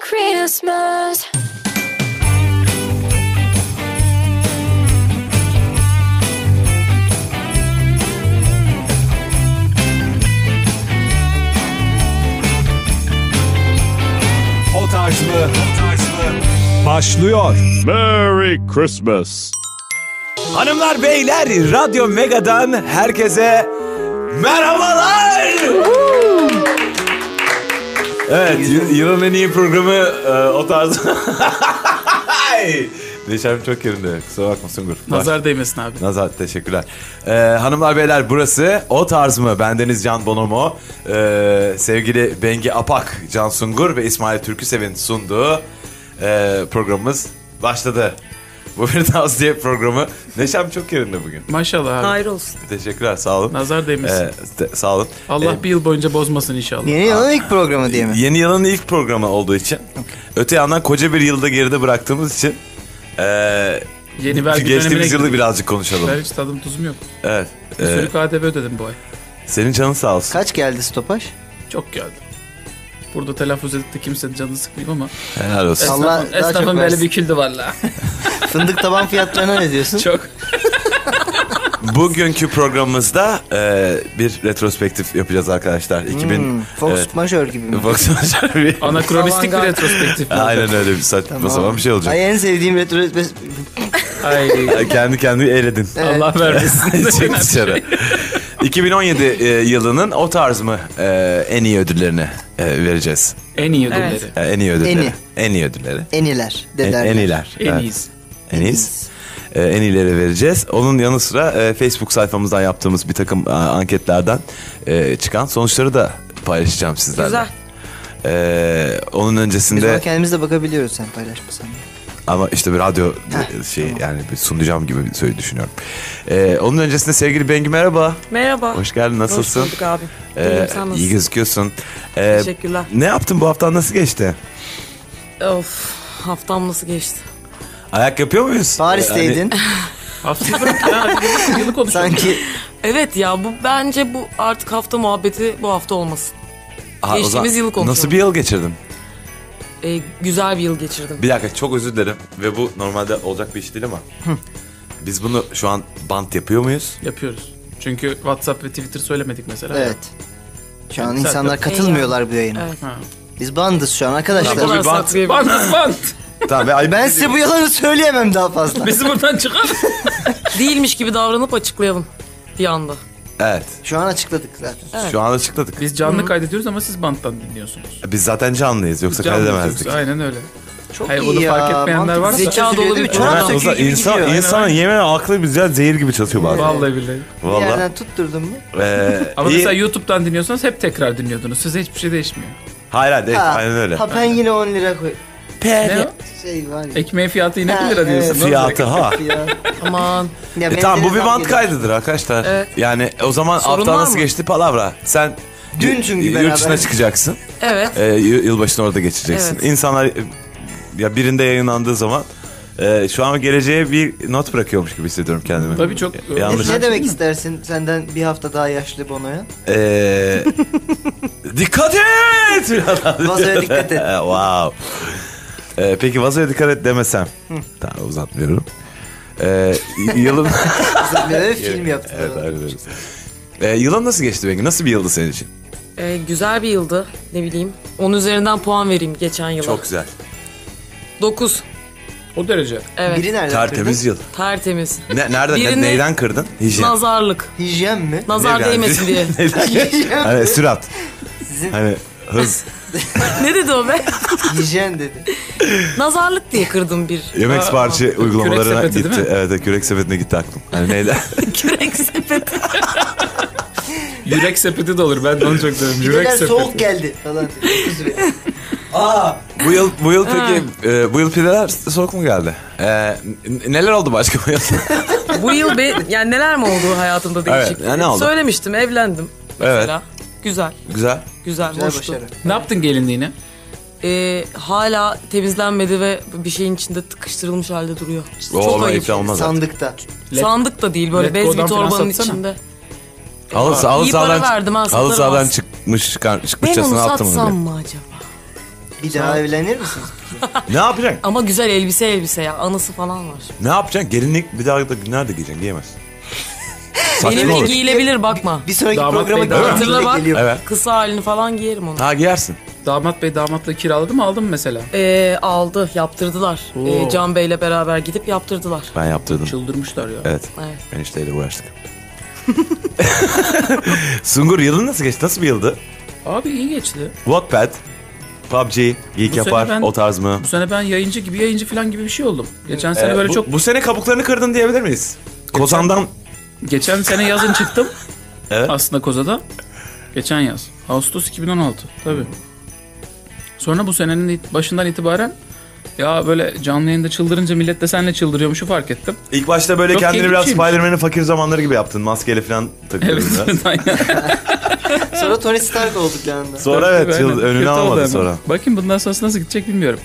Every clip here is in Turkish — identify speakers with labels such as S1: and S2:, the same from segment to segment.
S1: Christmas.
S2: O tarz mı? O tarz mı? Başlıyor.
S3: Merry Christmas.
S2: Hanımlar beyler Radyo Mega'dan herkese merhabalar. evet y- yılın en iyi programı e, o tarz. Neşem çok yerinde. Kusura bakma Sungur.
S4: Nazar değmesin abi.
S2: Nazar teşekkürler. Ee, hanımlar beyler burası o tarz mı? Bendeniz Can Bonomo. Ee, sevgili Bengi Apak, Can Sungur ve İsmail Türküsev'in sunduğu ee, programımız başladı. Bu bir tavsiye programı. Neşem çok yerinde bugün.
S4: Maşallah abi.
S5: Hayır olsun.
S2: Teşekkürler sağ olun.
S4: Nazar değmesin.
S2: Ee, te- sağ olun.
S4: Allah bir yıl boyunca bozmasın inşallah.
S6: Yeni yılın ilk programı diye mi?
S2: Yeni yılın ilk programı olduğu için. Öte yandan koca bir yılda geride bıraktığımız için. ee,
S4: Yeni vergi dönemine
S2: geçtiğimiz yılı
S4: girdik.
S2: birazcık konuşalım.
S4: Ben hiç tadım tuzum yok.
S2: Evet.
S4: Bir
S2: ee,
S4: sürü KDV ödedim bu ay.
S2: senin canın sağ olsun.
S6: Kaç geldi stopaj?
S4: Çok geldi. Burada telaffuz edip de kimsenin canını sıkmayayım ama
S2: Helal olsun.
S6: Allah daha
S4: esnafın,
S6: çok
S4: esnafın beli
S6: versin.
S4: büküldü valla.
S6: Fındık taban fiyatlarına ne diyorsun?
S4: Çok.
S2: Bugünkü programımızda e, bir retrospektif yapacağız arkadaşlar. 2000
S6: Hmm, Fox
S2: Evet.
S6: Major gibi mi?
S2: Fox Major bir-
S4: Anakronistik bir
S5: Avantgard.
S4: retrospektif. bu.
S2: Aynen öyle bir saçma
S6: Tamam.
S2: sapan bir şey olacak. E,
S6: Ay en sevdiğim retro...
S4: Ay.
S2: Kendi kendini eğledin.
S4: Allah vermesin.
S2: Çık dışarı. 2017 e, yılının o tarz mı e, en iyi ödüllerini e, vereceğiz.
S4: en iyi ödülleri.
S2: E, en iyi ödülleri.
S6: En iyi.
S2: iyi ödülleri.
S6: Eniler
S2: En,
S6: dederler.
S2: en iyiler.
S4: En
S2: Evet.
S4: iyiyiz.
S2: En iyiyiz. Ee, en iyileri vereceğiz. Onun yanı sıra e, Facebook sayfamızdan yaptığımız bir takım e, anketlerden e, çıkan sonuçları da paylaşacağım sizlerle.
S5: Güzel.
S2: Ee, onun
S6: Biz
S2: öncesinde
S6: ona kendimiz de bakabiliyoruz sen paylaşmasan. da.
S2: ama işte bir radyo şey yani bir sunacağım gibi bir söyle düşünüyorum. Ee, onun öncesinde sevgili Bengi merhaba.
S5: Merhaba.
S2: Hoş geldin nasılsın?
S5: Hoş bulduk abi.
S2: Ee,
S5: İyiyim, sen
S2: iyi
S5: nasılsın?
S2: gözüküyorsun. Ee,
S5: Teşekkürler.
S2: Ne yaptın bu haftan nasıl geçti?
S5: Of haftam nasıl geçti?
S2: Ayak yapıyor muyuz?
S6: Paris'teydin.
S4: Haftayı bırak ya. Yıllık- Yıllık konuşalım.
S6: Sanki
S5: Evet ya bu bence bu artık hafta muhabbeti bu hafta olmasın.
S2: Hani-
S5: Geçtiğimiz
S2: o zaman
S5: yılı konuşalım.
S2: Nasıl bir yıl geçirdin?
S5: Ee, güzel bir yıl geçirdim.
S2: Bir dakika çok özür dilerim ve bu normalde olacak bir iş değil ama. Biz bunu şu an bant yapıyor muyuz?
S4: Yapıyoruz. Çünkü WhatsApp ve Twitter söylemedik mesela.
S6: evet. Şu an
S4: Sen-
S6: insanlar katılmıyorlar bu yayına.
S5: Evet.
S6: Biz bandız şu an
S5: Ne
S6: arkadaşlar.
S2: Tamam.
S5: kadar
S2: bir bant-
S5: saklayabilirim?
S4: Bant bant.
S2: tamam ve ayıp
S6: Ben size bu yalanı söyleyemem daha fazla.
S4: Bizi buradan çıkar.
S5: Değilmiş gibi davranıp açıklayalım bir anda.
S2: Evet.
S6: Şu an açıkladık zaten.
S2: Şu an açıkladık.
S4: Biz canlı kaydediyoruz ama siz banttan dinliyorsunuz.
S2: Biz zaten canlıyız yoksa
S4: Canlı
S2: kaydedemezdik.
S4: yoksa Aynen öyle.
S6: Çok
S4: Hayır,
S6: iyi
S4: bunu
S6: ya.
S4: fark etmeyenler
S6: Mantık
S4: varsa-
S6: zeka
S5: Zeka
S6: dolu
S5: dolu
S6: bir
S5: bir
S6: çorap
S2: Hemen
S5: program.
S6: söküğü
S2: uzak-
S6: gibi
S2: insan,
S6: gidiyor.
S2: insanın yemeğe aklı bize zehir gibi çatıyor bazen.
S4: Vallahi billahi.
S6: Bir
S2: Valla.
S6: yerden tutturdun mu?
S2: Ee,
S4: Ama
S2: iyi.
S4: mesela YouTube'dan dinliyorsanız hep tekrar dinliyordunuz. Size hiçbir şey değişmiyor.
S2: Hayır hayır
S6: Ha,
S2: E, aynen öyle.
S6: Ha ben yine 10 lira koy.
S4: Ne o?
S6: Şey var ya.
S4: Ekmeğin fiyatı yine
S6: Ha,
S4: 1 E, lira diyorsun. Ne olacak?
S2: Fiyatı ha.
S6: Ya.
S5: Aman
S6: Ya
S2: E tamam bu bir
S6: benzeri zam
S2: band
S6: geliyor.
S2: kaydıdır arkadaşlar.
S5: Evet.
S2: Yani o zaman
S5: Sorun
S2: hafta
S5: var
S2: nasıl
S5: mı?
S2: geçti palavra. Sen
S6: Dün
S2: y-
S6: çünkü
S2: yurt
S6: beraber.
S2: dışına çıkacaksın.
S5: evet.
S2: Ee, y- yılbaşını orada geçireceksin.
S5: Evet.
S2: İnsanlar e, ya birinde yayınlandığı zaman e, şu an geleceğe bir not bırakıyormuş gibi hissediyorum kendimi.
S4: Tabii çok-
S2: E, yanlış.
S6: Ne demek istersin senden bir hafta daha yaşlı Bono'ya?
S2: Ee, dikkat et!
S6: Vazoya dikkat et.
S2: wow. Ee, peki vazoya dikkat et demesem. tamam uzatmıyorum. Ee, y- yılın...
S6: Böyle film yaptı.
S2: evet, aynen öyle. Ee, yılın nasıl geçti Bengi? Nasıl bir yıldı senin için?
S5: Ee, güzel bir yıldı ne bileyim. 10 üzerinden puan vereyim geçen yıla.
S2: Çok güzel.
S5: 9.
S4: O derece.
S5: Evet.
S6: Biri nereden
S2: Tertemiz yıl.
S5: Tertemiz.
S2: Ne, nereden, ne-
S5: Birini-
S2: neyden kırdın? Hijyen.
S5: Nazarlık.
S6: kırdın? Hijyen mi?
S5: Nazar
S2: Neyden-
S5: değmesin diye.
S2: Neyden-
S6: Hijyen
S2: hani sürat.
S6: Sizin
S2: Hani hız.
S5: ne dedi o be?
S6: hijyen dedi.
S5: Nazarlık diye kırdım bir.
S2: Yemek siparişi uygulamalarına
S4: sepeti değil
S2: gitti.
S4: mi?
S2: Evet kürek sepetine gitti aklım. Hani neyden?
S5: Kürek sepeti.
S4: Yürek sepeti de olur. Ben de onu çok seviyorum. Yürek
S6: Biriler
S4: sepeti.
S6: soğuk geldi falan. dedi. Dokuz lira.
S2: Bu yıl bu yıl peki e, bu yıl pideler soğuk mu geldi? E, n- neler oldu başka bu yıl?
S5: Bu yıl be, yani neler mi oldu hayatımda değişik?
S2: Evet, ne oldu?
S5: Söylemiştim evlendim mesela. Güzel,
S2: Güzel.
S5: güzel,
S6: Güzel
S5: hoştu.
S6: başarı.
S4: Ne yaptın gelinliğine?
S5: Ee, hala temizlenmedi ve bir şeyin içinde tıkıştırılmış halde duruyor.
S2: O
S5: Çok
S2: ama
S5: ayıp.
S2: iptal olmaz. zaten.
S6: Sandıkta.
S4: Let-
S5: Sandık da değil böyle
S4: Let
S5: bez
S4: go'dan
S5: bir
S4: falan
S5: torbanın
S4: satsana.
S5: içinde.
S2: Halı, halı
S5: İyi para
S2: sahadan,
S5: verdim ha,
S2: halı
S5: satarım
S2: sahadan
S5: az.
S2: çıkmış çıkar,
S5: Ben onu
S2: çıkmışçasına attım
S5: satsam
S2: onu.
S5: mı acaba?
S6: Bir daha evlenir misiniz?
S2: Ne yapacaksın?
S5: Ama güzel elbise elbise ya. Anası falan var.
S2: Ne yapacaksın? Gelinlik bir daha da nerede giyeceksin? Giyemezsin. Saçma
S5: Elimi
S2: olur.
S5: giyilebilir bakma.
S6: Bir sonraki
S4: Damat
S6: programa
S4: bey, damat
S6: gelinlikle
S5: bey. Hatırla bak.
S6: geliyor.
S2: Evet.
S5: Kısa halini falan giyerim onu.
S2: Ha giyersin.
S4: Damat bey damatla kiraladı mı aldın mı mesela?
S5: Ee, aldı, yaptırdılar.
S4: Oo.
S5: Ee, Can Bey'le beraber gidip yaptırdılar.
S2: Ben yaptırdım.
S4: Çıldırmışlar ya.
S2: Evet.
S5: Evet.
S2: Ben işte uğraştık. Sungur yılın nasıl geçti? Nasıl bir yıldı?
S4: Abi iyi geçti.
S2: Wattpad, PUBG, Geek
S4: Bu
S2: Yapar
S4: sene ben-
S2: o tarz mı?
S4: Bu sene ben yayıncı gibi yayıncı falan gibi bir şey oldum. Geçen sene
S2: Ee,
S4: böyle
S2: bu,
S4: çok
S2: bu sene kabuklarını kırdın diyebilir miyiz? Kozan'dan
S4: geçen sene yazın çıktım.
S2: Evet.
S4: Aslında Koza'da. Geçen yaz. Ağustos 2016. Tabii. Sonra bu senenin it- başından itibaren ya böyle canlı yayında çıldırınca millet de senle çıldırıyormuşu fark ettim.
S2: ilk başta böyle
S4: Çok
S2: kendini biraz
S4: keyifliymiş.
S2: Spider-Man'in fakir zamanları gibi yaptın. Maskeyle falan takıyordun biraz.
S4: Aynen.
S6: Sonra Tony Stark olduk yanında.
S2: Sonra
S4: Tabii,
S2: evet
S4: tabii,
S2: yıl
S4: aynen.
S2: önünü
S4: Kötü oldu
S2: almadı
S4: hemen.
S2: sonra.
S4: Bakayım bundan sonrası nasıl gidecek bilmiyorum.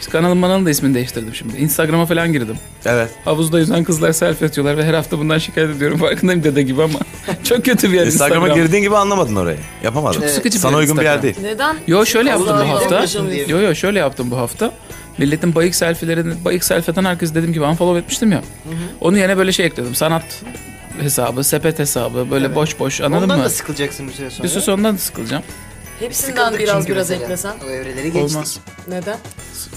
S4: İşte kanalın manalın da ismini değiştirdim şimdi. Instagram'a falan girdim.
S2: Evet.
S4: Havuzda yüzen kızlar selfie atıyorlar ve her hafta bundan şikayet ediyorum. Farkındayım dede gibi ama çok kötü bir yer
S2: Instagram'a
S4: Instagram.
S2: girdiğin gibi anlamadın orayı. Yapamadın.
S6: Çok
S4: sıkıcı bir
S2: Sana
S4: yer
S2: uygun bir yer
S4: Instagram.
S2: değil.
S5: Neden?
S4: Yo şöyle yaptım
S5: Allah'ım
S4: bu hafta.
S5: yapmışım diye.
S4: Yo yo şöyle yaptım bu hafta. Milletin bayık selfilerini, bayık selfie'den herkes dediğim gibi unfollow etmiştim ya. Onu yerine böyle şey ekledim. Sanat hesabı, sepet hesabı, böyle boş boş anladın
S6: Ondan
S4: mı?
S6: da sıkılacaksın bir süre sonra.
S4: Bir süre sonradan sıkılacağım.
S5: Hepsinden
S6: Sıkıldık
S5: biraz
S6: çünkü
S5: biraz
S6: mesela.
S5: eklesen.
S6: O evreleri geçtik.
S4: Olmaz.
S5: Neden?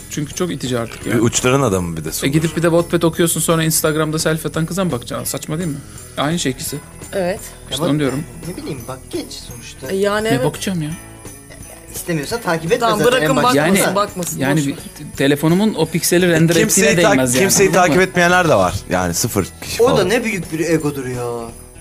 S4: Çünkü çok itici artık ya.
S2: Bir uçların adamı bir de
S4: E
S2: Sungur.
S4: gidip bir de Wattpad okuyorsun sonra Instagram'da selfie atan kıza mı bakacaksın? Saçma değil mi? Aynı şey ikisi.
S5: Evet.
S4: İşte
S6: Ama
S4: onu diyorum.
S6: Ne bileyim bak geç sonuçta.
S5: E, Yani
S4: Ne
S5: evet.
S4: bakacağım ya?
S6: İstemiyorsan takip etme
S5: Tamam
S6: zaten
S5: bırakın
S6: en
S5: bakmasın
S6: başta.
S4: Yani-
S5: bakmasın.
S4: Yani
S5: boş
S4: bir,
S5: ver.
S4: telefonumun o pikseli render
S2: Kimseyi,
S4: ettiğine
S2: tak-
S4: değmez yani.
S2: kimseyi
S4: anladın
S2: takip
S4: mı?
S2: etmeyenler de var. Yani sıfır kişi
S6: O da
S2: falan.
S6: ne büyük bir egodur ya.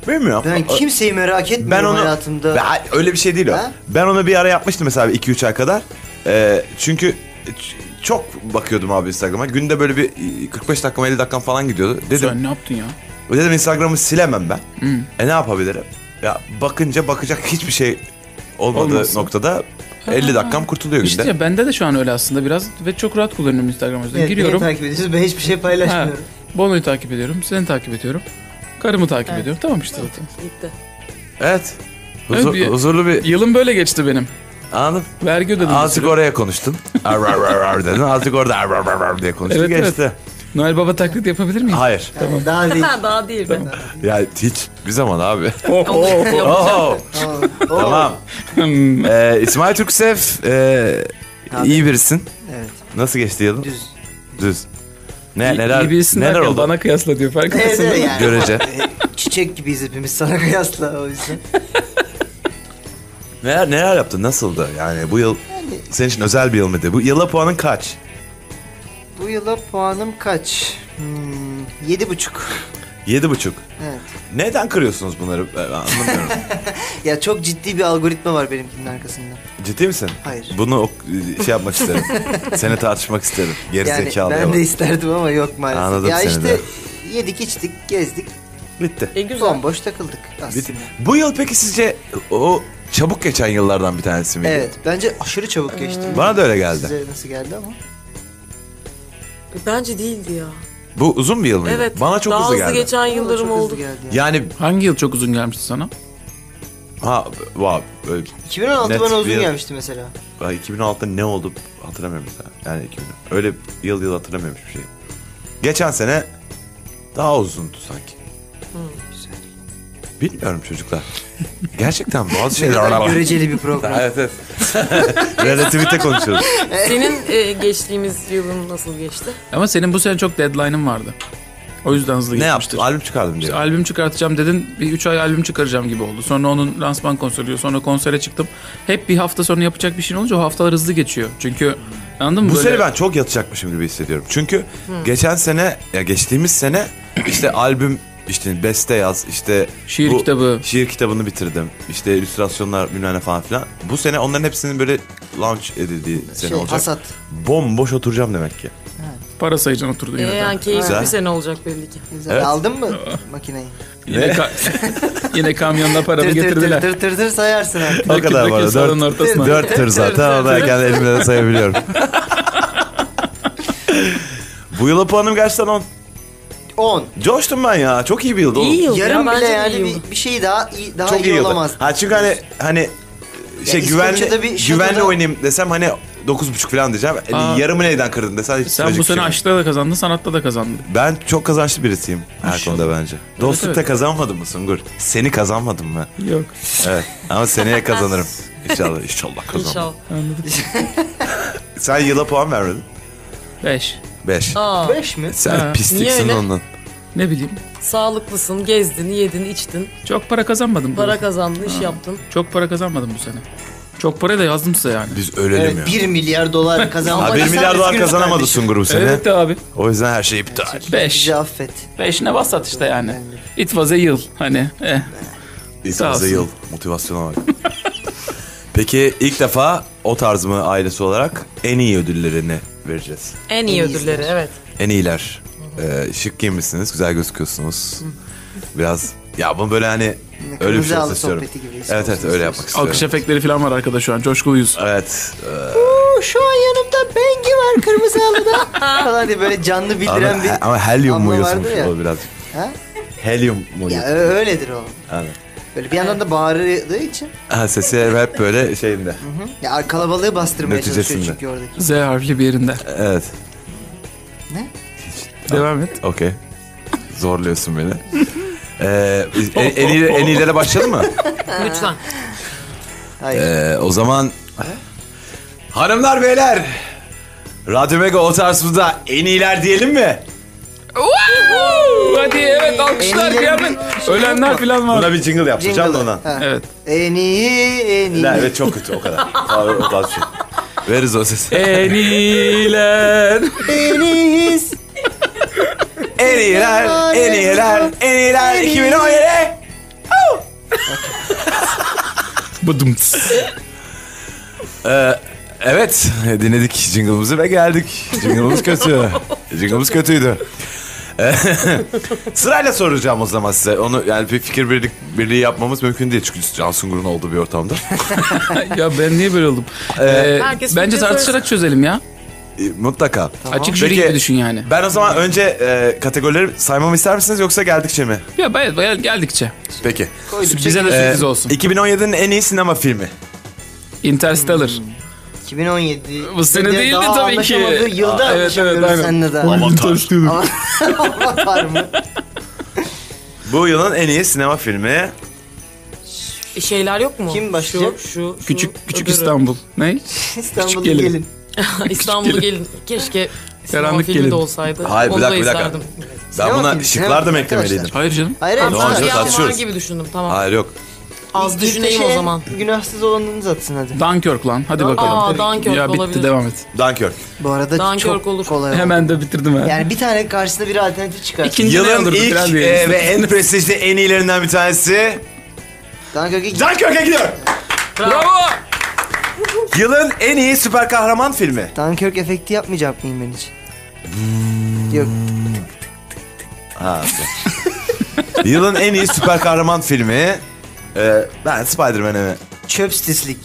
S2: Bilmiyorum.
S6: Ben
S2: O-
S6: kimseyi merak etmiyorum
S2: Ben onu
S6: hayatımda.
S2: Ben- öyle bir şey değil o.
S6: Ha?
S2: Ben onu bir ara yapmıştım mesela 2-3 ay kadar. Ee, çünkü ç- çok bakıyordum abi Instagram'a. Günde böyle bir e, 45 dakikam 50 dakikam falan gidiyordu. Dedim
S4: Sen ne yaptın ya?
S2: dedim Instagram'ı silemem ben. E ne yapabilirim? Ya bakınca bakacak hiçbir şey olmadığı
S4: Olmasın.
S2: noktada 50 dakikam kurtuluyor günde.
S4: İşte ya şey bende de şu an öyle aslında biraz ve çok rahat kullanıyorum Instagram o yüzden.
S6: Evet,
S4: Giriyorum.
S6: beni takip ediyorsunuz ben hiçbir şey
S4: Ha,
S6: paylaşmıyorum.
S4: Bono'yu takip ediyorum. Seni takip ediyorum. Karımı takip
S5: Evet.
S4: ediyorum. Tamam işte zaten.
S5: Gitti.
S2: Evet. Huzur-
S4: Öyle bir-
S2: huzurlu bir
S4: Yılım böyle geçti benim.
S2: anım.
S4: Vergi ödedim. bir
S2: Azıcık
S4: sürü.
S2: oraya konuştun. Ar, ar, ar, ar dedin. Azıcık orada ar, ar, ar, ar diye konuştun.
S4: Evet,
S2: Geçti.
S4: Noel Baba taklit yapabilir miyim?
S2: Hayır.
S6: Yani Daha değil.
S5: Ha, daha değil be.
S2: Ya hiç bir zaman abi.
S4: Oh, oh, oh.
S2: Oho.
S6: Tamam.
S2: Tamam.
S4: Hmm.
S2: Ee, İsmail Türksev e,
S6: Abi.
S2: iyi birisin.
S6: Evet
S2: Nasıl geçti yılın?
S6: düz.
S2: Düz. Ne
S4: İyi-
S2: neler
S4: iyi birisin
S2: neler
S4: derken
S2: oldu?
S4: Bana kıyasla diyor
S6: Evet,
S4: farkındasın.
S6: evet,
S4: değil mi?
S6: yani.
S2: Görece.
S6: E, Çiçek gibiyiz hepimiz sana kıyasla o yüzden.
S2: Neler neler yaptın? Nasıldı? Yani bu yıl
S6: Yani
S2: senin için özel bir yıl mıydı? Bu yıla puanın kaç?
S6: bu yıla puanım kaç? Hmm, yedi buçuk.
S2: Yedi buçuk.
S6: Evet.
S2: Neden kırıyorsunuz bunları? Ben anlamıyorum.
S6: Ya çok ciddi bir algoritma var benimkinin arkasında.
S2: Ciddi misin?
S6: Hayır.
S2: Bunu ok- şey yapmak isterim. Seni tartışmak isterim. Geri
S6: Yani
S2: zekalı.
S6: ben
S2: yalan.
S6: de isterdim ama yok maalesef.
S2: Anladım
S6: ya
S2: seni
S6: işte
S2: de.
S6: yedik içtik gezdik
S2: Bitti.
S5: E güzel.
S6: bomboş takıldık aslında.
S2: Bitti. Bu yıl peki sizce o çabuk geçen yıllardan bir tanesi miydi?
S6: Evet bence aşırı çabuk geçti.
S2: Bana da öyle geldi.
S6: Size nasıl geldi ama.
S5: E, Bence değildi ya.
S2: Bu uzun bir yıl mıydı?
S5: Evet.
S2: Bana çok
S5: daha
S2: hızlı geldi.
S5: geçen
S6: Bana
S5: yıllarım
S6: çok hızlı
S5: oldu.
S6: geldi ya.
S2: Yani
S4: Hangi yıl çok uzun gelmişti sana?
S2: ha e, wow, böyle
S6: 2016
S2: Net
S6: bana uzun
S2: bir-
S6: gelmişti mesela.
S2: Ya 2006'da ne oldu hatırlamıyorum mesela. Yani 2000. Öyle yıl yıl hatırlamıyorum hiçbir şey. Geçen sene daha uzundu sanki. Bilmiyorum çocuklar. Gerçekten bazı şeyler ona bak.
S6: Göreceli bir program.
S2: Evet evet. Relativite konuşuyoruz.
S5: Senin e, geçtiğimiz yılın nasıl geçti? E,
S4: Ama senin bu sene çok deadline'ın vardı. O yüzden hızlı
S2: ne
S4: geçmiştir.
S2: yaptın? Albüm çıkardım diye.
S4: İşte albüm çıkartacağım dedin. Bir 3 ay albüm çıkaracağım gibi oldu. Sonra onun lansman konseri oluyor. Sonra konsere çıktım. Hep bir hafta sonra yapacak bir şey olunca o haftalar hızlı geçiyor. Çünkü anladın mı?
S2: Bu
S4: Böyle- Hmm.
S2: sene ben çok yatacakmışım gibi hissediyorum. Çünkü geçen sene ya geçtiğimiz sene işte albüm işte beste yaz işte
S4: Şiir
S2: bu-
S4: kitabı.
S2: şiir kitabını bitirdim. İşte illüstrasyonlar bilmem ne falan filan. Bu sene onların hepsinin böyle launch edildiği sene
S6: Şey,
S2: olacak.
S6: hasat.
S2: Bayıldım. Bomboş oturacağım demek ki.
S4: Para sayıcan oturdun
S5: E,
S4: yine. de.
S5: yani keyifli
S2: Güzel.
S5: bir sene olacak belli ki.
S6: Güzel.
S2: Evet.
S6: Aldın mı makineyi?
S4: Yine, ka- yine kamyonla paramı
S6: Tır tır tır
S4: getirdiler.
S6: tır tır tır sayarsın artık.
S2: O kadar var.
S4: sarının
S2: Dört,
S4: ortasına.
S2: dört tır zaten ama ben kendi elimle de sayabiliyorum. Bu yıla puanım gerçekten 10.
S6: 10.
S2: Coştum ben ya. Çok iyi bir yıldı. oğlum.
S5: İyi yıl
S6: Yarın
S5: ya,
S6: bile
S5: bence de
S6: yani
S5: iyi yıl.
S6: bir, bir şey daha iyi, daha
S2: Çok
S6: iyi
S2: iyi yıldı.
S6: olamaz.
S2: Ha çünkü hani hani şey
S6: İskoçya'da
S2: güvenli
S6: bir şey
S2: güvenli
S6: şatoda-
S2: oynayayım desem hani 9,5 falan diyeceğim. E,
S4: Aa.
S2: Yarımı neyden kırdın desen hiç
S4: Sen
S2: trajik
S4: bu
S2: bir şey
S4: sene
S2: yok.
S4: aşkta da kazandın, sanatta da kazandın.
S2: Ben çok kazançlı birisiyim her
S4: İnşallah.
S2: konuda bence. Dostlukta
S4: evet.
S2: kazanmadın mı Sungur? Seni kazanmadım mı?
S4: Yok.
S2: Evet. Ama seneye kazanırım. İnşallah. İnşallah kazanırım.
S5: İnşallah.
S2: Sen yıla puan vermedin.
S4: 5.
S2: 5.
S5: Aa,
S6: Beş mi?
S2: Sen
S4: Ha.
S5: Niye
S2: pisliksin
S5: öyle?
S2: ondan.
S4: Ne bileyim.
S5: sağlıklısın, gezdin, yedin, içtin,
S4: Çok para kazanmadım. bu
S5: para
S4: yıl.
S5: kazandın, iş yaptın.
S4: Çok para kazanmadım bu sene. Çok para da yazdım size yani.
S2: Biz ölelim
S6: Evet,
S2: ya.
S6: 1 milyar dolar kazanmak.
S2: Ha, bir milyar dolar
S6: Üzgünüm
S2: kazanamadı
S6: kardeşim.
S2: Sungur bu sene.
S4: Evet de abi.
S2: O yüzden her şey iptal.
S4: Beş.
S6: Bizi affet.
S4: Beşine basat işte yani. It was a yıl. Hani. Eh. Sağ
S2: İsmail
S4: olsun.
S2: yıl. Motivasyona bak. Peki ilk defa o tarz mı ailesi olarak en iyi ödüllerini vereceğiz.
S5: En iyi
S6: En
S5: ödülleri,
S6: iyisidir.
S5: evet.
S2: En iyiler. Ee, şık giyinmişsiniz, güzel gözüküyorsunuz. Biraz ya bunu böyle hani öyle bir
S6: Kırmızı
S2: şey olsun
S6: halı
S2: istiyorum.
S6: sohbeti gibi
S2: Evet evet
S6: olsun
S2: öyle
S6: istiyorsun.
S2: yapmak istiyorum.
S4: Alkış efektleri falan var arkada şu an. Coşkuluyuz.
S2: Evet. e,
S6: Oo, Şu an yanımda Bengi var kırmızı halıda. falan diye böyle canlı
S2: ama,
S6: bildiren bir...
S2: ama helyum mu
S6: abla
S2: yiyorsunmuş
S6: vardı ya.
S2: o birazcık.
S6: Ha?
S2: Helyum mu
S6: Ya,
S2: yiyorsun?
S6: ö- öyledir o.
S2: Aynen.
S6: Böyle bir yandan da bağırdığı için.
S2: Ha, sesi hep böyle şeyinde.
S6: Ya kalabalığı bastırmaya çalışıyor
S2: Neticesinde.
S6: çünkü oradaki.
S4: Z harfli bir yerinde.
S2: Evet.
S6: Ne?
S4: Devam et.
S2: Okey. Zorluyorsun beni. Ee, en, en, iyi- en iyilere başlayalım mı?
S5: Lütfen.
S6: Hayır.
S2: Ee, o zaman hanımlar beyler Radyo Mega o tarzımızda en iyiler diyelim mi?
S4: Hadi evet alkışlar
S6: Ellerim-
S4: kıyamet. Ölenler falan var.
S2: Buna bir jingle yapacağım
S6: Jingle.
S2: da ondan.
S6: Ha.
S4: Evet.
S6: En iyi, en iyi.
S2: Ne, evet, çok kötü o kadar. Abi, o kadar şey. Ee, Veririz o sesi.
S4: En iyiler.
S6: En iyisi.
S2: en iyiler, en iyiler, en iyiler 2017.
S4: Bıdım.
S2: Evet dinledik jingle'ımızı ve geldik. Jingle'ımız kötü. jingle'ımız kötüydü. Ee, Sırayla soracağım o zaman size. Onu yani bir fikir birlik, birliği yapmamız mümkün değil. Çünkü Can Sungur'un olduğu bir ortamda.
S4: ya ben niye böyle oldum? Ee,
S5: Herkes
S4: bence
S5: fikir
S4: tartışarak çözelim ya.
S2: Ee, Mutlaka.
S4: Açık jüri
S2: Peki,
S4: gibi düşün yani.
S2: Ben o zaman önce e, kategorileri saymamı ister misiniz yoksa geldikçe mi?
S4: Ya bayağı, bayağı geldikçe.
S2: Peki.
S6: Koyduk.
S4: Bize de
S2: Ee,
S4: sürpriz olsun.
S2: 2017'nin en iyi sinema filmi.
S4: Interstellar.
S6: 2017.
S4: Bu sene
S6: Daha
S4: değildi tabii ki.
S6: anlaşamadığı Yılda
S4: Aa, evet,
S6: anlaşamıyoruz
S4: evet, aynen.
S6: seninle daha.
S4: Interstellar.
S6: Avatar mı?
S2: Bu yılın en iyi sinema filmi.
S5: E, Şeyler yok mu?
S6: Kim başlayacak?
S5: Şu, şu, şu
S4: Küçük küçük
S5: öbürü.
S4: İstanbul. Ne?
S6: İstanbul'a
S4: gelin.
S6: gelin.
S5: İstanbul'u gelin. Keşke sinema
S4: Karanlık
S5: filmi
S4: gelin.
S5: de olsaydı.
S2: Hayır, bir
S5: Onu da
S2: dakika, bir dakika.
S5: izlerdim.
S2: Ben
S6: Sinema
S2: buna
S6: filmi,
S2: şıklar da mı
S6: sinema
S2: eklemeliydim?
S4: Hayır canım.
S6: Hayır hayır.
S2: Tamam,
S6: sen-
S2: güzel
S5: Ya var
S2: tartışıyoruz.
S5: gibi düşündüm tamam.
S2: Hayır yok.
S5: Az
S6: Bir
S5: düşüneyim
S6: köşeye
S5: o zaman.
S6: Günahsız olanınızı atın hadi.
S4: Dunkirk lan. Hadi bakalım.
S5: Aa, Dunkirk
S4: ya bitti
S5: olabilir.
S4: devam et.
S2: Dunkirk.
S6: Bu arada
S5: Dunkirk
S6: çok
S5: olur.
S6: kolay oldu.
S4: Hemen de bitirdim ha.
S6: Yani bir tane karşısında bir alternatif çıkar. İki.
S4: İkinci ne
S2: Yılın
S4: olurdu?
S2: ilk
S4: Biraz bir-
S2: e, ve en prestijli en iyilerinden bir tanesi
S6: Dunkirk'e
S2: Dunkirk'e gidiyor.
S4: Bravo.
S2: Yılın en iyi süper kahraman filmi.
S6: Dunkirk efekti yapmayacak mıyım ben hiç? Yok.
S2: Ha. Yılın en iyi süper kahraman filmi. E, ben Spider-Man'e mi?
S6: Çöp stislik.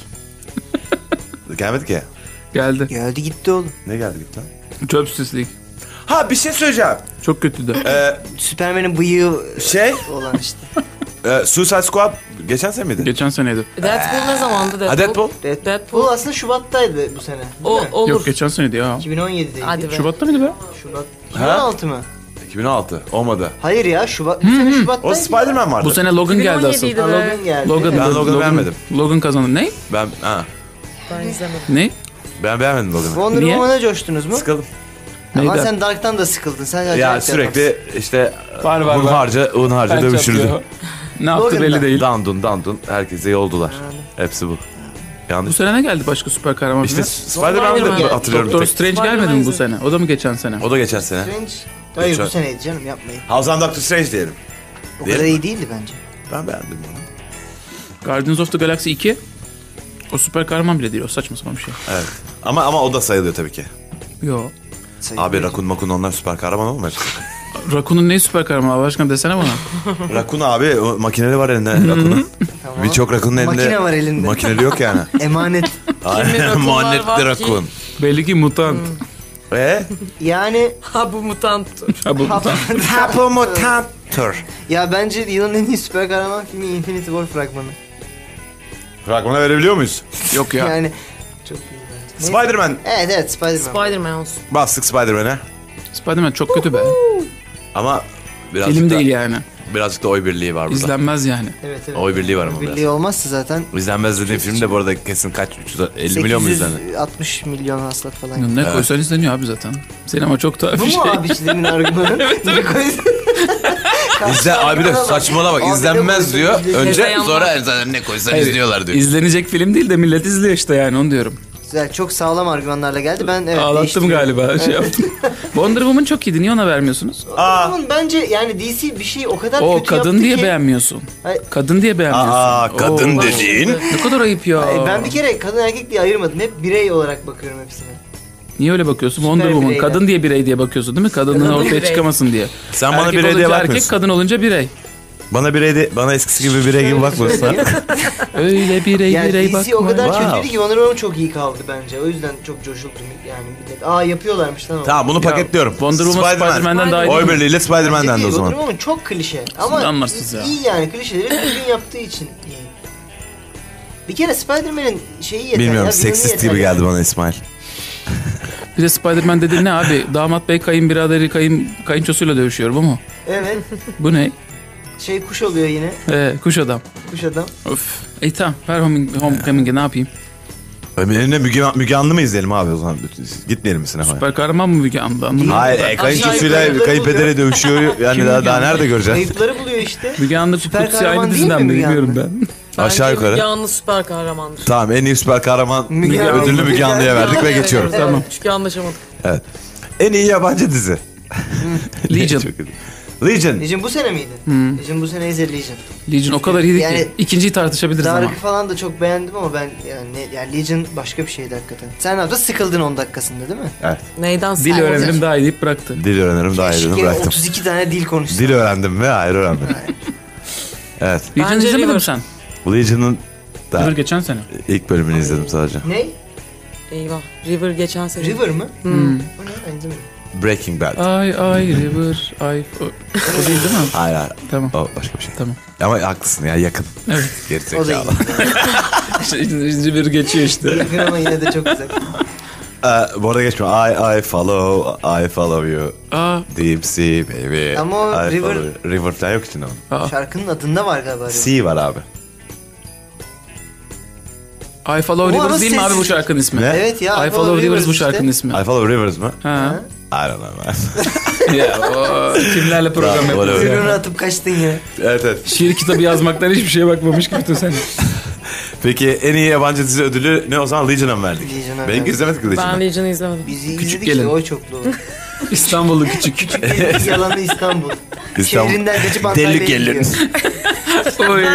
S2: Gelmedi ki.
S4: Geldi.
S6: Geldi gitti oğlum.
S2: Ne geldi gitti lan?
S4: Çöp süslik.
S2: Ha bir şey söyleyeceğim.
S4: Çok kötüydü.
S2: E,
S6: Süpermen'in bıyığı
S2: şey
S6: olan işte.
S2: e, Suicide Squad geçen sene miydi?
S4: Geçen seneydi.
S5: E, Deadpool ne zamandı
S2: Ha
S5: Deadpool?
S2: Deadpool.
S5: Deadpool.
S6: Bu aslında Şubat'taydı bu sene.
S5: O, olur.
S4: Yok geçen seneydi ya.
S6: 2017'deydi.
S5: Hadi be.
S4: Şubat'ta mıydı be?
S6: Şubat.
S2: Ha?
S6: 2016 mı?
S2: 2006. Olmadı.
S6: Hayır ya Şubat. Bu sene Şubat'taydı.
S2: O Spider-Man vardı.
S4: Bu sene Logan geldi asıl.
S5: 2017'ydi
S6: Ha,
S5: be.
S6: Logan geldi.
S4: Logan,
S2: Ben Logan'ı beğenmedim.
S4: Logan kazandı. Ne?
S2: Ben ha.
S5: Ben izlemedim.
S4: Ne?
S2: Ben beğenmedim Logan'ı.
S6: Wonder
S4: Niye?
S6: Woman'a coştunuz mu?
S2: Sıkıldım.
S6: Ama
S4: Neydi?
S6: sen Dark'tan da sıkıldın. Sen
S2: Ya
S6: acayip
S2: sürekli işte
S4: Var, var,
S2: un
S4: var.
S2: harca un harca dövüşürdü.
S4: Ne yaptı belli
S6: Logan'da.
S4: değil.
S2: Dandun dandun herkese yoldular. Hepsi bu.
S4: Bu
S2: Yanlış.
S4: sene ne geldi başka süper kahraman
S2: İşte
S4: filmi?
S2: Spider-Man'ı
S5: Spider-Man.
S2: da hatırlıyorum.
S4: Doctor
S2: bir tek.
S4: Strange gelmedi mi bu
S5: Spider-Man'zi.
S4: sene? O da mı geçen sene?
S2: O da geçen sene.
S6: Strange. Hayır
S2: Geçen-
S6: bu seneydi canım yapmayın.
S2: House and Doctor Strange diyelim.
S6: O
S2: Değil
S6: kadar
S2: mi?
S6: iyi değildi bence.
S2: Ben beğendim bunu.
S4: Guardians of the Galaxy 2 o süper kahraman bile değil. O saçma sapan bir şey.
S2: Evet. Ama ama o da sayılıyor tabii ki.
S4: Yo.
S2: Abi Rakun Makun onlar süper kahraman olmuyor.
S4: Rakun'un neyi süper kahraman Allah aşkına desene bana.
S2: Rakun abi o makineli var elinde Rakun'un.
S6: Tamam.
S2: Birçok Rakun'un elinde.
S6: Makine var elinde.
S2: Makineli yok yani.
S6: Emanet.
S2: Aynen
S5: Rakunlar
S2: muhannetli
S5: var ki?
S2: Rakun. E?
S4: Belli ki mutant.
S2: Ve
S6: Yani
S5: Ha bu mutant.
S4: Ha bu mutant.
S2: Tapu Mutantur.
S6: ya bence yılın en iyi süper kahraman filmi Infinity War fragmanı.
S2: Fragmana verebiliyor muyuz?
S4: Yok ya.
S6: Yani çok iyi bence.
S2: Spider-Man.
S6: Evet evet Spider-Man.
S5: Spider-Man olsun.
S2: Bastık Spider-Man'e.
S4: Spider-Man çok kötü be.
S2: Ama birazcık
S4: Film
S2: da,
S4: değil yani.
S2: birazcık da oy birliği var burada.
S4: İzlenmez yani.
S6: evet evet.
S2: Oy birliği var ama
S6: Birliği
S2: biraz.
S6: olmazsa zaten
S2: İzlenmez dediğim film de bu arada kesin kaç? 350 milyon mu izlendi?
S6: 860 milyon hasılat falan.
S4: Ne koysan izleniyor abi zaten. Sinema çok tuhaf
S6: Bu
S4: bir
S6: mu
S4: şey.
S6: abi işte demin argümanı? evet
S2: İzle abi de saçmalama bak
S6: Abi de
S2: izlenmez
S6: koydu,
S2: diyor.
S6: izleyecek.
S2: Önce
S5: Izleyen
S2: sonra zaten ne koysan
S4: Hayır,
S2: izliyorlar diyor.
S4: İzlenecek film değil de millet izliyor işte yani onu diyorum.
S6: Güzel çok sağlam argümanlarla geldi. Ben evet,
S4: Ağlattım
S6: değiştiriyorum.
S4: galiba şey yaptım. Wonder Woman çok iyiydi niye ona vermiyorsunuz?
S6: Bunun bence yani DC bir şey o kadar
S4: O
S6: kötü
S4: kadın
S6: yaptı
S4: diye
S6: ki.
S4: beğenmiyorsun.
S6: Ay-
S4: Kadın diye beğenmiyorsun.
S2: Aa kadın
S4: Oo,
S2: dediğin.
S4: Ne kadar ayıp ya.
S6: Ay, E, ben bir kere kadın erkek diye ayırmadım. Hep birey olarak bakıyorum hepsine.
S4: Niye öyle bakıyorsun?
S6: Süper
S4: Wonder Woman.
S6: birey
S4: Kadın diye birey diye bakıyorsun değil mi? Kadının
S5: Kadın
S4: ortaya
S5: birey.
S4: çıkamasın diye.
S2: Sen bana
S4: erkek
S2: birey diye
S4: olunca
S2: bakmıyorsun.
S4: erkek, kadın olunca birey.
S2: Bana birey de, bana eskisi gibi birey gibi bakmıyorsun.
S4: Öyle birey
S6: Yani
S4: birey
S6: DC o
S4: bakma.
S6: kadar
S2: Wow.
S6: kötüydü ki Wonder Woman çok iyi kaldı bence. O yüzden çok coşuldum yani. millet, Aa yapıyorlarmış lan. o."
S2: tamam bunu
S4: Ya,
S2: paketliyorum.
S4: Wonder Woman Spider-Man'den daha iyi
S2: Oy
S4: değil mi?
S2: birliğiyle Spider-Man'den de o
S6: Değil,
S2: zaman.
S6: Wonder Woman çok klişe. Ama
S4: anlarsınız ya.
S6: iyi yani klişeleri düzgün yaptığı için iyi. Bir kere Spider-Man'in şeyi yeter.
S2: Bilmiyorum
S6: ya, villainı
S2: seksist
S6: yeter
S2: gibi
S6: ya.
S2: geldi bana İsmail.
S4: Bir de Spider-Man dedi ne abi? Damat bey kayınbiraderi kayın, kayınçosuyla dövüşüyor bu mu?
S6: Evet.
S4: Bu ne?
S6: Şey kuş oluyor yine.
S4: Ee, kuş adam.
S6: Kuş adam.
S4: Öf. E tamam ver homing, homecoming'i ne yapayım?
S2: Önüne Müge, Müge Anlı mı izleyelim abi o zaman? Gitmeyelim mi sinemaya?
S4: Süper kahraman mı Müge Anlı? Anlamadım.
S2: Hayır, e, kayınçosuyla
S6: yukarı
S2: kayınpederi dövüşüyor. Yani
S4: Kim
S2: daha,
S4: Müge
S2: daha
S4: Anlı?
S2: nerede göreceğiz?
S6: Kayıpları buluyor işte.
S4: Müge Anlı
S6: Süper
S4: Kutsi
S6: kahraman
S4: aynı
S6: değil
S4: diziden
S6: mi
S4: mi
S6: Müge
S4: bilmiyorum
S6: Anlı?
S4: ben.
S2: Aşağı
S5: Bence
S2: yukarı.
S5: Yalnız süper kahramandır.
S2: Tamam en iyi süper kahraman
S6: Müge Anlı.
S2: ödülünü Müge Anlı'ya verdik ve
S5: Evet,
S2: geçiyorum.
S5: evet,
S4: Tamam.
S5: Çünkü anlaşamadık.
S2: En iyi yabancı dizi.
S4: Legion.
S2: Çok iyi. Legion.
S6: Legion bu sene miydi?
S4: Hmm.
S6: Legion bu sene izledi Legion.
S4: Legion o kadar iyiydi
S6: Yani-
S4: ki. İkinciyi tartışabiliriz ama.
S6: Dark'ı falan da çok beğendim ama ben yani, ne- yani Legion başka bir şeydi hakikaten. Sen ne yaptın? Sıkıldın 10 dakikasında değil mi?
S5: Neyden
S4: Dil
S5: sen-
S4: öğrenelim daha iyi deyip bıraktı.
S2: Dil öğrenirim daha iyi dedim
S6: Keşke
S2: bıraktım.
S6: 32 tane dil konuşsun.
S2: Dil öğrendim mi? Hayır öğrenmedim. evet.
S4: Legion'u
S5: Bence
S4: izlemedin mi
S5: River.
S4: sen?
S2: Legion'ın da
S4: Öbür geçen sene.
S2: ilk bölümünü izledim sadece.
S6: Ne?
S5: Eyvah. River geçen sene.
S6: River mı?
S5: Hmm.
S6: O ne? Ben izlemedim.
S2: Breaking Bad.
S4: Ay ay River ay. O, o değil değil mi?
S2: Hayır hayır.
S4: Tamam.
S2: O başka bir şey.
S4: Tamam.
S2: Ama haklısın ya yakın.
S4: Evet.
S6: O da iyi.
S2: Gerizekalı.
S4: River geçiyor işte.
S6: River ama yine de çok güzel.
S2: Ee, bu arada geçme. I, I follow, I follow you.
S4: Aa,
S2: Deep Sea baby.
S6: Ama o
S2: I
S6: River-
S2: follow you. River falan yok içinde onun.
S4: aa.
S6: Şarkının adında var galiba. River.
S2: Sea var abi.
S4: I Follow
S6: Bu
S4: Rivers
S6: arada
S4: değil mi abi bu
S6: sessizlik.
S4: şarkının ismi?
S2: Ne?
S6: Evet ya.
S4: I Follow Rivers bu şarkının
S6: işte.
S4: ismi.
S2: I follow Rivers mı?
S4: Ha.
S2: I don't know man.
S4: ya, o, kimlerle program
S2: Bravo,
S4: yapıyoruz
S2: bravo.
S4: ya?
S6: Ürünü atıp kaçtın yine.
S2: evet evet.
S4: Şiir kitabı yazmaktan hiçbir şeye bakmamış gibi bütün sen.
S2: Peki en iyi yabancı dizi ödülü ne o zaman Legion'a mı verdik?
S6: Legion'a
S2: Benimki
S6: verdik.
S2: izlemedik Legion'ı.
S5: Ben Legion'ı izlemedim.
S6: Bizi
S4: Küçük
S6: izledik
S4: gelin.
S6: ya o çoklu.
S4: İstanbullu küçük.
S6: Küçük yalanı İstanbul.
S2: İstanbul.
S6: Şehrinden geçip Antalya'ya
S2: Deli
S6: gidiyor.
S2: gelin.
S4: Oy.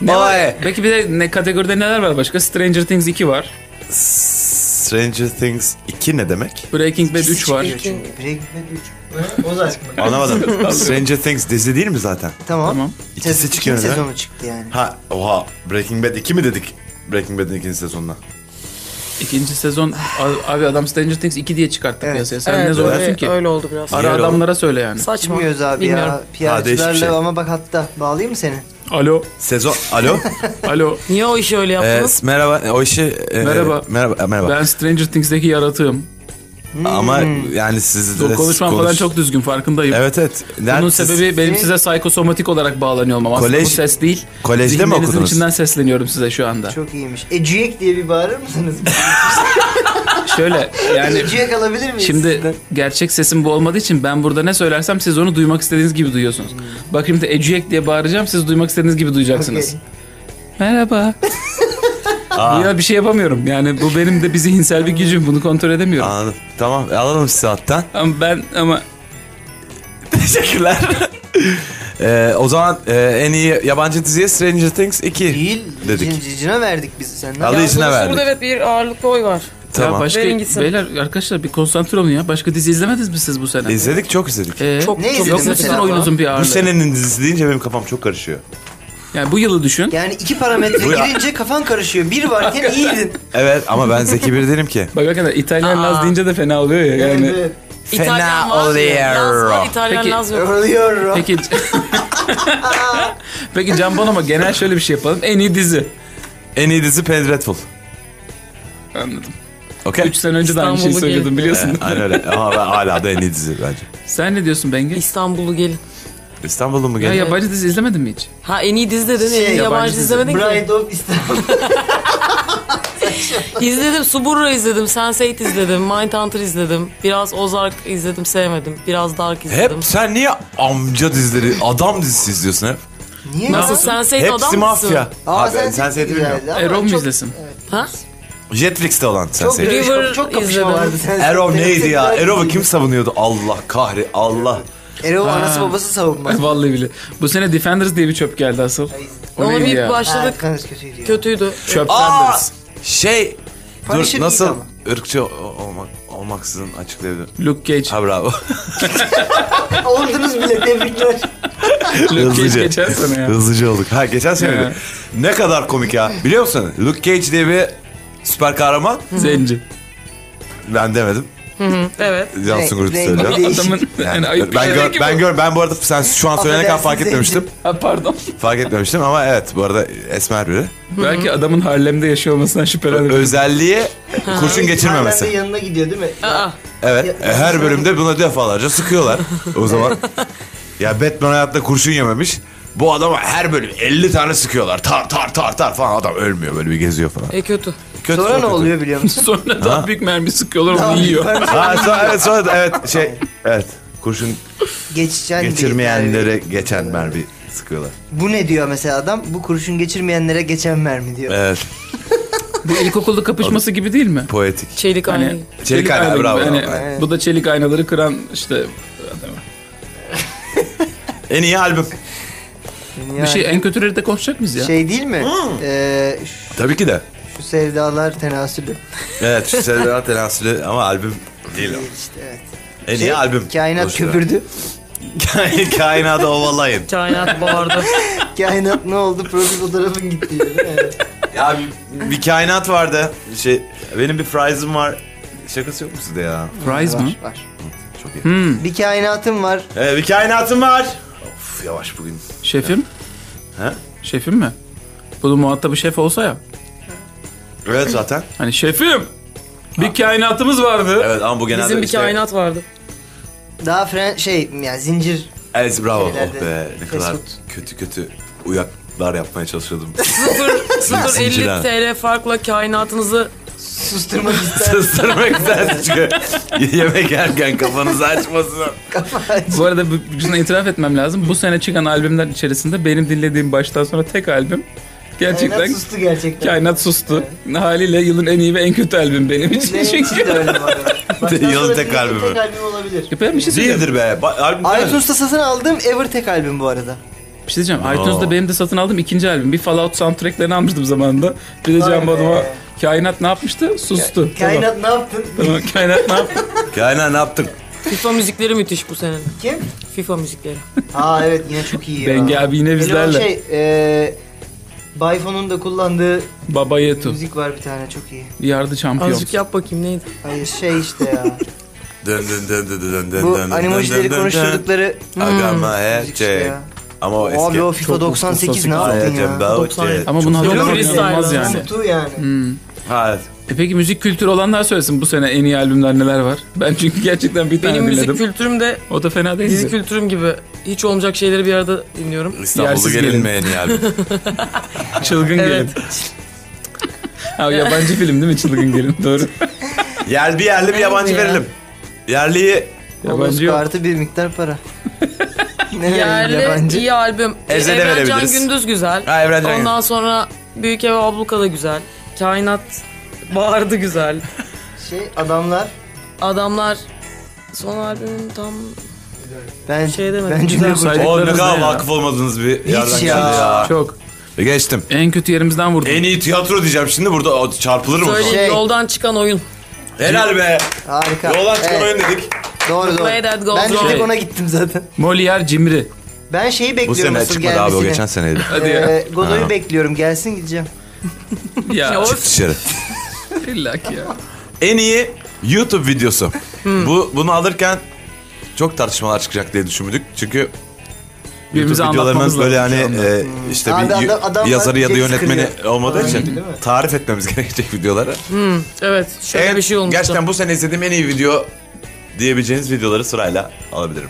S4: Ne var?
S2: Oy.
S4: Peki bir de ne kategoride neler var başka? Stranger Things 2 var.
S2: Stranger Things 2 ne demek?
S4: Breaking Bad 3 var.
S6: Diyor çünkü. Breaking Bad 3. O da
S2: Anlamadım. Stranger Things dizi değil mi zaten?
S6: Tamam.
S4: Tamam.
S2: İkisi
S6: İkinci
S2: çıkıyor ne?
S6: sezonu çıktı yani.
S2: Ha oha Breaking Bad 2 mi dedik? Breaking Bad'in ikinci sezonuna.
S4: İkinci sezon A- abi adam Stranger Things 2 diye çıkarttı
S6: Evet.
S4: piyasaya. Sen
S5: Evet,
S4: ne zorluyorsun
S5: öyle,
S4: ki?
S5: Öyle oldu biraz.
S4: Ara
S2: Niye öyle
S4: adamlara söyle yani.
S5: Saçma.
S6: Bilmiyoruz abi
S5: Bilmiyorum.
S6: ya. Piyancılarla
S2: değişik bir şey.
S6: ama bak hatta bağlayayım mı seni?
S4: Alo.
S2: Sezon alo.
S4: Alo.
S5: Niye o işi öyle
S2: Ee,
S5: yaptınız?
S2: merhaba e, o işi e,
S4: Merhaba.
S2: Merhaba e, merhaba.
S4: Ben Stranger Things'deki yaratığım.
S2: Ama yani siz de
S4: Konuşmam
S2: konuş-
S4: falan çok düzgün farkındayım.
S2: Evet evet.
S4: Bunun
S2: Nerede siz-
S4: sebebi benim size psikosomatik olarak bağlanıyor olmam. Aslında
S2: Kolej-
S4: bu ses değil.
S2: Kolejde mi
S4: Zihinlerinizin
S2: okudunuz?
S4: içinden sesleniyorum size şu anda.
S6: Çok iyiymiş. Ecüyek diye bir bağırır mısınız?
S4: Şöyle yani
S6: Ecüyek alabilir miyiz?
S4: Şimdi
S6: sizden?
S4: gerçek sesim bu olmadığı için ben burada ne söylersem siz onu duymak istediğiniz gibi
S6: Hmm.
S4: duyuyorsunuz. Bak şimdi Ecuyek diye bağıracağım siz duymak istediğiniz gibi duyacaksınız.
S6: Okey.
S4: Merhaba. ya bir şey yapamıyorum. Yani bu benim de bir zihinsel bir gücüm. Bunu kontrol edemiyorum.
S2: Anladım. Tamam e, alalım sizi hattan.
S4: Ama ben ama
S2: Teşekkürler. Ee, o zaman e, en iyi yabancı diziye Stranger Things 2.
S6: Değil.
S2: Dedik.
S6: Dedik. Cicina verdik biz. Sen ne
S2: Al
S6: yaptın?
S2: işine
S5: Burası
S2: Ee, verdik.
S5: Burada evet bir ağırlıklı oy var.
S4: ya
S2: Tamam.
S4: başka
S5: Verin gitsin.
S4: beyler arkadaşlar bir konsantre olun ya. Başka dizi izlemediniz mi siz bu sene?
S2: İzledik çok izledik.
S4: Ee,
S5: Çok
S6: Ne
S5: çok
S6: izledin
S4: Yok mu sizin
S6: mesela?
S4: oyunuzun bir
S2: Bu
S4: ağırlığı?
S2: senenin dizisi deyince benim kafam çok karışıyor.
S4: Yani bu yılı düşün.
S6: Yani iki parametre
S2: Bu ya.
S6: girince kafan karışıyor. Bir varken iyiydin.
S2: Evet ama ben zeki biri değilim ki.
S4: Bak arkadaşlar İtalyan
S5: Aa.
S4: Laz deyince de fena oluyor ya. Yani.
S6: Evet.
S5: İtalyan var ya, Laz var, İtalyan
S4: Peki-
S5: Laz yok.
S6: Yoruluyorum.
S4: Peki Peki Can Bonomo genel şöyle bir şey yapalım. En iyi dizi.
S2: En iyi dizi Penny Dreadful.
S4: Anladım.
S2: Okey.
S4: 3 sene önce de aynı şeyi
S5: İstanbul'u
S4: söyledim
S5: gezdi.
S4: biliyorsun.
S2: Ee, Aynen öyle. Ama ben hala da en iyi dizi bence.
S4: Sen ne diyorsun Bengi?
S5: İstanbul'u gelin.
S2: İstanbul'da mı
S4: Ya
S2: geldi?
S4: yabancı dizi izlemedin mi hiç?
S5: Ha en iyi dizi dedin.
S6: Şey,
S5: en iyi
S4: yabancı
S5: yabancı
S4: dizi.
S5: dizi izlemedin ki.
S6: Bride of İstanbul.
S5: İzledim. Suburra izledim. Sense8 izledim. Mindhunter izledim. Biraz Ozark izledim sevmedim. Biraz Dark izledim.
S2: Hep sen niye amca dizileri, adam dizisi izliyorsun hep?
S6: Niye?
S5: Nasıl Sense8 E, adam
S2: Hepsi
S5: mısın?
S2: mafya.
S6: Aa,
S2: Abi,
S6: sen,
S2: sen
S6: sen
S2: seyretmiyor musun?
S6: güzeldi ama
S4: Erol mu
S6: çok-
S4: izlesin?
S5: Ha?
S2: Jetflix'te olan sen
S6: Çok,
S2: seyret.
S6: çok,
S5: River
S6: çok, çok kapışma
S5: izledim.
S6: vardı. Sen
S2: Erov
S6: seyretmedin.
S2: neydi ya?
S6: Sen-
S2: Erov'u kim savunuyordu? Allah kahri Allah.
S6: Erol
S4: Ha.
S6: anası babası savunma.
S4: Vallahi bile. Bu sene Defenders diye bir çöp geldi asıl. O
S5: Ona
S4: neydi
S5: bir
S4: ya?
S6: Ha,
S5: başladık.
S6: kanız kötüydü ya.
S5: Kötüydü.
S4: Çöp
S2: Aa!
S4: Defenders.
S2: Şey Dur
S6: Punisher iyiydi
S2: nasıl
S6: ama.
S2: ırkçı o- olmak olmaksızın açıklayabilirim.
S4: Luke Cage.
S2: Ha bravo.
S6: Oldunuz bile tebrikler.
S4: Luke Cage geçen sene ya.
S2: Hızlıca olduk. Ha geçen sene
S4: Ya.
S2: de. Ne kadar komik ya. Biliyor musun? Luke Cage diye bir süper kahraman.
S4: Zenci.
S2: Ben demedim.
S5: Evet.
S2: Can
S6: Renk-
S2: Sungur
S6: renk-
S2: söylüyor.
S6: Değişik.
S4: Adamın yani
S2: Yani,
S4: ayıp bir
S2: ben
S4: şey
S2: gör,
S4: ki
S2: ben
S4: bu.
S2: gör, ben bu arada sen şu an söyleyene kadar fark
S6: Affedersiniz,
S2: etmemiştim.
S4: Ha, pardon.
S2: Fark etmemiştim ama evet bu arada esmer biri.
S4: Belki adamın Harlem'de yaşıyor olmasından şüphelenir.
S2: Özelliği kurşun
S6: Harbiden de
S2: geçirmemesi.
S6: yanına gidiyor değil mi?
S5: Aa,
S2: Evet. E, Her bölümde buna defalarca sıkıyorlar. O zaman ya Batman hayatta kurşun yememiş. Bu adama her bölüm 50 tane sıkıyorlar. Tar tar tar tar falan adam ölmüyor böyle bir geziyor falan.
S5: e kötü.
S2: Kötü,
S6: Sonra
S2: çok
S6: ne
S2: kötü.
S6: oluyor biliyor musun?
S4: Sonra daha büyük mermi sıkıyorlar onu yiyor.
S2: Ha sonra evet sonra da- evet şey evet kurşun
S6: Geçeceğin
S2: geçirmeyenlere
S6: bir-
S2: geçen mermi sıkıyorlar.
S6: Bu ne diyor mesela adam? Bu kurşun geçirmeyenlere geçen mermi diyor.
S2: Evet
S4: Bu ilkokulda kapışması gibi değil mi?
S2: poetik.
S5: Çelik aynı.
S4: Hani
S2: Çelik ayna,
S4: gibi.
S2: bravo,
S4: Hani
S2: bravo,
S6: aynen.
S4: Bu da çelik aynaları kıran işte adamı.
S2: En iyi albüm.
S6: Yani
S4: Bir şey en kötüleri de konuşacak mıyız ya?
S6: şey değil mi?
S2: Hmm.
S6: Ee, şu-
S2: Tabii ki de.
S6: şu sevdalar tenasülü.
S2: Evet şu Sedat Tenasülü ama albüm değil o.
S6: İşte evet.
S2: En iyi
S6: Şey,
S2: albüm.
S6: Kainat
S2: Boşuna.
S6: köpürdü.
S2: Kainat ovalayın.
S5: Kainat bağırdı.
S6: Kainat ne oldu? Profil fotoğrafın gitti. Evet.
S2: Ya bir, bir kainat vardı. Şey, benim bir prizim var. Şakası yok mu sizde ya?
S4: Prize mı?
S6: Var, var.
S2: Çok iyi.
S6: Bir kainatım var.
S2: Ee, bir kainatım var. Of yavaş bugün.
S4: Şefim?
S2: He?
S4: Şefim mi? Bunun muhatabı şef olsa ya.
S2: Evet zaten.
S4: Hani şefim! Bir kainatımız vardı.
S2: Evet ama bu genelde
S5: Bizim bir
S2: işte-
S5: kainat vardı.
S6: Daha fren şey yani zincir
S2: Evet bravo. Oh
S6: Şeylerde,
S2: be ne
S6: fast
S2: kadar
S6: food.
S2: kötü kötü uyaklar yapmaya çalışıyordum.
S5: 0
S2: Zincirler.
S5: 50 TL farkla kainatınızı
S6: susturmak ister.
S2: Sustırmak istersin çünkü yemek yerken kafanızı açmasın.
S4: Bu arada bu- şunu itiraf etmem lazım. Bu sene çıkan albümler içerisinde benim dinlediğim baştan sonra tek albüm.
S6: Kainat
S4: Gerçekten
S6: sustu gerçekten.
S4: Kainat sustu. şey Haliyle yılın en iyi ve en kötü albüm benim için.
S6: Ne
S4: Çünkü...
S6: için de öyle bu arada. Baştan
S2: Yılın
S6: sonra
S2: tek
S6: bir
S2: albümü.
S6: Tek albüm olabilir.
S4: Ya ben bir şey söyleyeceğim.
S2: Değildir be. Ba- albüm değil mi?
S6: iTunes'ta satın aldığım ever tek albüm bu arada.
S4: Bir şey diyeceğim.
S2: Aa.
S4: iTunes'da benim de satın aldığım ikinci albüm. Bir Fallout soundtracklerini almıştım zamanında. Bir de
S6: Vay
S4: Can
S6: be.
S4: Bonomo Kainat ne yapmıştı? Sustu.
S6: Kainat ne yaptın?
S4: Tamam. Tamam, Kainat ne yaptı?
S2: Kainat ne yaptık?
S5: FIFA müzikleri müthiş bu senenin.
S6: Kim?
S5: FIFA müzikleri.
S6: Aa evet yine çok iyi ya.
S4: Bengi abi yine
S6: Benim o
S4: bizlerle.
S6: Şey, e, Bayfon'un da kullandığı
S4: Baba Yetu.
S6: müzik var bir tane çok iyi.
S4: Yardı şampiyon.
S5: Azıcık yap bakayım neydi?
S6: Hayır şey işte ya.
S2: Dön dön dön dön dön dön
S6: bu
S2: dön
S6: animajileri
S2: dön dön.
S6: konuşturdukları Hmm,
S2: Agama
S6: müzik işte
S2: hece.
S6: ya.
S2: Ama Ee, şey, o eski.
S6: Abi o FIFA 98 ne yaptın
S2: Hayatım
S6: ya?
S2: daha
S5: 90
S2: hece.
S4: Ama bunu hatırlamak
S5: Freestyle
S4: inanılmaz
S5: lan.
S4: yani.
S6: Unuttu yani.
S2: Ha, evet.
S4: E peki müzik kültürü olanlar söylesin bu sene en iyi albümler neler var? Ben çünkü gerçekten bir tane
S5: Benim müzik
S4: dinledim.
S5: kültürüm de
S4: O da fena
S5: dizi
S4: değildi.
S5: kültürüm gibi. Hiç olmayacak şeyleri bir arada dinliyorum.
S2: İstanbul'da
S4: Yersiz
S2: gelinmeyen yani.
S4: Çılgın Gelin.
S5: Evet.
S4: Ha, yabancı film değil mi Çılgın Gelin? Doğru.
S2: Yer bir yerli bir yabancı
S5: ya?
S2: verelim. Yerliyi
S4: yabancı yok.
S6: artı bir miktar para. ne yani
S5: Yerli
S6: yabancı?
S5: iyi albüm.
S2: Ezel'e
S5: Evrencan
S2: verebiliriz.
S5: Gündüz güzel.
S2: Ha, Evrencan Gündüz.
S5: Ondan sonra Büyük Ev Abluka da güzel. Kainat Bağırdı güzel.
S6: Şey adamlar
S5: Adamlar son albümün tam
S6: ben
S5: Şey demedim,
S6: ben cümle
S5: güzel
S6: kuracağım.
S4: Saygı-
S2: O ne
S4: Ayaklarınız
S2: kadar
S4: ne ya?
S2: vakıf olmadığınız bir yerden geldi
S6: ya.
S2: ya.
S4: Çok.
S2: Geçtim.
S4: En kötü yerimizden vurdum.
S2: En iyi tiyatro diyeceğim şimdi burada o- çarpılırım o zaman.
S5: söyleyeyim
S6: Şey-
S5: yoldan çıkan oyun.
S2: Helal be.
S4: şey.
S6: Harika.
S2: Yolan çıkan
S6: Evet,
S2: oyun dedik.
S6: Doğru doğru.
S5: Play that goes
S6: Ben de
S5: wrong.
S6: tek ona gittim zaten.
S4: Molière Cimri.
S6: Ben şeyi
S2: Bu
S6: bekliyorum
S2: sene
S6: asıl
S2: çıkmadı abi
S6: gelmesini.
S2: o geçen seneydi.
S4: Hadi ya.
S6: Ee, Godoy'u
S2: Ha.
S6: bekliyorum gelsin gideceğim.
S4: ya.
S5: Ya,
S2: Çık dışarı.
S4: İlla ki ya.
S2: En iyi YouTube videosu. Bu bunu alırken çok tartışmalar çıkacak diye düşündük. Çünkü
S4: Birbirimize
S2: YouTube videolarımız
S4: anlatmamız
S2: böyle
S4: lazım
S2: yani
S4: şu anda.
S2: e, işte
S6: Abi
S2: bir
S6: adam- adam
S2: yazarı ya da
S6: Jack
S2: yönetmeni
S6: sıkılıyor.
S2: olmadığı
S6: Aynen,
S2: için
S6: değil mi?
S2: tarif etmemiz gerekecek videolara.
S5: Evet şöyle
S2: Evet,
S5: bir şey olmuştu.
S2: Gerçekten bu sene izlediğim en iyi video diyebileceğiniz videoları sırayla alabilirim.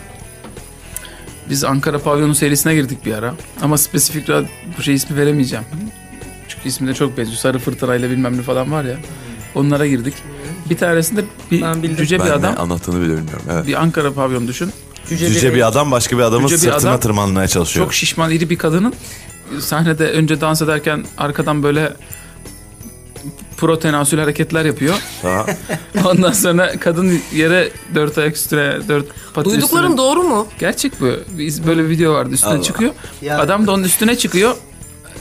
S4: Biz Ankara Pavyonu serisine girdik bir ara. Ama spesifik ra- bu şey ismi veremeyeceğim. Çünkü ismi de çok benziyor. Sarı fırtınayla bilmem ne falan var ya. Onlara girdik. Bir tanesinde bir
S5: Ben bildim.
S4: cüce
S2: ben
S4: bir
S2: ne
S4: adam.
S2: anlattığını bile bilmiyorum. Evet.
S4: Bir Ankara pavyonu düşün.
S5: Cüce,
S2: Cüce bir
S5: adam.
S2: adam başka bir adamın
S4: Cüce bir
S2: sırtına
S4: adam-
S2: tırmanmaya çalışıyor.
S4: Çok şişman iri bir kadının e, sahnede önce dans ederken arkadan böyle protenasül hareketler yapıyor.
S2: Aha.
S4: Ondan sonra kadın yere dört ayak üstüne, dört pati
S5: Duyduklarım
S4: üstüne.
S5: doğru mu?
S4: Gerçek bu. Biz böyle bir video vardı üstüne
S2: Allah.
S4: çıkıyor.
S6: Ya.
S4: Adam da onun üstüne çıkıyor.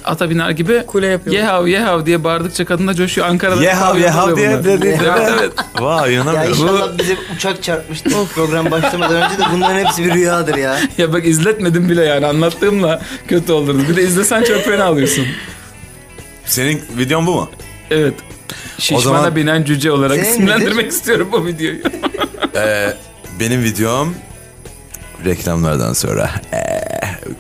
S4: Ata biner gibi
S5: Kule yapıyor.
S4: Yehav yehav diye bağırdıkça kadın da coşuyor. Ankara'da
S2: Yehav yehav diye
S4: bunlar.
S2: dedi.
S4: Evet, evet.
S2: Vay
S6: Ya
S2: inanamıyorum.
S6: inşallah bize uçak çarpmıştır program başlamadan önce de bunların hepsi bir rüyadır ya.
S4: Ya bak izletmedim bile yani anlattığımla kötü olurdu. Bir de izlesen çok fena alıyorsun.
S2: Senin videon bu mu?
S4: Evet. Şişmana
S2: zaman-
S4: binen cüce olarak
S6: Senin
S4: isimlendirmek
S6: midir?
S4: istiyorum bu videoyu.
S2: Ee, benim videom reklamlardan sonra ee,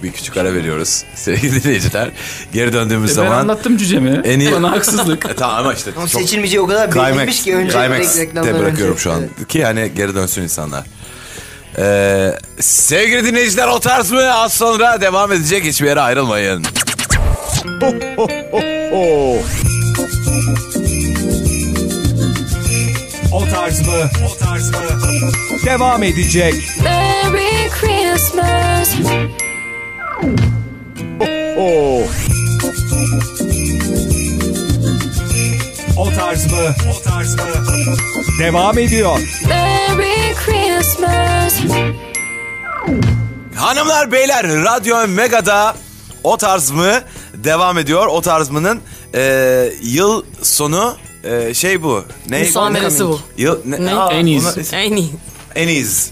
S2: bir küçük ara veriyoruz sevgili dinleyiciler. Geri döndüğümüz
S4: E, ben
S2: zaman
S4: anlattım cücemi.
S2: en iyi-
S4: Bana haksızlık.
S2: E, tamam ama işte
S6: Ama
S2: çok-
S6: seçilmeyeceği o kadar belliymiş
S2: Climax,
S6: ki önce
S2: Climax
S6: reklamdan
S2: de
S6: önce.
S2: bırakıyorum şu an
S6: Evet.
S2: ki yani geri dönsün insanlar. Ee, sevgili dinleyiciler o tarz mı? Az sonra devam edecek hiçbir yere ayrılmayın.
S3: Oh.
S1: O tarz mı? O tarz mı? Devam edecek.
S7: Merry Christmas.
S3: Oh.
S1: O tarz mı? O tarz mı? Devam ediyor.
S7: Merry Christmas.
S2: Hanımlar beyler Radyo Mega'da o tarz mı devam ediyor. O tarz mı'nın e, yıl sonu e, şey bu. Ne?
S5: Müsameresi bu.
S2: Yıl, ne?
S5: Ne?
S2: Aa,
S4: En iyisi.
S2: ona-
S5: En iyi.
S2: En iyiyiz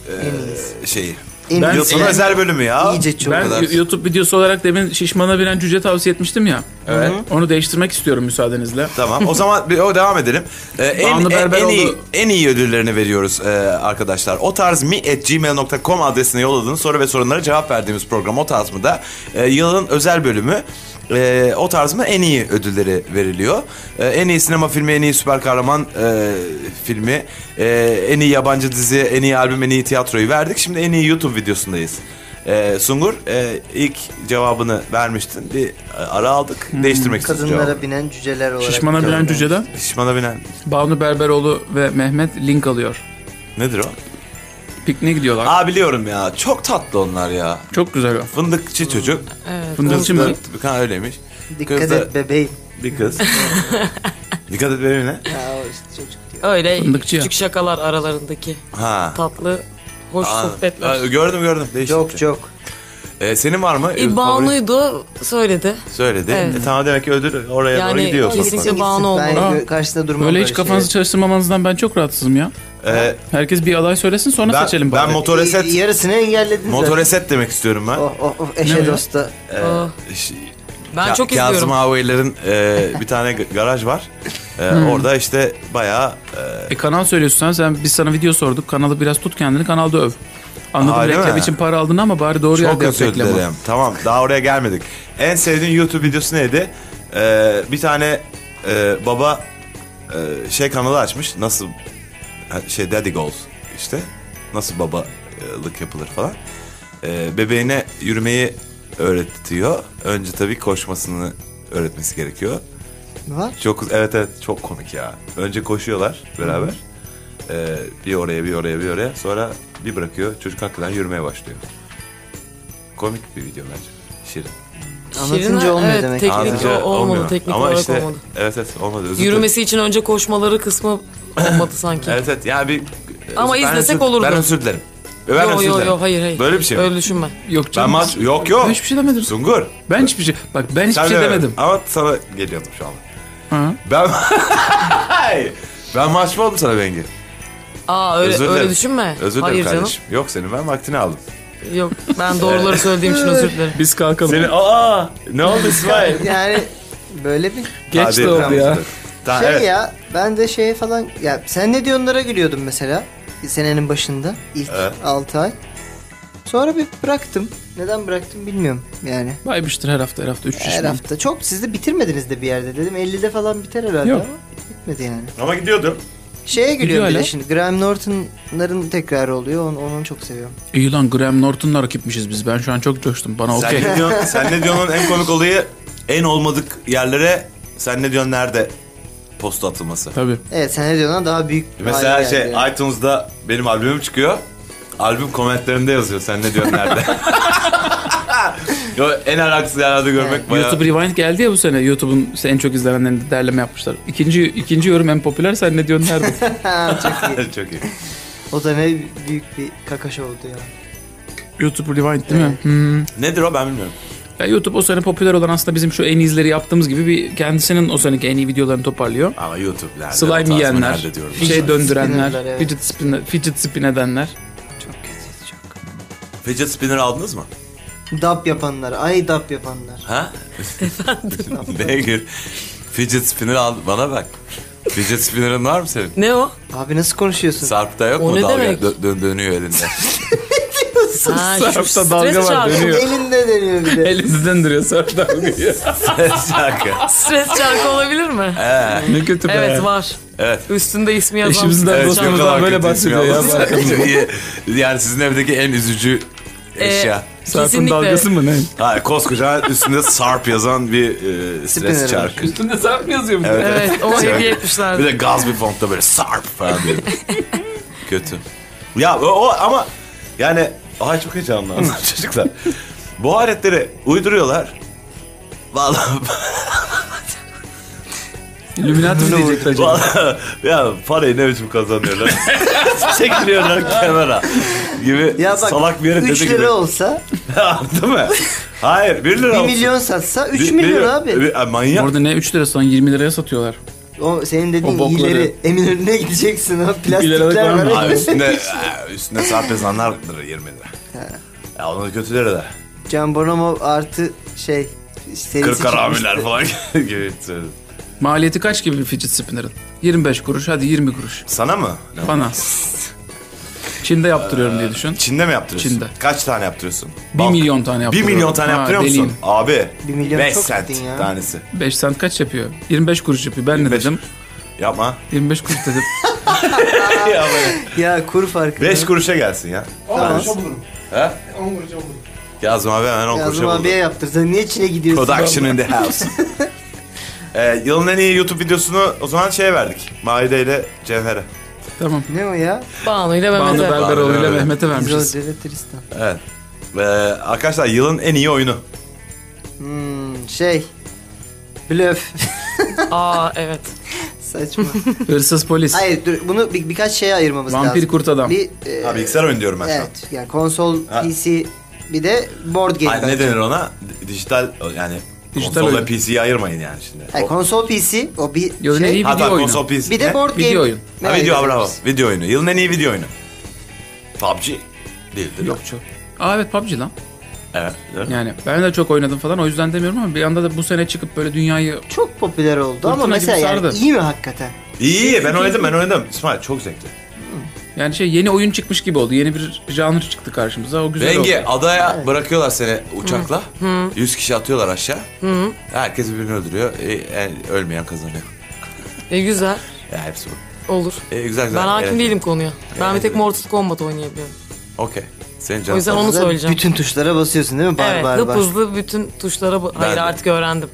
S2: e, şeyi.
S6: En
S4: Ben-
S2: Yıl sonu
S4: Ben-
S2: özel bölümü ya.
S6: İyice çok.
S4: Ben
S2: kadar.
S4: y- YouTube videosu olarak demin şişmana binen cüce tavsiye etmiştim ya.
S2: Evet.
S4: Onu değiştirmek istiyorum müsaadenizle.
S2: Tamam. O zaman bir, o devam edelim. Ee, en,
S4: Banu
S2: en, en
S4: Berberoğlu-
S2: iyi en iyi ödüllerini veriyoruz e, arkadaşlar. O tarz mi at gmail.com adresine yolladığınız soru ve sorunlara cevap verdiğimiz program o tarz mı da e, yılın özel bölümü e, o tarz mı en iyi ödülleri veriliyor. E, en iyi sinema filmi, en iyi süper kahraman e, filmi, e, en iyi yabancı dizi, en iyi albüm, en iyi tiyatroyu verdik. Şimdi en iyi YouTube videosundayız. E, Sungur e, ilk cevabını vermiştin. Bir e, ara aldık. Değiştirmek istedim cevabı.
S6: Kadınlara binen cüceler olarak.
S4: Şişmana binen
S6: tanımlanmış.
S4: cüceden
S2: Şişmana binen
S4: Banu Berberoğlu ve Mehmet link alıyor.
S2: Nedir o?
S4: Pikniğe gidiyorlar.
S2: Aa biliyorum ya. Çok tatlı onlar ya.
S4: Çok güzel o.
S2: Fındıkçı çocuk.
S5: Evet.
S4: Fındıkçı mı?
S2: Bir kan öyleymiş.
S6: Dikkat
S2: Kız da-
S6: et bebeğim.
S2: Bir kız. Dikkat et benimle.
S6: Ya o işte çocuk diyor.
S5: Öyle
S4: Fındıkçı ya.
S5: küçük şakalar aralarındaki.
S2: Ha.
S5: Tatlı, hoş
S2: Aa,
S5: sohbetler.
S2: aa, gördüm gördüm. Değişti.
S6: Çok çok.
S2: Ee, senin var mı?
S5: E, Banu'ydu söyledi.
S2: Söyledi.
S5: Evet.
S2: E, tamam demek ki ödül oraya doğru
S5: Yani
S2: gidiyor.
S5: kesinlikle Bağlı
S6: Ben
S5: olmalı.
S6: gö- karşısında durmam
S4: Böyle hiç
S6: şey.
S4: kafanızı çalıştırmamanızdan ben çok rahatsızım ya.
S2: Ee,
S4: Herkes bir aday söylesin sonra
S2: ben,
S4: seçelim
S2: ben
S4: bari.
S2: motoreset,
S6: Y- E, Yarısını engellediniz zaten.
S2: motoreset demek istiyorum ben.
S6: Oh oh oh
S4: Ne o ya?
S6: eşe dosta.
S2: Ee,
S5: Aa.
S2: ş-
S5: Ben
S2: Ka-
S5: çok
S2: Kazım
S5: izliyorum.
S2: Ağabeylerin, e, bir tane g- garaj var. E,
S5: Hmm.
S2: orada işte bayağı e,
S4: E kanal söylüyorsun sen. sen. Biz sana video sorduk. Kanalı biraz tut kendini kanalda öv. Anladım
S2: Aa, öyle
S4: reklam
S2: mi?
S4: için para aldın ama bari doğru
S2: Çok
S4: yerde yap
S2: özür
S4: reklamı.
S2: dilerim. Tamam daha oraya gelmedik. En sevdiğin YouTube videosu neydi? Ee, bir tane e, baba e, şey kanalı açmış. Nasıl ha, şey Daddy Goals işte. Nasıl babalık yapılır falan. Ee, bebeğine yürümeyi öğretiyor. Önce tabii koşmasını öğretmesi gerekiyor.
S6: Ne var?
S2: Çok evet evet çok komik ya. Önce koşuyorlar beraber. Ee, bir oraya bir oraya bir oraya. Sonra bir bırakıyor. Çocuk hakikaten yürümeye başlıyor. Komik bir video bence. Şirin.
S6: Anlatınca olmuyor
S5: evet,
S6: demek.
S5: Teknik
S2: Anlatınca
S5: o- olmadı, teknik
S2: Ama
S5: olarak
S2: işte,
S5: olmadı.
S2: Evet evet olmadı. Özür dilerim.
S5: Yürümesi için önce koşmaları kısmı olmadı sanki.
S2: Evet evet yani bir...
S5: Ama
S2: Ben
S5: izlesek
S2: özür-
S5: olurdu.
S2: Ben özür dilerim. Ben
S5: yo
S2: özür
S5: yo
S2: dilerim.
S5: yo hayır hayır.
S2: Böyle bir şey mi?
S5: Öyle düşünme.
S4: Yok
S2: Ben
S4: canım.
S2: mas... Yok yok.
S4: Ben hiçbir şey demedim.
S2: Sungur.
S4: Ben hiçbir şey... Bak ben hiçbir
S2: Sen
S4: şey
S2: demedin.
S4: demedim.
S2: Ama sana geliyordum şu anda.
S4: Ha.
S2: Ben... ben mahcup oldum sana Bengi.
S5: Aa öyle
S2: Özür
S5: öyle
S2: dilerim.
S5: düşünme.
S2: Özür dilerim
S5: hayır
S2: kardeşim. Yok senin ben vaktini aldım.
S5: canım. Yok ben doğruları söylediğim için özür dilerim.
S4: Biz kalkalım.
S2: Seni aa ne oldu İsmail?
S6: Yani böyle bir
S4: Geç de oldu ya.
S2: Tamam,
S6: şey
S2: evet.
S6: ya ben de şey falan ya sen ne diye onlara gülüyordun mesela senenin başında ilk
S2: Evet.
S6: 6 ay. Sonra bir bıraktım. Neden bıraktım bilmiyorum yani.
S4: Baymıştır her hafta her hafta 3
S6: Her hafta. Çok siz de bitirmediniz de bir yerde dedim. 50'de falan biter herhalde
S4: Yok.
S6: ama bitmedi yani.
S2: Ama gidiyordu.
S6: Şeye
S4: Gidiyor
S6: gülüyorum bir de
S4: hala.
S6: şimdi. Graham Norton'ların tekrarı oluyor. Onu, onu çok seviyorum.
S4: İyi lan Graham Norton'la rakipmişiz biz. Ben şu an çok coştum. Bana okey.
S2: Sen ne diyorsun? sen ne diyorsun? En komik olayı en olmadık yerlere sen ne diyorsun nerede posta atılması.
S4: Tabii.
S6: Evet sen ne diyorsun lan? daha büyük.
S2: Mesela
S6: hale
S2: şey
S6: geldi yani.
S2: iTunes'da benim albümüm çıkıyor. Albüm komentlerinde yazıyor sen ne diyorsun nerede. Yo, en alakasız yerlerde görmek bayağı...
S4: YouTube Rewind geldi ya bu sene. YouTube'un işte en çok izlenenlerinde derleme yapmışlar. İkinci ikinci yorum en popüler. Sen ne diyorsun nerede?
S6: Ha, çok iyi.
S2: Çok iyi.
S6: O da ne büyük bir kakaş oldu ya.
S4: YouTube Rewind değil mi? Hmm.
S2: Nedir o ben bilmiyorum.
S4: Ya YouTube o sene popüler olan aslında bizim şu en izleri yaptığımız gibi bir kendisinin o seneki en iyi videolarını toparlıyor.
S2: Ama YouTube nerede? o tarz mı
S4: Slime yiyenler,
S2: Nerede diyorum.
S4: şey döndürenler,
S6: Spinnerler, evet.
S4: fidget, spin, fidget spin edenler.
S6: Çok kötüydü çok.
S2: Fidget spinner aldınız mı?
S6: Dap yapanlar. Ay dap yapanlar.
S2: Ha? Beygir. Fidget spinner al bana bak. Fidget spinner'ın var mı senin?
S5: Ne o?
S6: Abi nasıl konuşuyorsun?
S2: Sarp'ta yok
S5: O
S2: mu
S5: ne
S2: dalga
S5: demek?
S2: Dö- dö- dönüyor elinde.
S5: Ha, şu
S4: Sarp'ta
S5: stres
S4: dalga var,
S5: çarkı.
S4: dönüyor.
S6: Elinde deniyor bir de.
S4: Elini döndürüyor sonra dalgayı.
S2: Şarkı.
S5: Stres çarkı olabilir mi?
S4: ne kötü be.
S5: Evet var.
S2: Evet.
S5: Üstünde ismi yazan.
S4: İşimizden
S5: stres
S2: Evet,
S5: çarkı.
S2: ne
S4: dostumuzdan
S2: kadar
S4: böyle
S2: kötü ismi
S4: bahsediyor ya,
S2: yalnız.
S4: bakın.
S2: Çok iyi. yani sizin evdeki en üzücü eşya.
S4: Sarp'ın
S5: Kesinlikle.
S4: dalgası mı ne?
S2: Ha, koskoca üstünde Sarp yazan bir e,
S6: Spinner var.
S2: stres çarkı.
S4: Üstünde Sarp mı yazıyor bu?
S5: Evet o hediye etmişlerdi.
S2: Bir de gaz bir fontta böyle sarp falan diye. Kötü. Ya o, o ama yani ay çok heyecanlandım çocuklar. Bu aletleri uyduruyorlar. Vallahi,
S4: Illuminati mi diyecekler acaba?
S2: vallahi ya parayı ne biçim kazanıyorlar. Çekiliyorlar kenara gibi
S6: Ya bak
S2: salak bir yere
S6: 3
S2: dedi
S6: lira
S2: gibi.
S6: olsa
S2: Değil mi? Hayır 1 lira
S6: 1
S2: olsun.
S6: milyon satsa 3
S2: Bir- bir
S6: milyon
S2: lira-
S6: abi.
S2: Bir- ay, Manyak.
S4: Orada ne 3 lira son 20 liraya satıyorlar.
S6: O senin
S4: O
S6: dediğin
S4: bokları.
S6: iyileri Eminönü'ne gideceksin ha
S4: İleri
S6: plastikler
S4: koyamam.
S6: var.
S2: Ay, üstünde, ay, üstünde sarp yazanlar 20 lira. Ya onun kötüleri de.
S6: Can Bonomo artı şey serisi
S2: Kırk karamiler
S6: çıkmıştı.
S2: falan gibi. söyledim.
S4: Maliyeti kaç gibi bir fidget spinner'ın? 25 kuruş hadi 20 kuruş.
S2: Sana mı?
S4: Bana. Çin'de yaptırıyorum diye düşün.
S2: Çin'de mi yaptırıyorsun?
S4: Çin'de.
S2: Kaç tane yaptırıyorsun?
S4: 1 milyon tane
S2: 1
S4: yaptırıyorum.
S2: milyon tane
S4: Ha,
S2: yaptırıyor musun?
S4: deliyim.
S2: Abi.
S6: Bir milyon
S2: 5
S6: çok
S2: cent
S6: dedin ya.
S2: tanesi.
S4: 5 sent kaç yapıyor? 25 kuruş yapıyor. Ben ne
S2: 25.
S4: dedim?
S2: Yapma.
S4: 25 kuruş dedim.
S6: Ya kur farkı.
S2: 5 kuruşa gelsin ya.
S6: Tamam.
S2: Yazma abi hemen 10
S6: Yazım
S2: kuruşa
S6: abiye
S2: buldum.
S6: yaptırsan niye Çin'e gidiyorsun?
S2: Production in the house. Ee, yılın en iyi YouTube videosunu o zaman şeye verdik. Mahide ile Cevher'e.
S4: tamam.
S6: Ne o ya?
S5: Banu ile
S4: Banu
S5: Mehmet'e.
S4: Berberoğlu ile
S2: Berberoğlu.
S4: Mehmet'e vermişiz.
S6: Zor Tristan.
S2: Evet. Ee, arkadaşlar yılın en iyi oyunu.
S6: Hmm, şey. Blöf.
S5: Aa evet.
S6: Saçma.
S4: Hırsız polis.
S6: Hayır dur bunu bir, birkaç şeye ayırmamız
S4: Vampir
S6: lazım.
S4: kurt adam.
S6: Bir, e,
S2: Ha, bilgisayar oyunu diyorum ben şu an.
S6: Evet. Yani konsol,
S2: Ha.
S6: PC bir de board game.
S2: Ay,
S6: bence.
S2: ne denir ona? Di- Dijital yani
S4: Dijital
S2: konsol ve
S4: oyun.
S2: PC'yi ayırmayın yani şimdi.
S6: Hayır,
S2: O-
S6: konsol PC o bir
S4: Yılın en
S6: şey.
S4: iyi
S2: Ha,
S4: video
S2: tamam,
S4: oyunu.
S2: konsol PC.
S6: Bir
S2: Ne?
S6: de board
S4: Video
S6: game.
S4: oyun.
S6: Ne
S2: Ha, video
S6: ayırıyoruz?
S2: bravo. Video oyunu. Yılın en iyi video oyunu. PUBG. Değildir.
S4: Yok çok. Aa evet PUBG lan.
S2: Evet. evet.
S4: Yani ben de çok oynadım falan o yüzden demiyorum ama bir anda da bu sene çıkıp böyle dünyayı
S6: Çok popüler oldu ama
S4: Fırtına gibi
S6: mesela yani
S4: sardı.
S6: iyi mi hakikaten?
S2: İyi iyi ben oynadım ben oynadım. İsmail çok zevkli.
S4: yani şey yeni oyun çıkmış gibi oldu. Yeni bir janr çıktı karşımıza. O güzel
S2: Rengi
S4: oldu.
S2: adaya bırakıyorlar seni uçakla. 100 kişi atıyorlar aşağı. Herkes birbirini öldürüyor. E, e, ölmeyen kazanıyor.
S5: E, güzel.
S2: Ya hepsi bu.
S5: Olur.
S2: E, güzel güzel.
S5: Ben hakim
S2: eğlenceli.
S5: değilim konuya. Ben bir tek
S2: Eğlenceli.
S5: Mortal Kombat oynayabiliyorum.
S2: Okey. Senin canın.
S5: O yüzden onu
S6: Aslında
S5: söyleyeceğim.
S6: Bütün tuşlara basıyorsun değil mi? Bar
S5: evet,
S6: bar
S5: hıp
S6: bar.
S5: hızlı bütün tuşlara... ba- Hayır
S2: de.
S5: artık öğrendim.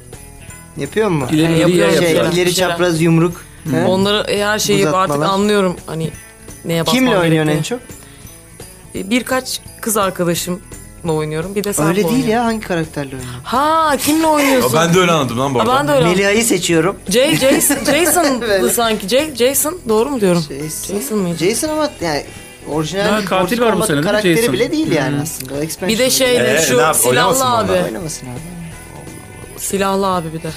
S6: Yapıyor mu?
S4: İleri
S5: Ee,
S4: ileri yer
S5: yapıyorum
S6: şey,
S5: yapıyorum.
S4: yapıyorlar.
S5: Bir
S6: ileri
S5: şeyler.
S6: çapraz yumruk. He?
S5: Onları e, her şeyi
S6: Uzatmalar.
S5: artık anlıyorum hani neye basmam
S6: Kimle oynuyorsun en
S5: gerektiğini.
S6: çok?
S5: E, Birkaç kız arkadaşımla oynuyorum. Bir de sen
S6: Öyle değil ya hangi karakterle oynuyorsun?
S5: Ha kimle oynuyorsun?
S2: Aa, ben de öyle anladım lan bu
S5: Ha,
S2: arada.
S5: ben de öyle.
S6: Meliha'yı seçiyorum.
S5: Jay, Jason, Jason'dı
S6: Böyle.
S5: sanki. Jay, Jason doğru mu diyorum?
S6: Şey,
S5: Jason mıydı?
S6: Jason ama yani orijinal
S4: Daha
S6: bir
S4: katil
S6: Mortal
S4: var bu
S6: Kombat
S4: sene değil mi
S6: karakteri
S4: Jason?
S6: bile değil yani aslında. O expansion
S5: Bir de şey
S2: Ee, ne
S5: şu
S2: yap- oynamasın mı
S5: silahlı abi.
S2: onlar?
S6: Oynamasın abi.
S5: Silahlı abi bir de.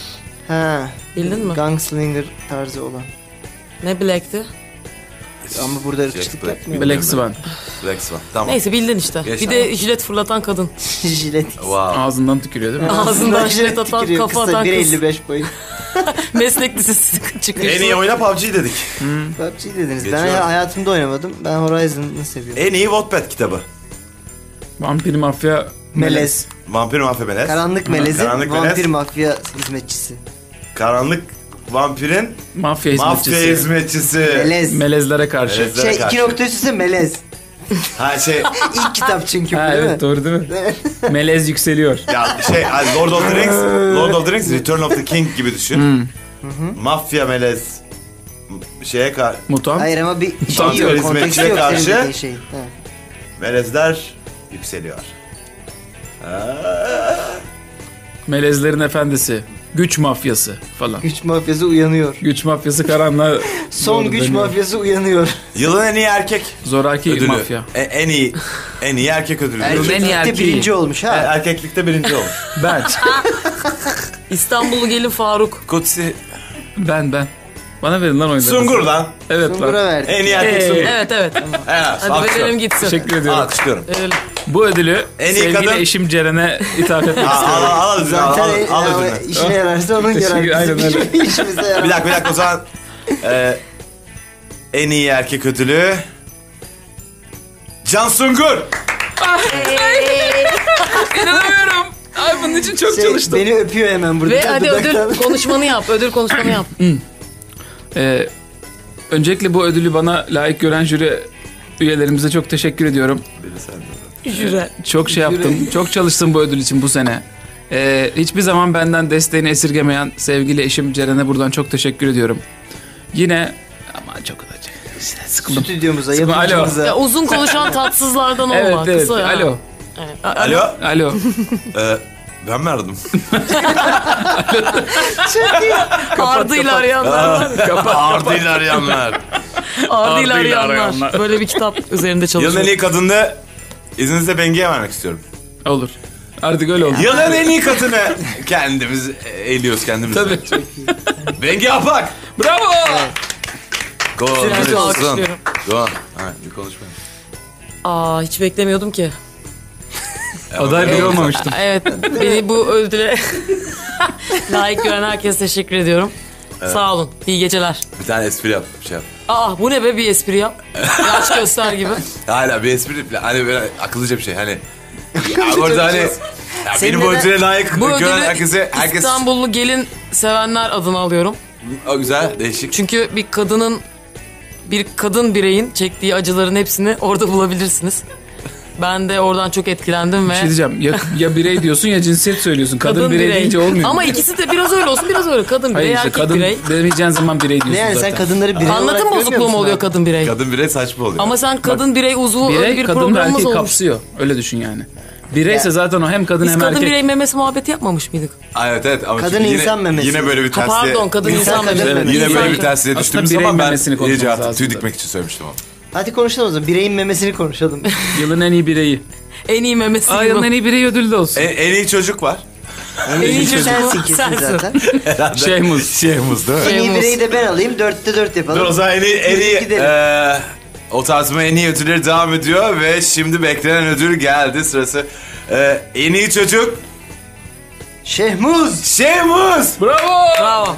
S6: Ha.
S5: Bildin mi?
S6: Gunslinger tarzı olan.
S5: Ne Black'ti?
S6: Ama burada ırkçılık
S2: Şey, Black-
S6: yapmıyor.
S4: Black Swan.
S2: Black Swan. Tamam.
S5: Neyse bildin işte.
S2: Geç
S5: bir de jilet fırlatan kadın.
S6: Jilet.
S2: Wow.
S4: Ağzından tükürüyor değil mi?
S5: Ağzından jilet
S6: Jilet
S5: atan,
S6: tükürüyor,
S5: kafa
S6: kısa,
S5: atan kız.
S6: 1.55 boyu.
S5: Meslek lisesi çıkıyor.
S2: En iyi oyuna PUBG dedik.
S6: PUBG şey dediniz. Ben
S2: Geçiyorum. E,
S6: hayatımda oynamadım. Ben Horizon'ı seviyorum.
S2: En iyi Wattpad kitabı.
S4: Vampir mafya
S6: Melez.
S2: Vampir mahvemeler.
S6: Karanlık melezin
S2: Karanlık melez.
S6: vampir mafya hizmetçisi.
S2: Karanlık vampirin
S4: mafya
S2: mafya
S4: hizmetçisi.
S2: hizmetçisi.
S6: Melez.
S4: Melezlere karşı.
S2: Melez.
S6: Şey
S2: karşı.
S6: iki nokta üst üste melez.
S2: Ha şey
S6: İlk kitap çünkü bu
S4: Ha
S6: değil
S4: evet
S6: mi?
S4: doğru değil mi? Melez yükseliyor.
S2: ya şey ay, Lord of the Rings, Lord of the Rings Return of the King gibi düşün. Mafya melez m- şeye kar
S4: Mutant.
S6: Hayır ama bir
S4: Tam
S6: şey yok.
S2: hizmetçiye
S6: Konteksti yok
S2: karşı-
S6: senin dediğin şey. Ha.
S2: melezler yükseliyor.
S4: Melezlerin efendisi. Güç mafyası falan.
S6: Güç mafyası uyanıyor.
S4: Güç mafyası karanlığa
S6: Son
S4: doğru
S6: güç
S4: dönüyor.
S6: mafyası uyanıyor.
S2: Yılın en iyi erkek
S4: Zoraki
S2: ödülü.
S4: mafya.
S2: E- en iyi en iyi erkek ödülü.
S4: Erkek-
S6: Erkeklikte
S4: erkeği.
S6: birinci olmuş
S2: E,
S6: ha.
S2: Erkeklikte birinci olmuş.
S4: Ben.
S5: İstanbullu gelin Faruk.
S2: Kutsi
S4: ben ben. Bana verin lan oyunları.
S2: Sungur lan.
S4: Evet
S6: Sungur'a
S4: lan.
S6: verdi.
S2: En iyi erkek
S4: Ee,
S2: Sungur.
S5: Evet evet.
S2: Evet,
S5: Hadi verelim gitsin.
S4: Teşekkür ediyorum.
S2: Alkışlıyorum.
S5: Verelim.
S4: Bu ödülü
S2: En iyi
S4: sevgili
S2: kadın-
S4: eşim Ceren'e ithaf etmek
S2: Al
S4: istiyorum.
S2: al al ödülünü, al,
S6: Zaten e,
S2: al, al
S6: yani
S2: ödülünü.
S6: işine yararsa onun
S4: Teşekkür-
S6: yarar.
S4: aynen
S6: Bizim
S4: öyle.
S6: işimize yarar.
S2: Bir dakika bir dakika o zaman e, en iyi erkek ödülü Can Sungur.
S4: İnanamıyorum. Ay bunun için çok
S6: Şey,
S4: çalıştım.
S6: Beni öpüyor hemen burada.
S5: Ve hadi
S6: dudaktan.
S5: ödül konuşmanı yap. Ödül konuşmanı yap.
S4: Ee, öncelikle bu ödülü bana layık gören jüri üyelerimize çok teşekkür ediyorum.
S5: Jüre.
S4: Çok şey yaptım. Çok çalıştım bu ödül için bu sene. Ee, hiçbir zaman benden desteğini esirgemeyen sevgili eşim Ceren'e buradan çok teşekkür ediyorum. Yine ama çok olacak. İşte sıkıldım.
S6: Stüdyomuza,
S4: Sıkma, alo.
S5: Ya
S6: yapımcımıza.
S5: uzun konuşan tatsızlardan olma.
S4: Evet evet.
S5: Kısa ya.
S4: Alo.
S5: Evet. A- a-
S2: Alo.
S4: Alo.
S2: E, ben mi aradım?
S5: Ardıyla arayanlar var.
S2: Ardıyla arayanlar.
S5: Ardıyla
S4: Ardıyla
S5: arayanlar.
S4: arayanlar.
S5: Böyle bir kitap üzerinde
S2: Yılın en
S5: çalışıyor.
S2: iyi kadını izninizle Bengi'ye vermek istiyorum.
S4: Olur. Artık öyle oldu.
S2: Yılın en iyi kadını kendimiz eğiliyoruz kendimiz.
S4: Tabii.
S2: Bengi Apak.
S4: Bravo.
S5: Sürekli
S2: Konuşsun.
S5: alkışlıyorum.
S2: Doğan. Ha, bir konuşmayın.
S5: Aa hiç beklemiyordum ki.
S4: Aday bile olmamıştım.
S5: Evet beni bu ödüle layık gören herkese teşekkür ediyorum. Sağ olun. İyi geceler.
S2: Bir tane espri yap. Şey yap.
S5: Aa bu ne be bir espri yap. Yaş göster gibi.
S2: Hala bir espri hani böyle akıllıca bir şey hani. Ya orada hani ya benim bu
S5: de-
S2: ödüle layık
S5: Bu
S2: gören
S5: ödülü
S2: herkese herkes
S5: İstanbullu gelin sevenler adına alıyorum.
S2: o güzel değişik.
S5: Çünkü bir kadının bir kadın bireyin çektiği acıların hepsini orada bulabilirsiniz. Ben de oradan çok etkilendim ve
S4: Bir şey diyeceğim. Ya, ya birey diyorsun ya cinsiyet söylüyorsun. Kadın, birey, deyince olmuyor.
S5: Ama ikisi de biraz öyle olsun biraz öyle. Kadın birey,
S4: Hayır işte
S5: erkek
S4: kadın
S5: birey.
S4: demeyeceğin zaman birey diyorsun
S6: Ne yani
S4: zaten.
S6: sen kadınları birey olarak
S5: Anlatım
S6: görmüyor
S5: bozukluğu mu
S6: musun
S5: oluyor
S6: abi?
S5: kadın birey?
S2: Kadın birey saçma oluyor.
S5: Ama sen kadın birey uzvu öyle
S4: Birey
S5: bir
S4: kadın ve
S5: programımız
S4: erkeği
S5: olmuş.
S4: kapsıyor. Öyle düşün yani. Bireyse zaten o hem kadın
S5: Biz
S4: hem
S5: kadın
S4: erkek.
S5: birey memesi muhabbeti yapmamış mıydık?
S2: Aa, Evet evet ama
S6: Kadın
S2: şimdi yine,
S6: insan memesi.
S2: Yine böyle bir
S5: Ha,
S2: tersliğe.
S5: pardon kadın
S6: Biz
S5: insan
S6: kadın
S5: memesi.
S6: memesi.
S2: Yine
S5: İnsan-
S2: böyle bir tersliğe
S4: Aslında
S2: düştüğümüz
S4: birey
S2: zaman ben
S4: memesini konuşmamız
S2: iyice artık
S4: lazım
S2: tüy
S4: zaten.
S2: dikmek için söylemiştim ama.
S6: Hadi konuşalım o zaman. Bireyin memesini konuşalım.
S4: Yılın en iyi bireyi.
S5: En iyi memesi.
S4: Aa, yılın en iyi bireyi ödülü de olsun.
S2: En, E, en iyi çocuk var.
S6: en
S5: iyi
S6: iyi
S5: çocuğu
S6: sensin kesin
S5: sensin.
S6: zaten.
S4: Şeyhmuz.
S2: Şeyhimiz değil mi?
S6: En iyi
S5: Şeyimiz.
S6: bireyi de ben alayım. Dörtte dört yapalım.
S2: Dur o zaman en iyi, en iyi
S6: Gidelim.
S2: eee, o tartışma en iyi ödülleri devam ediyor ve şimdi beklenen ödül geldi sırası. Eee, en iyi çocuk
S6: Şehmuz.
S2: Şeyhimiz.
S4: Bravo.
S5: Bravo.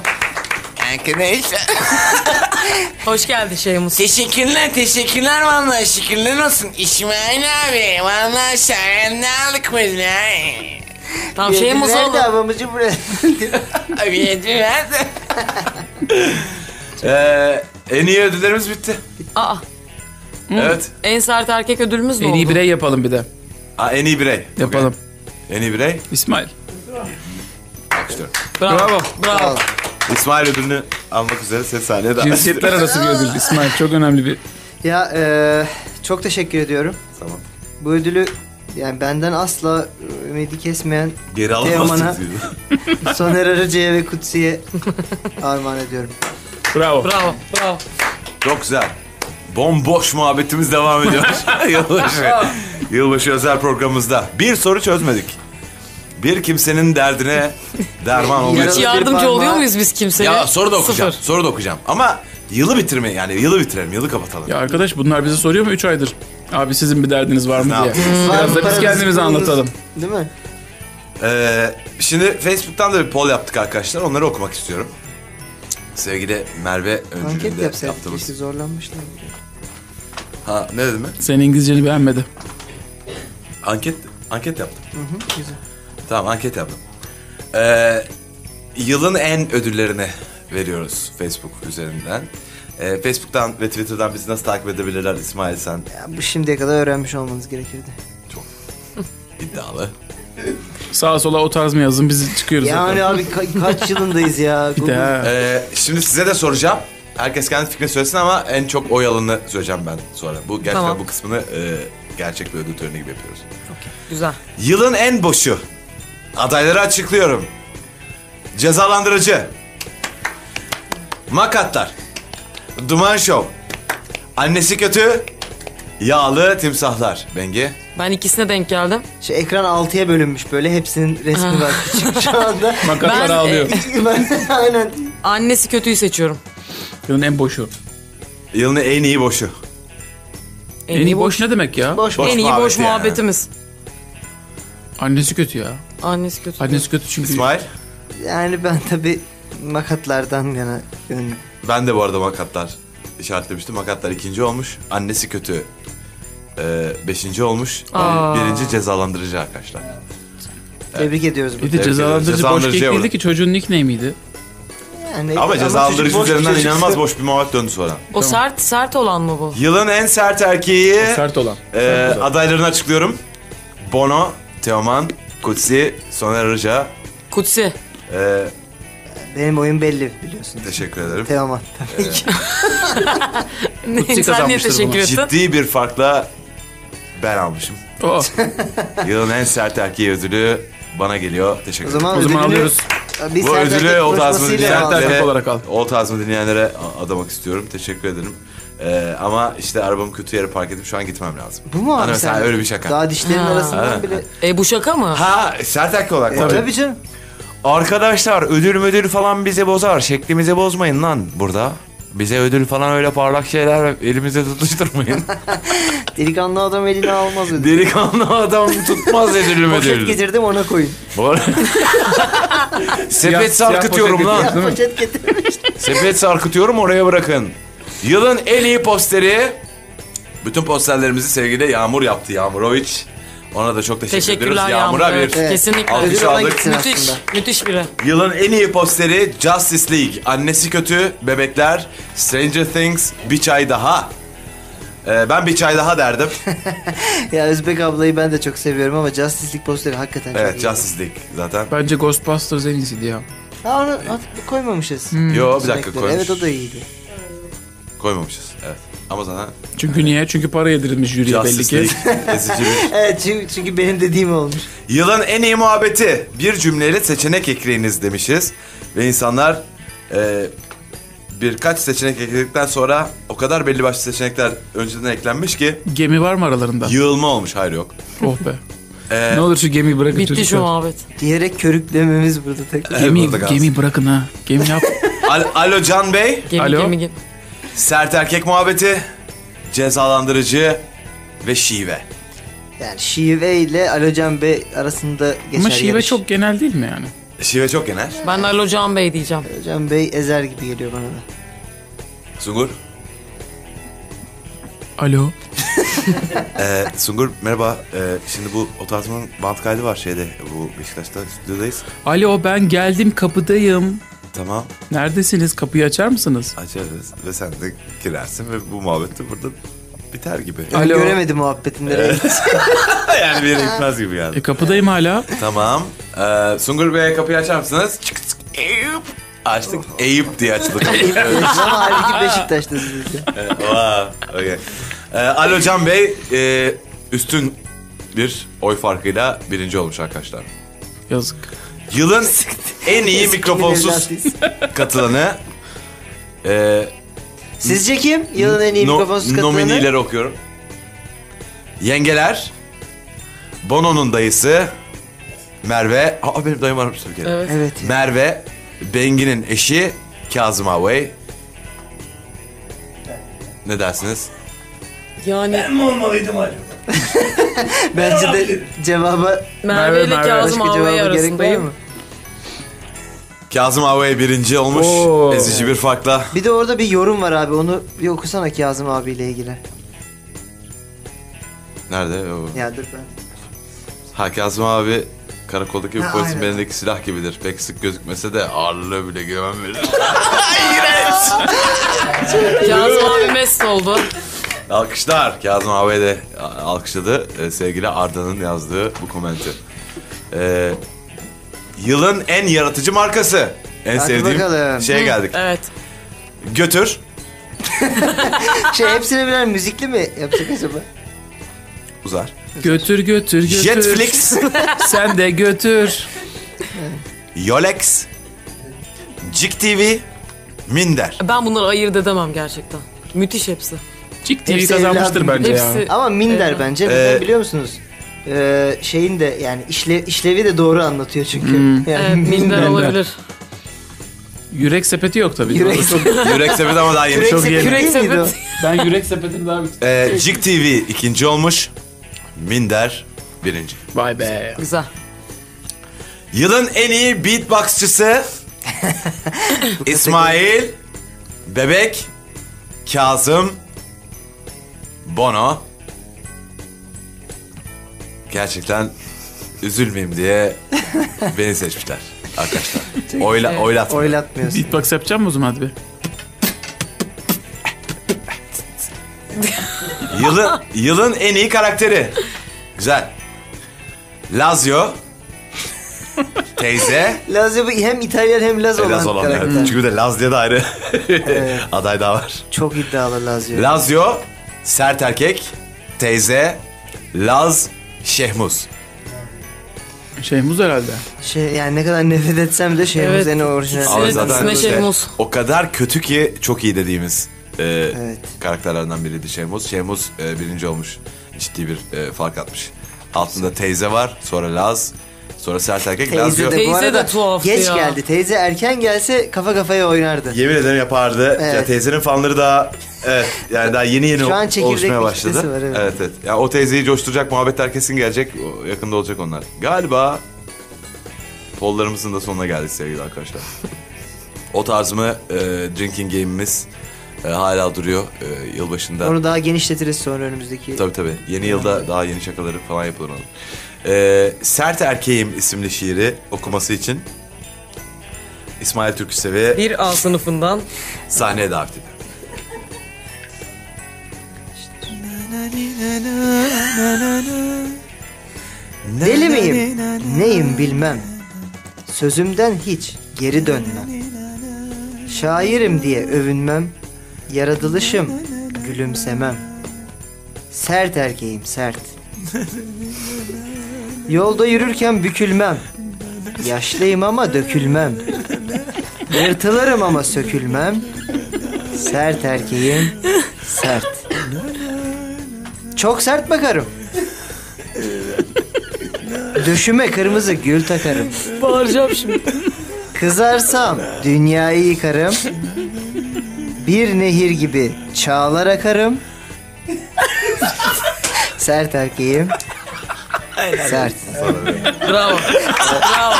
S5: Hoş geldin Şeymus.
S8: Teşekkürler teşekkürler vallahi şükürler olsun İsmail abi vallahi sayende aldık biz ya.
S5: Tamam Şeymus
S6: Nerede
S5: oldu.
S6: babamızı buraya?
S8: Abi yediler de.
S2: Eee, E, en iyi ödüllerimiz bitti.
S5: Aa,
S2: Evet.
S5: en sert erkek ödülümüz mü
S4: En
S5: oldu?
S4: iyi birey yapalım bir de.
S2: Aa, en iyi birey.
S4: Yapalım.
S2: En iyi birey.
S4: İsmail.
S2: Alkışlıyorum.
S5: Bravo. Bravo.
S4: Bravo.
S2: İsmail ödülünü almak üzere ses sahneye davet
S4: Cinsiyetler
S2: ediyorum.
S4: arası bir ödül. İsmail çok önemli bir.
S6: ya e, çok teşekkür ediyorum.
S2: Tamam.
S6: Bu ödülü yani benden asla ümidi kesmeyen
S2: Geri
S6: Teoman'a-
S2: alamazsınız. diyor.
S6: Soner Arıcı'ya ve Kutsi'ye armağan ediyorum.
S4: Bravo.
S5: Bravo. Bravo.
S2: Çok güzel. Bomboş muhabbetimiz devam ediyor. Yılbaşı. Yılbaşı özel programımızda. Bir soru çözmedik. Bir kimsenin derdine derman olmak
S5: Hiç
S6: Yaralı bir
S2: için.
S5: yardımcı
S6: parmağı-
S5: oluyor muyuz biz kimseye?
S2: Ya soru da okuyacağım.
S5: Sıfır.
S2: Soru da okuyacağım. Ama yılı bitirme yani yılı bitirelim, yılı kapatalım.
S4: Ya arkadaş bunlar bize soruyor mu 3 aydır? Abi sizin bir derdiniz var mı
S2: Ne
S4: diye.
S2: yaptınız?
S6: Var
S4: Biraz
S6: mı
S4: da biz
S6: paranız,
S4: kendimizi
S6: pulunuz?
S4: anlatalım.
S6: Değil mi?
S2: Ee, şimdi Facebook'tan da bir poll yaptık arkadaşlar. Onları okumak istiyorum. Sevgili Merve
S6: Anket
S2: öncülüğünde
S6: yapsaydık
S2: yaptığımız.
S6: keşke zorlanmışlar.
S2: Ha ne dedim ben?
S4: Senin İngilizceni beğenmedi.
S2: Anket anket yaptım.
S6: güzel.
S2: Tamam anket yaptım. Ee, yılın en ödüllerini veriyoruz Facebook üzerinden. Ee, Facebook'tan ve Twitter'dan bizi nasıl takip edebilirler İsmail sen
S6: Ya bu şimdiye kadar öğrenmiş olmanız gerekirdi.
S2: iddialı.
S4: Sağa sola o tarz mı yazın biz çıkıyoruz zaten.
S6: Yani abi ka- kaç yılındayız ya?
S4: Bir de ha.
S2: Ee, şimdi size de soracağım. Herkes kendi fikrini söylesin ama en çok oy alanını söyleyeceğim ben sonra. Bu gerçekten
S5: Tamam.
S2: bu kısmını e, gerçek bir ödül töreni gibi yapıyoruz.
S5: Güzel.
S2: Yılın en boşu. Adayları açıklıyorum. Cezalandırıcı. Makatlar. Duman Show. Annesi kötü. Yağlı timsahlar. Bengi.
S5: Ben ikisine denk geldim.
S6: Şey, ekran 6'ya bölünmüş böyle. Hepsinin resmi var küçük şu anda.
S4: Makatlar
S5: Ben- e-
S4: ağlıyor.
S6: ben aynen.
S5: Annesi kötüyü seçiyorum.
S4: Yılın en boşu.
S2: Yılın en iyi boşu.
S5: En,
S4: En, iyi boş ne demek ya?
S6: Boş
S2: Boş
S5: en iyi boş
S2: muhabbeti yani.
S5: muhabbetimiz.
S4: Annesi kötü ya.
S5: Annesi kötü.
S4: Annesi kötü çünkü.
S2: İsmail.
S6: Yani ben tabii makatlardan yana gönlüm.
S2: Ben de bu arada makatlar işaretlemiştim. Makatlar ikinci olmuş. Annesi kötü. e, beşinci olmuş.
S5: Aa.
S2: Birinci cezalandırıcı arkadaşlar.
S6: Tebrik ediyoruz
S4: Bir
S6: burada.
S4: de cezalandırıcı boş
S2: Cezalandırıcıya
S4: kek
S2: uğradı.
S4: değildi ki çocuğun nickname'iydi.
S6: Yani,
S2: Ama cezalandırıcı
S6: E, çocuk boş
S2: üzerinden
S6: çocuk.
S2: inanılmaz boş bir muhabbet döndü sonra.
S5: O sert sert olan mı bu?
S2: Yılın en sert erkeği.
S5: E-
S4: Sert olan.
S2: Ee, adaylarını açıklıyorum. Bono, Teoman, Kutsi, Soner Arıca.
S5: Kutsi.
S2: Ee,
S6: Benim oyun belli biliyorsun.
S2: teşekkür ederim.
S6: Teoman.
S5: Kutsi Sen niye
S4: kazanmıştır
S5: teşekkür
S4: bunu.
S5: ettin?
S2: Ciddi bir farkla ben almışım.
S4: Oo,
S2: Yılın en sert erkeği ödülü bana geliyor. Teşekkür
S6: O
S2: ederim.
S6: zaman,
S4: o zaman
S6: ödülünü-
S4: alıyoruz.
S6: Bir
S2: Bu
S6: Serdar
S2: ödülü
S6: Göktaş
S2: o tarzımı
S6: basıyla
S4: Sert
S6: aldık.
S4: erkek
S2: dinleyenlere,
S4: olarak al.
S2: o tarzımı dinleyenlere a- adamak istiyorum. Teşekkür ederim. Ee, ama işte arabamı kötü yere park edip şu an gitmem lazım.
S6: Bu mu abi
S2: Hani mesela
S6: sen?
S2: öyle bir şaka.
S6: Daha dişlerin
S5: Ha.
S6: arasından bile.
S5: E bu şaka mı?
S2: Ha sert erkek olarak.
S6: E,
S2: mı?
S6: tabii. canım.
S2: Arkadaşlar ödül ödül falan bizi bozar. Şeklimizi bozmayın lan burada. Bize ödül falan öyle parlak şeyler elimizde tutuşturmayın.
S6: Delikanlı adam elini almaz ödül.
S2: Delikanlı adam tutmaz ödülü
S6: Poşet getirdim ona koyun.
S2: Bu arada-
S4: Siyah-
S2: Sepet
S4: siyah
S2: sarkıtıyorum
S4: poşet
S2: lan.
S4: getirdim. Değil mi?
S6: Poşet getirdim.
S2: Sepet sarkıtıyorum oraya bırakın. Yılın en iyi posteri. Bütün posterlerimizi sevgili Yağmur yaptı Yağmuroviç. Ona da çok teşekkür
S5: Teşekkürler
S2: ediyoruz. Yağmur'a
S5: Yağmur,
S2: bir
S5: evet. Kesinlikle.
S2: alkış
S6: Ödül ona
S2: aldık.
S6: gitsin.
S5: Müthiş.
S6: şey aslında.
S5: Müthiş biri.
S2: Yılın en iyi posteri Justice League, Annesi Kötü, Bebekler, Stranger Things, Bir Çay Daha. Ee, ben Bir Çay Daha derdim.
S6: Ya Özbek ablayı ben de çok seviyorum ama Justice League posteri hakikaten
S2: evet,
S6: çok iyi.
S2: Justice League zaten.
S4: Bence Ghostbusters en iyisiydi ya.
S6: Ha onu at, koymamışız.
S4: Hmm.
S2: Yo bir dakika
S6: Renkleri.
S2: koymuş.
S6: Evet o da iyiydi.
S2: Koymamışız. Evet. Ama zaten
S4: Çünkü niye? Çünkü para yedirilmiş jüriye belli
S2: Justice
S4: ki.
S2: League ezici bir-
S6: Evet çünkü, çünkü benim dediğim olmuş.
S2: Yılın en iyi muhabbeti. Bir cümleyle seçenek ekleyiniz demişiz. Ve insanlar e, birkaç seçenek ekledikten sonra o kadar belli başlı seçenekler önceden eklenmiş ki
S4: Gemi var mı aralarında?
S2: yığılma olmuş. Hayır yok.
S4: Oh be.
S2: Ee,
S4: ne olur şu gemiyi bırakın
S5: Bitti şu
S4: çocuklar.
S5: muhabbet.
S6: Diyerek körüklememiz burada tek.
S2: Evet,
S4: Gemi,
S2: burada kalsın.
S4: gemi bırakın ha. Gemi yap.
S2: Al- Alo Can Bey.
S5: Gemi
S4: Alo?
S5: gemi gemi.
S2: Sert erkek muhabbeti, cezalandırıcı ve şive.
S6: Yani Şive ile Alocan Bey arasında geçer
S4: Ama şive
S6: yarış.
S4: çok genel değil mi yani?
S2: Şive çok genel.
S5: Ben de Alo Can Bey diyeceğim.
S6: Alocan Bey ezer gibi geliyor bana da.
S2: Sungur.
S4: Alo.
S2: Ee, Sungur merhaba. Ee, şimdi bu o tartışmanın bant kaydı var şeyde. Bu Beşiktaş'ta stüdyodayız.
S4: Alo ben geldim kapıdayım.
S2: Tamam
S4: Neredesiniz? Kapıyı açar mısınız?
S2: açarız ve sen de girersin ve bu muhabbet de burada biter gibi.
S4: Alo.
S6: Göremedim muhabbetin nereye.
S2: yani bir yere gitmez gibi yani.
S4: E kapıdayım hala.
S2: tamam. Ee, Sungur Bey kapıyı açar mısınız? Çık çık Eyüp. Açtık. Eyüp diye açıldı.
S6: Ama halbuki Beşiktaş'tasınız ya.
S2: Vay, okay. Ee, Alo Can Bey e, üstün bir oy farkıyla birinci olmuş arkadaşlar.
S4: Yazık.
S2: Yılın en iyi mikrofonsuz
S6: Evlatıyız.
S2: katılanı e,
S6: Sizce kim? Yılın en iyi
S2: no-
S6: mikrofonsuz katılanı.
S2: nominileri okuyorum. Yengeler Bono'nun dayısı Merve Aa benim dayım varmış bir kere.
S5: Evet.
S6: Evet.
S2: Merve Bengi'nin eşi Kazım Away. Ne dersiniz?
S5: Yani
S6: Bence de cevaba
S5: Merve ile
S4: Merve,
S5: Kazım
S6: başka
S5: Ağabey
S6: cevaba gerek var
S5: arasındayım.
S6: mı?
S2: Kazım Away birinci olmuş.
S4: Oo.
S2: Ezici bir farkla.
S6: Bir de orada bir yorum var abi. Onu bir okusana Kazım abiyle ilgili.
S2: Nerede? O-
S6: Ya dur ben.
S2: Ha Kazım abi karakoldaki bir
S6: Ha,
S2: polisin
S6: aynen.
S2: belindeki silah gibidir. Pek sık gözükmese de ağırlığı bile güven verir.
S5: Kazım abi mest oldu.
S2: Alkışlar. Kazım abi de alkışladı. Ee, sevgili Arda'nın yazdığı bu komenti. Ee, yılın en yaratıcı markası. En
S6: Hadi
S2: sevdiğim
S6: bakalım.
S2: şeye geldik.
S5: Evet.
S2: Götür.
S6: Şey hepsine birer müzikli mi yapsak acaba?
S2: Uzar.
S4: Götür götür götür.
S2: Jetflix.
S4: Sen de götür.
S2: Yolex. Cik TV. Minder.
S5: Ben bunları ayırt edemem gerçekten. Müthiş hepsi.
S4: Cik TV
S6: Hepsi
S4: kazanmıştır
S6: evladım.
S4: bence ya.
S5: Hepsi-
S6: Ama minder
S5: Evet.
S6: bence.
S2: Ee,
S6: Neden biliyor musunuz? Ee, şeyin de yani işle, işlevi de doğru anlatıyor çünkü.
S2: Hmm.
S6: Yani
S5: Evet, minder olabilir.
S4: Yürek sepeti yok tabii.
S6: Yürek
S4: Doğru, çok-
S2: Yürek sepeti ama daha yeni.
S6: Kürek
S4: Çok
S6: sepeti
S4: yeni.
S6: değil
S5: Kürek
S6: miydi o?
S4: ben yürek sepetini daha
S2: Ee, Cik TV ikinci olmuş. Minder birinci.
S4: Vay be.
S5: Güzel.
S2: Yılın en iyi beatboxçısı İsmail Bebek Kazım Bono Gerçekten üzülmeyeyim diye beni seçmişler arkadaşlar. Oyla, oylat.
S6: Oylatmıyorsun.
S4: Beatbox yapacak mısın o zaman hadi be?
S2: Yılın, yılın en iyi karakteri. Güzel. Lazio. Teyze.
S6: Lazio bu hem İtalyan hem Laz olan
S2: Laz olan. evet.
S6: karakter.
S2: Çünkü bir de Laz diye de ayrı aday daha var.
S6: Çok iddialı Lazio.
S2: Lazio, sert erkek, teyze, Laz, Şehmuz.
S4: Şeyhmuz herhalde.
S6: Şey, yani ne kadar nefret etsem de şey
S5: Evet.
S6: evet. en orijinal.
S5: Ama Evet, zaten- ismi Şehmuz.
S2: o kadar kötü ki çok iyi dediğimiz e,
S6: Evet.
S2: karakterlerden biriydi Şehmuz. Şehmuz e, birinci olmuş. Ciddi bir e, fark atmış. Altında teyze var, sonra Laz, sonra sert erkek, Lazio.
S5: de- Şey. Teyze tuhaftı
S6: geç
S5: ya.
S6: geldi. Teyze erken gelse kafa kafaya oynardı.
S2: Yemin ederim yapardı.
S6: Evet.
S2: Ya teyzenin fanları daha evet, yani daha yeni yeni
S6: Şu an çekirdek
S2: oluşmaya
S6: bir
S2: başladı.
S6: kitlesi var, evet.
S2: evet. Ya o teyzeyi coşturacak muhabbetler kesin gelecek. O- Yakında olacak onlar. Galiba pollarımızın da sonuna geldik sevgili arkadaşlar. o tarzımı e, drinking game'imiz e, hala duruyor e, yılbaşında.
S6: Onu daha genişletiriz sonra önümüzdeki.
S2: Tabii tabii. Yeni yılda daha yeni şakaları falan yapılır onun. Ee, Sert Erkeğim isimli şiiri okuması için İsmail Türküsev'i
S5: Bir A sınıfından
S2: sahneye davet ediyor.
S6: Deli miyim? Neyim bilmem. Sözümden hiç geri dönmem. Şairim diye övünmem. Yaratılışım gülümsemem. Sert erkeğim sert. Yolda yürürken bükülmem. Yaşlıyım ama dökülmem. Yırtılırım ama sökülmem. Sert erkeğim sert. Çok sert bakarım. Döşüme kırmızı gül takarım.
S5: bağıracağım şimdi.
S6: Kızarsam dünyayı yıkarım. Bir nehir gibi çağlar akarım. Sert erkeğim. Sert.
S5: Bravo. Bravo.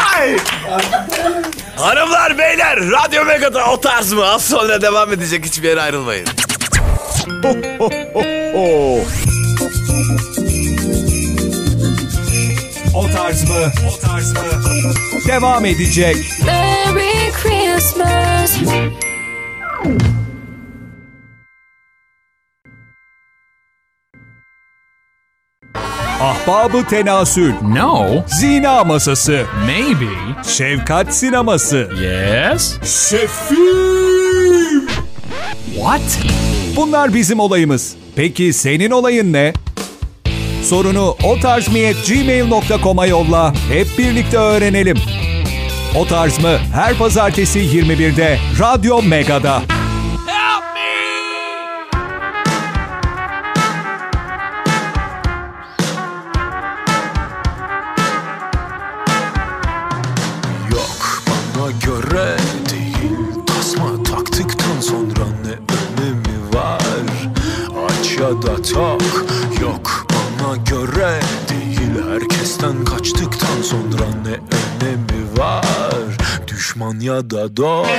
S2: Hanımlar beyler Radyo Mega'da o tarz mı? Az sonra devam edecek hiçbir yere ayrılmayın.
S1: O tarz mı? O tarz mı? Devam edecek.
S7: Merry Christmas.
S1: Ahbabı tenasül.
S9: No,
S1: Zina masası.
S9: maybe,
S1: Şefkat sineması.
S9: yes.
S1: Şefim.
S9: What?
S1: Bunlar bizim olayımız. Peki senin olayın ne? Sorunu o tarz gmail.com'a yolla. Hep birlikte öğrenelim. O tarz mı? Her pazartesi 21'de Radyo Mega'da.
S10: Yok bana göre değil Tasma taktıktan sonra ne önemi var Aç ya da tak Yok bana göre değil Herkesten kaçtıktan sonra ne önemi var Düşman ya da dost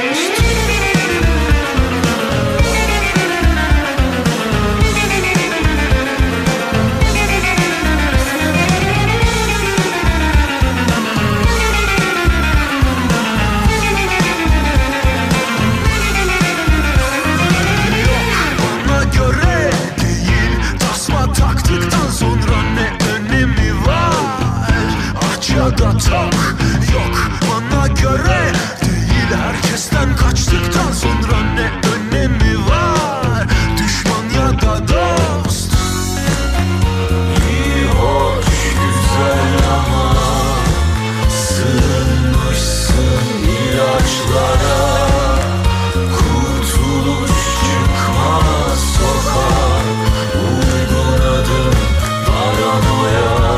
S10: da tak Yok bana göre değil Herkesten kaçtıktan sonra ne önemi var Düşman ya da dost İyi hoş güzel ama Sığınmışsın ilaçlara Kurtuluş çıkmaz sokak Uygun adım paranoya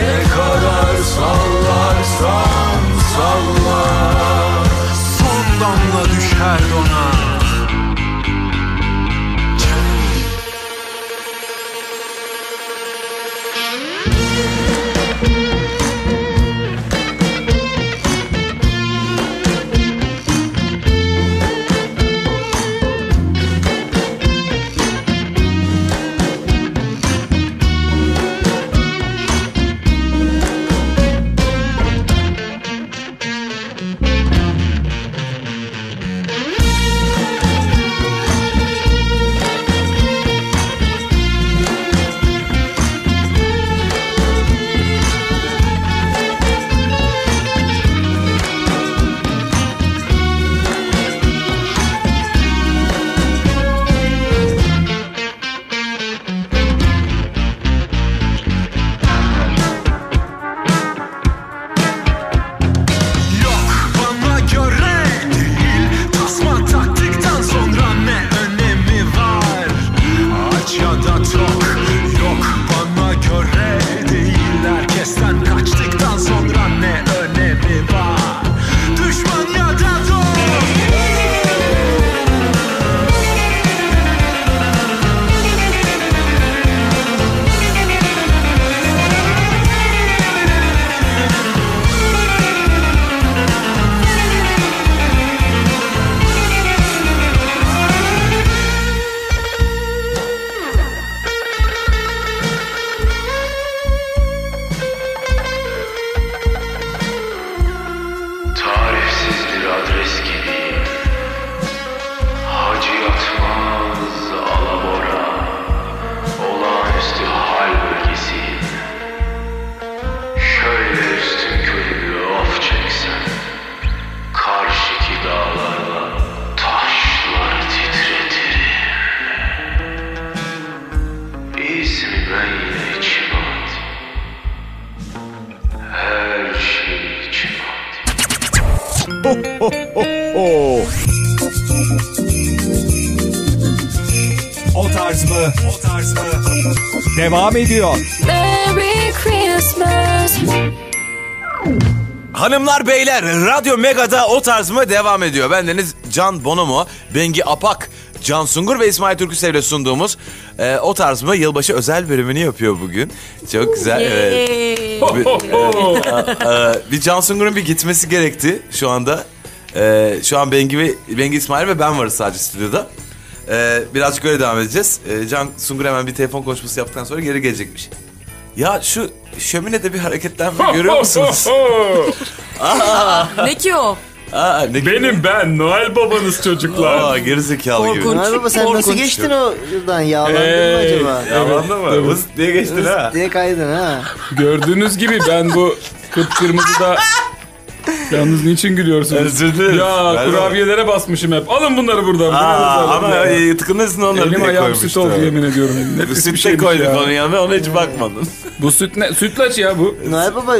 S10: Ne kadar sallarsan salla Son damla düşer dona Yok bana göre değil Tasma taktıktan sonra ne önemi var Aç ya da tok Yok bana göre değil Herkesten kaçtıktan sonra ne önemi var Düşman ya da dost
S11: Tarifsiz bir adres gibi Hacı yatmaz alabora Olağanüstü hal bölgesi Şöyle üstün körü bir of çeksen Karşıki dağlarla taşları titretirim İyisi mi ben yine içime at Her şey şeyi içime at
S3: Ho, ho, ho, ho.
S1: O tarz mı? O tarz mı? Devam ediyor.
S7: Merry Christmas.
S2: Hanımlar beyler Radyo Mega'da o tarz mı devam ediyor. Bendeniz Can Bonomo, Bengi Apak, Can Sungur ve İsmail Türküsev ile sunduğumuz e, o tarz mı yılbaşı özel bölümünü yapıyor bugün. Çok güzel. evet. Bir, e, a- a- bir Can Sungur'un bir gitmesi gerekti şu anda. E, şu an Bengi ve Bengi İsmail ve ben varız sadece stüdyoda. E, birazcık öyle devam edeceğiz. E, Can Sungur hemen bir telefon konuşması yaptıktan sonra geri gelecekmiş. Ya şu şöminede bir hareketlenme görüyor musunuz? Aa!
S5: Ne ki o?
S2: Aa, ne
S12: Benim ben Noel babanız çocuklar.
S2: Aa gerizekalı gibi.
S6: Korkunç. Noel baba sen nasıl geçtin o yıldan? Yağlandın mı
S12: Hey,
S6: acaba?
S2: Yağlandın mı?
S12: evet.
S2: Vız diye geçtin
S6: Hız
S2: ha.
S6: diye kaydın ha.
S12: Gördüğünüz gibi ben bu kıpkırmızı da... Yalnız niçin gülüyorsunuz?
S2: Özür dilerim.
S12: Ya
S2: Ben-
S12: kurabiyelere basmışım hep. Alın bunları buradan.
S2: Aa,
S12: Aa,
S2: ama e, tıkınırsın onları
S12: Elim
S2: diye
S12: ayağım
S2: koymuştu.
S12: süt oldu yemin ediyorum. Nefis bir
S2: Sütte
S12: şeymiş
S2: koyduk
S12: ya.
S2: şey onun yanına ona hiç bakmadın.
S12: Bu süt ne? Sütlaç ya bu.
S6: Noel baba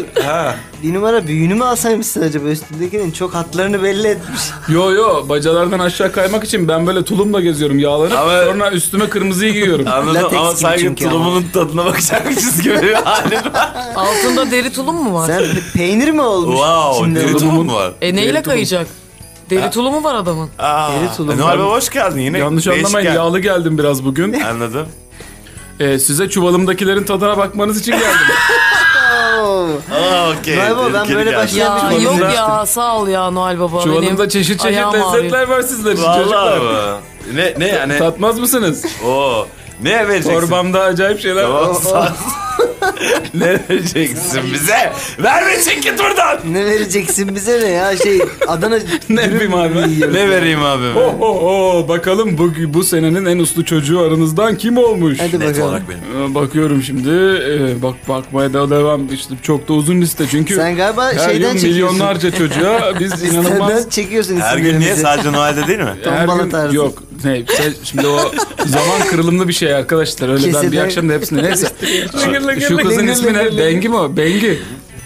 S6: bir numara büyüğünü mü alsaymışsın acaba? Üstündekinin çok hatlarını belli etmiş.
S12: Yo yo bacalardan aşağı kaymak için ben böyle tulumla geziyorum yağlanıp sonra üstüme kırmızıyı giyiyorum.
S2: Anladım
S6: Lateks
S2: ama
S6: gibi
S2: sanki
S6: çünkü ama.
S2: tulumunun tadına bakacakmışız gibi bir halin var.
S5: Altında deri tulum mu var?
S6: Sen peynir mi olmuş?
S2: Wow,
S6: Şimdi
S2: deri tulum var.
S5: E neyle
S12: Deri tulum.
S5: kayacak? Deri tulumu var adamın.
S2: Aa,
S6: Deri tulum
S2: e, Noel Baba hoş geldin yine.
S12: Yanlış
S2: Değişik
S12: anlamayın
S2: gel-
S12: yağlı geldim biraz bugün.
S2: Anladım.
S12: Ee, size çuvalımdakilerin tadına bakmanız için geldim.
S6: Oo.
S2: Aa okey.
S6: Noel Baba, ben
S2: Tehlikeli
S6: böyle
S2: geldi.
S6: başlayan
S5: Ya
S6: bir
S5: yok
S6: konuyum.
S5: ya sağ ol ya Noel Baba.
S12: Çuvalımda
S5: Benim
S12: çeşit çeşit
S5: ayağım ağrıyor.
S12: lezzetler var sizler için
S2: Vallahi
S12: çocuklar.
S2: mı? Ne, ne yani?
S12: Tatmaz mısınız?
S2: Oo. Ne vereceksin?
S12: Torbamda acayip şeyler var.
S2: Tamam. sağ- ne vereceksin bize? Vermesin git buradan.
S6: Ne vereceksin bize ne ya şey Adana
S4: ne yapayım abi?
S2: ne vereyim abi?
S4: Ho ho ho bakalım bu, bu senenin en uslu çocuğu aranızdan kim olmuş?
S6: Hadi
S2: Net bakalım. olarak benim.
S4: Ee, Bakıyorum şimdi ee, bak bakmaya da devam işte çok da uzun liste çünkü.
S6: Sen galiba
S4: her
S6: şeyden
S4: yıl
S6: çekiyorsun.
S4: milyonlarca çocuğa biz inanılmaz.
S6: Senden çekiyorsun
S2: Her gün niye sadece Noel'de değil mi?
S4: Her gün- Yok. Ne, sen- şimdi o zaman kırılımlı bir şey arkadaşlar. Öyle ben bir
S5: Kesede-
S4: akşam da hepsini. Neyse.
S5: Lıngır lıngır
S4: Şu kızın
S5: lıngır
S4: ismi ne?
S5: lıngır.
S4: Bengi mi o? Bengi.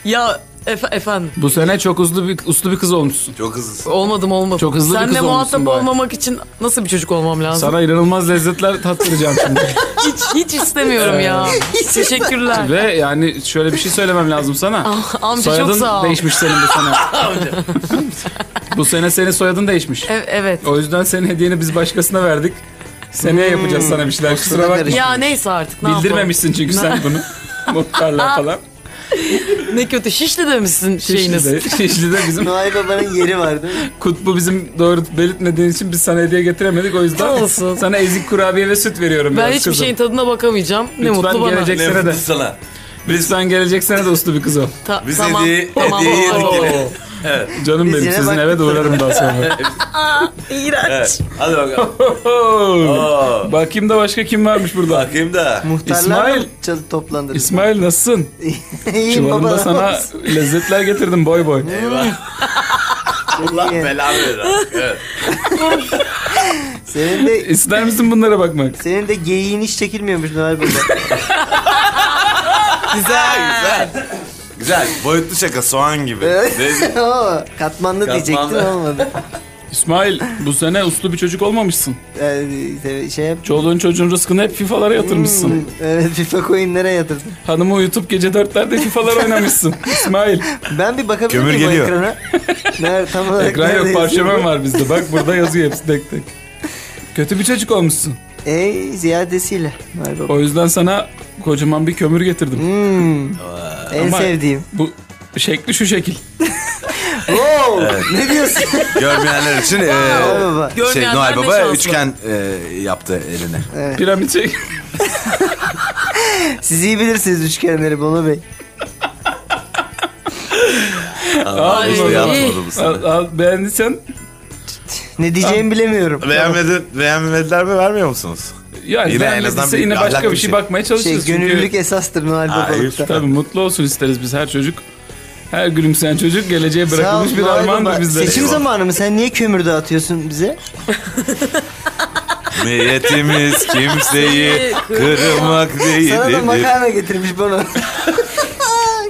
S5: Ya efe- efendim.
S4: Bu sene çok hızlı bir uslu bir kız olmuşsun.
S2: Çok hızlısın.
S5: Olmadım olmadım.
S4: Çok hızlı bir
S5: Senle
S4: kız olmuşsun
S5: muhatap
S4: bari.
S5: olmamak için nasıl bir çocuk olmam lazım?
S4: Sana inanılmaz lezzetler tattıracağım şimdi.
S5: Hiç, hiç istemiyorum ya.
S4: Ee,
S5: Teşekkürler.
S4: Ve yani şöyle bir şey söylemem lazım sana.
S5: Ah, amca çok
S4: soyadın
S5: sağ ol.
S4: değişmiş senin bu sene. bu sene senin soyadın değişmiş.
S5: E- evet.
S4: O yüzden senin hediyeni biz başkasına verdik. Seneye
S5: Hmm.
S4: yapacağız sana bir şeyler. Kusura bakma.
S5: Ya neyse artık ne
S4: Bildirmemişsin çünkü
S5: yapalım?
S4: sen bunu. Muhtarlığa falan.
S5: ne kötü şişli demişsin şeyiniz.
S4: Şişli'de, Şişli'de bizim...
S6: Noel Baba'nın yeri var değil mi?
S4: Kutbu bizim doğru belirtmediğin için biz sana hediye getiremedik. O yüzden sana ezik kurabiye ve süt veriyorum.
S5: Ben
S4: biraz
S5: hiçbir şey-
S4: kızım.
S5: şeyin tadına bakamayacağım. Ne
S4: Lütfen
S5: mutlu bana.
S4: gelecek sene de. Lütfen gelecek sene de uslu bir kız ol.
S5: Ta- Biz tamam, hediye- tamam.
S2: hediye yedik
S4: Oo.
S2: yine. Evet.
S4: Canım
S2: Biz
S4: benim
S2: yine
S4: sizin
S2: baktık
S4: eve de uğrarım daha sonra.
S5: İğrenç.
S2: Evet. Hadi bakalım.
S4: Oo. Bakayım da başka kim varmış burada?
S2: Bakayım da.
S6: Muhtarlar
S4: İsmail.
S6: mı çal- toplandı.
S4: İsmail nasılsın?
S6: İyiyim
S4: Çuvalımda
S6: baba.
S4: sana lezzetler getirdim boy boy.
S2: Allah belanı ver. Evet.
S6: Senin de...
S4: İster misin bunlara bakmak?
S6: Senin de geyiğin hiç çekilmiyormuş Noel Baba.
S2: güzel güzel. Güzel. Boyutlu şaka soğan gibi. Neyse.
S6: Oo, Katmanlı diyecektin
S4: Katmanlı.
S6: olmadı.
S4: İsmail bu sene uslu bir çocuk olmamışsın.
S6: Yani, şey yap.
S4: Çoluğun çocuğun rızkını hep FIFA'lara yatırmışsın.
S6: Hmm, evet FIFA coinlere yatırdım.
S4: Hanımı uyutup gece dörtlerde FIFA'lar oynamışsın. İsmail.
S6: Ben bir bakabilir
S4: Kömür
S6: miyim o
S4: geliyor.
S6: ekrana? Nerede tam olarak
S4: Ekran
S6: nerede
S4: yok
S6: yazıyor?
S4: parşömen var bizde. Bak burada yazıyor hepsi tek tek. Kötü bir çocuk olmuşsun.
S6: E ziyadesiyle. Noel Baba.
S4: O yüzden sana kocaman bir kömür getirdim.
S6: Hmm. En sevdiğim.
S4: Bu şekli şu şekil.
S6: Wow,
S2: Evet.
S6: ne diyorsun?
S2: Görmeyenler için e,
S6: Noel Baba.
S2: şey
S6: Görmeyenler
S2: Noel
S6: ne
S2: Baba
S6: şanslı.
S2: üçgen e, yaptı eline.
S4: Piramit şey- şekli.
S6: Siz iyi bilirsiniz üçgenleri Bono Bey.
S2: Aa,
S4: Ay.
S2: biz de yapmadı bu sene.
S4: Al, al, beğendiysen
S6: Ne diyeceğimi bilemiyorum.
S2: Beğenmedin, beğenmediler mi vermiyor musunuz?
S4: yani yine yine
S2: ahlaklı
S4: başka bir şey bakmaya çalışırız.
S6: Şey, gönüllülük
S4: çünkü-
S6: esastır Noel Babalık'ta.
S4: Tabii mutlu olsun isteriz biz her çocuk. Her gülümseyen çocuk geleceğe bırakılmış
S6: Sağ ol,
S4: bir
S6: Noel
S4: armağandır
S6: Baba.
S4: bizde.
S6: Seçim zamanı mı? Sen niye kömür dağıtıyorsun bize?
S2: Niyetimiz kimseyi kırmak
S6: Sana da
S2: değildir.
S6: makarna getirmiş bana.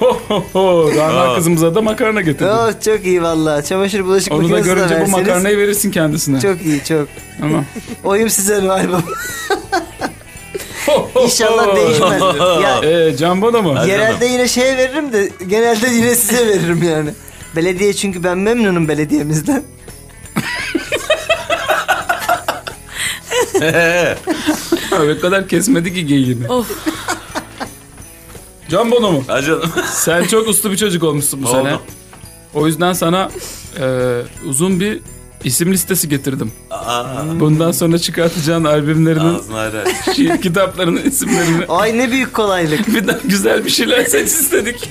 S4: Ho, ho, ho. Rana
S2: Aa.
S4: kızımıza da makarna getirdim.
S6: Oh, çok iyi vallahi. Çamaşır bulaşık
S4: Onu da
S6: makinesi de
S4: görünce bu
S6: verseniz.
S4: makarnayı verirsin kendisine.
S6: Çok iyi çok.
S4: Tamam.
S6: Oyum size Noel Baba. İnşallah değişmez. Ya,
S4: Ee, Cambona mı?
S6: Yerelde yine şey veririm de genelde yine size veririm yani. Belediye çünkü ben memnunum belediyemizden.
S4: Öyle kadar kesmedi ki geyiğini.
S5: Of.
S4: Can Bono mu?
S2: Ha canım.
S4: Sen çok uslu bir çocuk olmuşsun bu
S2: Oldum.
S4: sene. O yüzden sana e, uzun bir isim listesi getirdim.
S2: Aa,
S4: Bundan sonra çıkartacağın albümlerinin,
S2: ağzını ayrı.
S4: şiir kitaplarının isimlerini
S6: Ay ne büyük kolaylık.
S4: bir daha güzel bir şeyler seç istedik.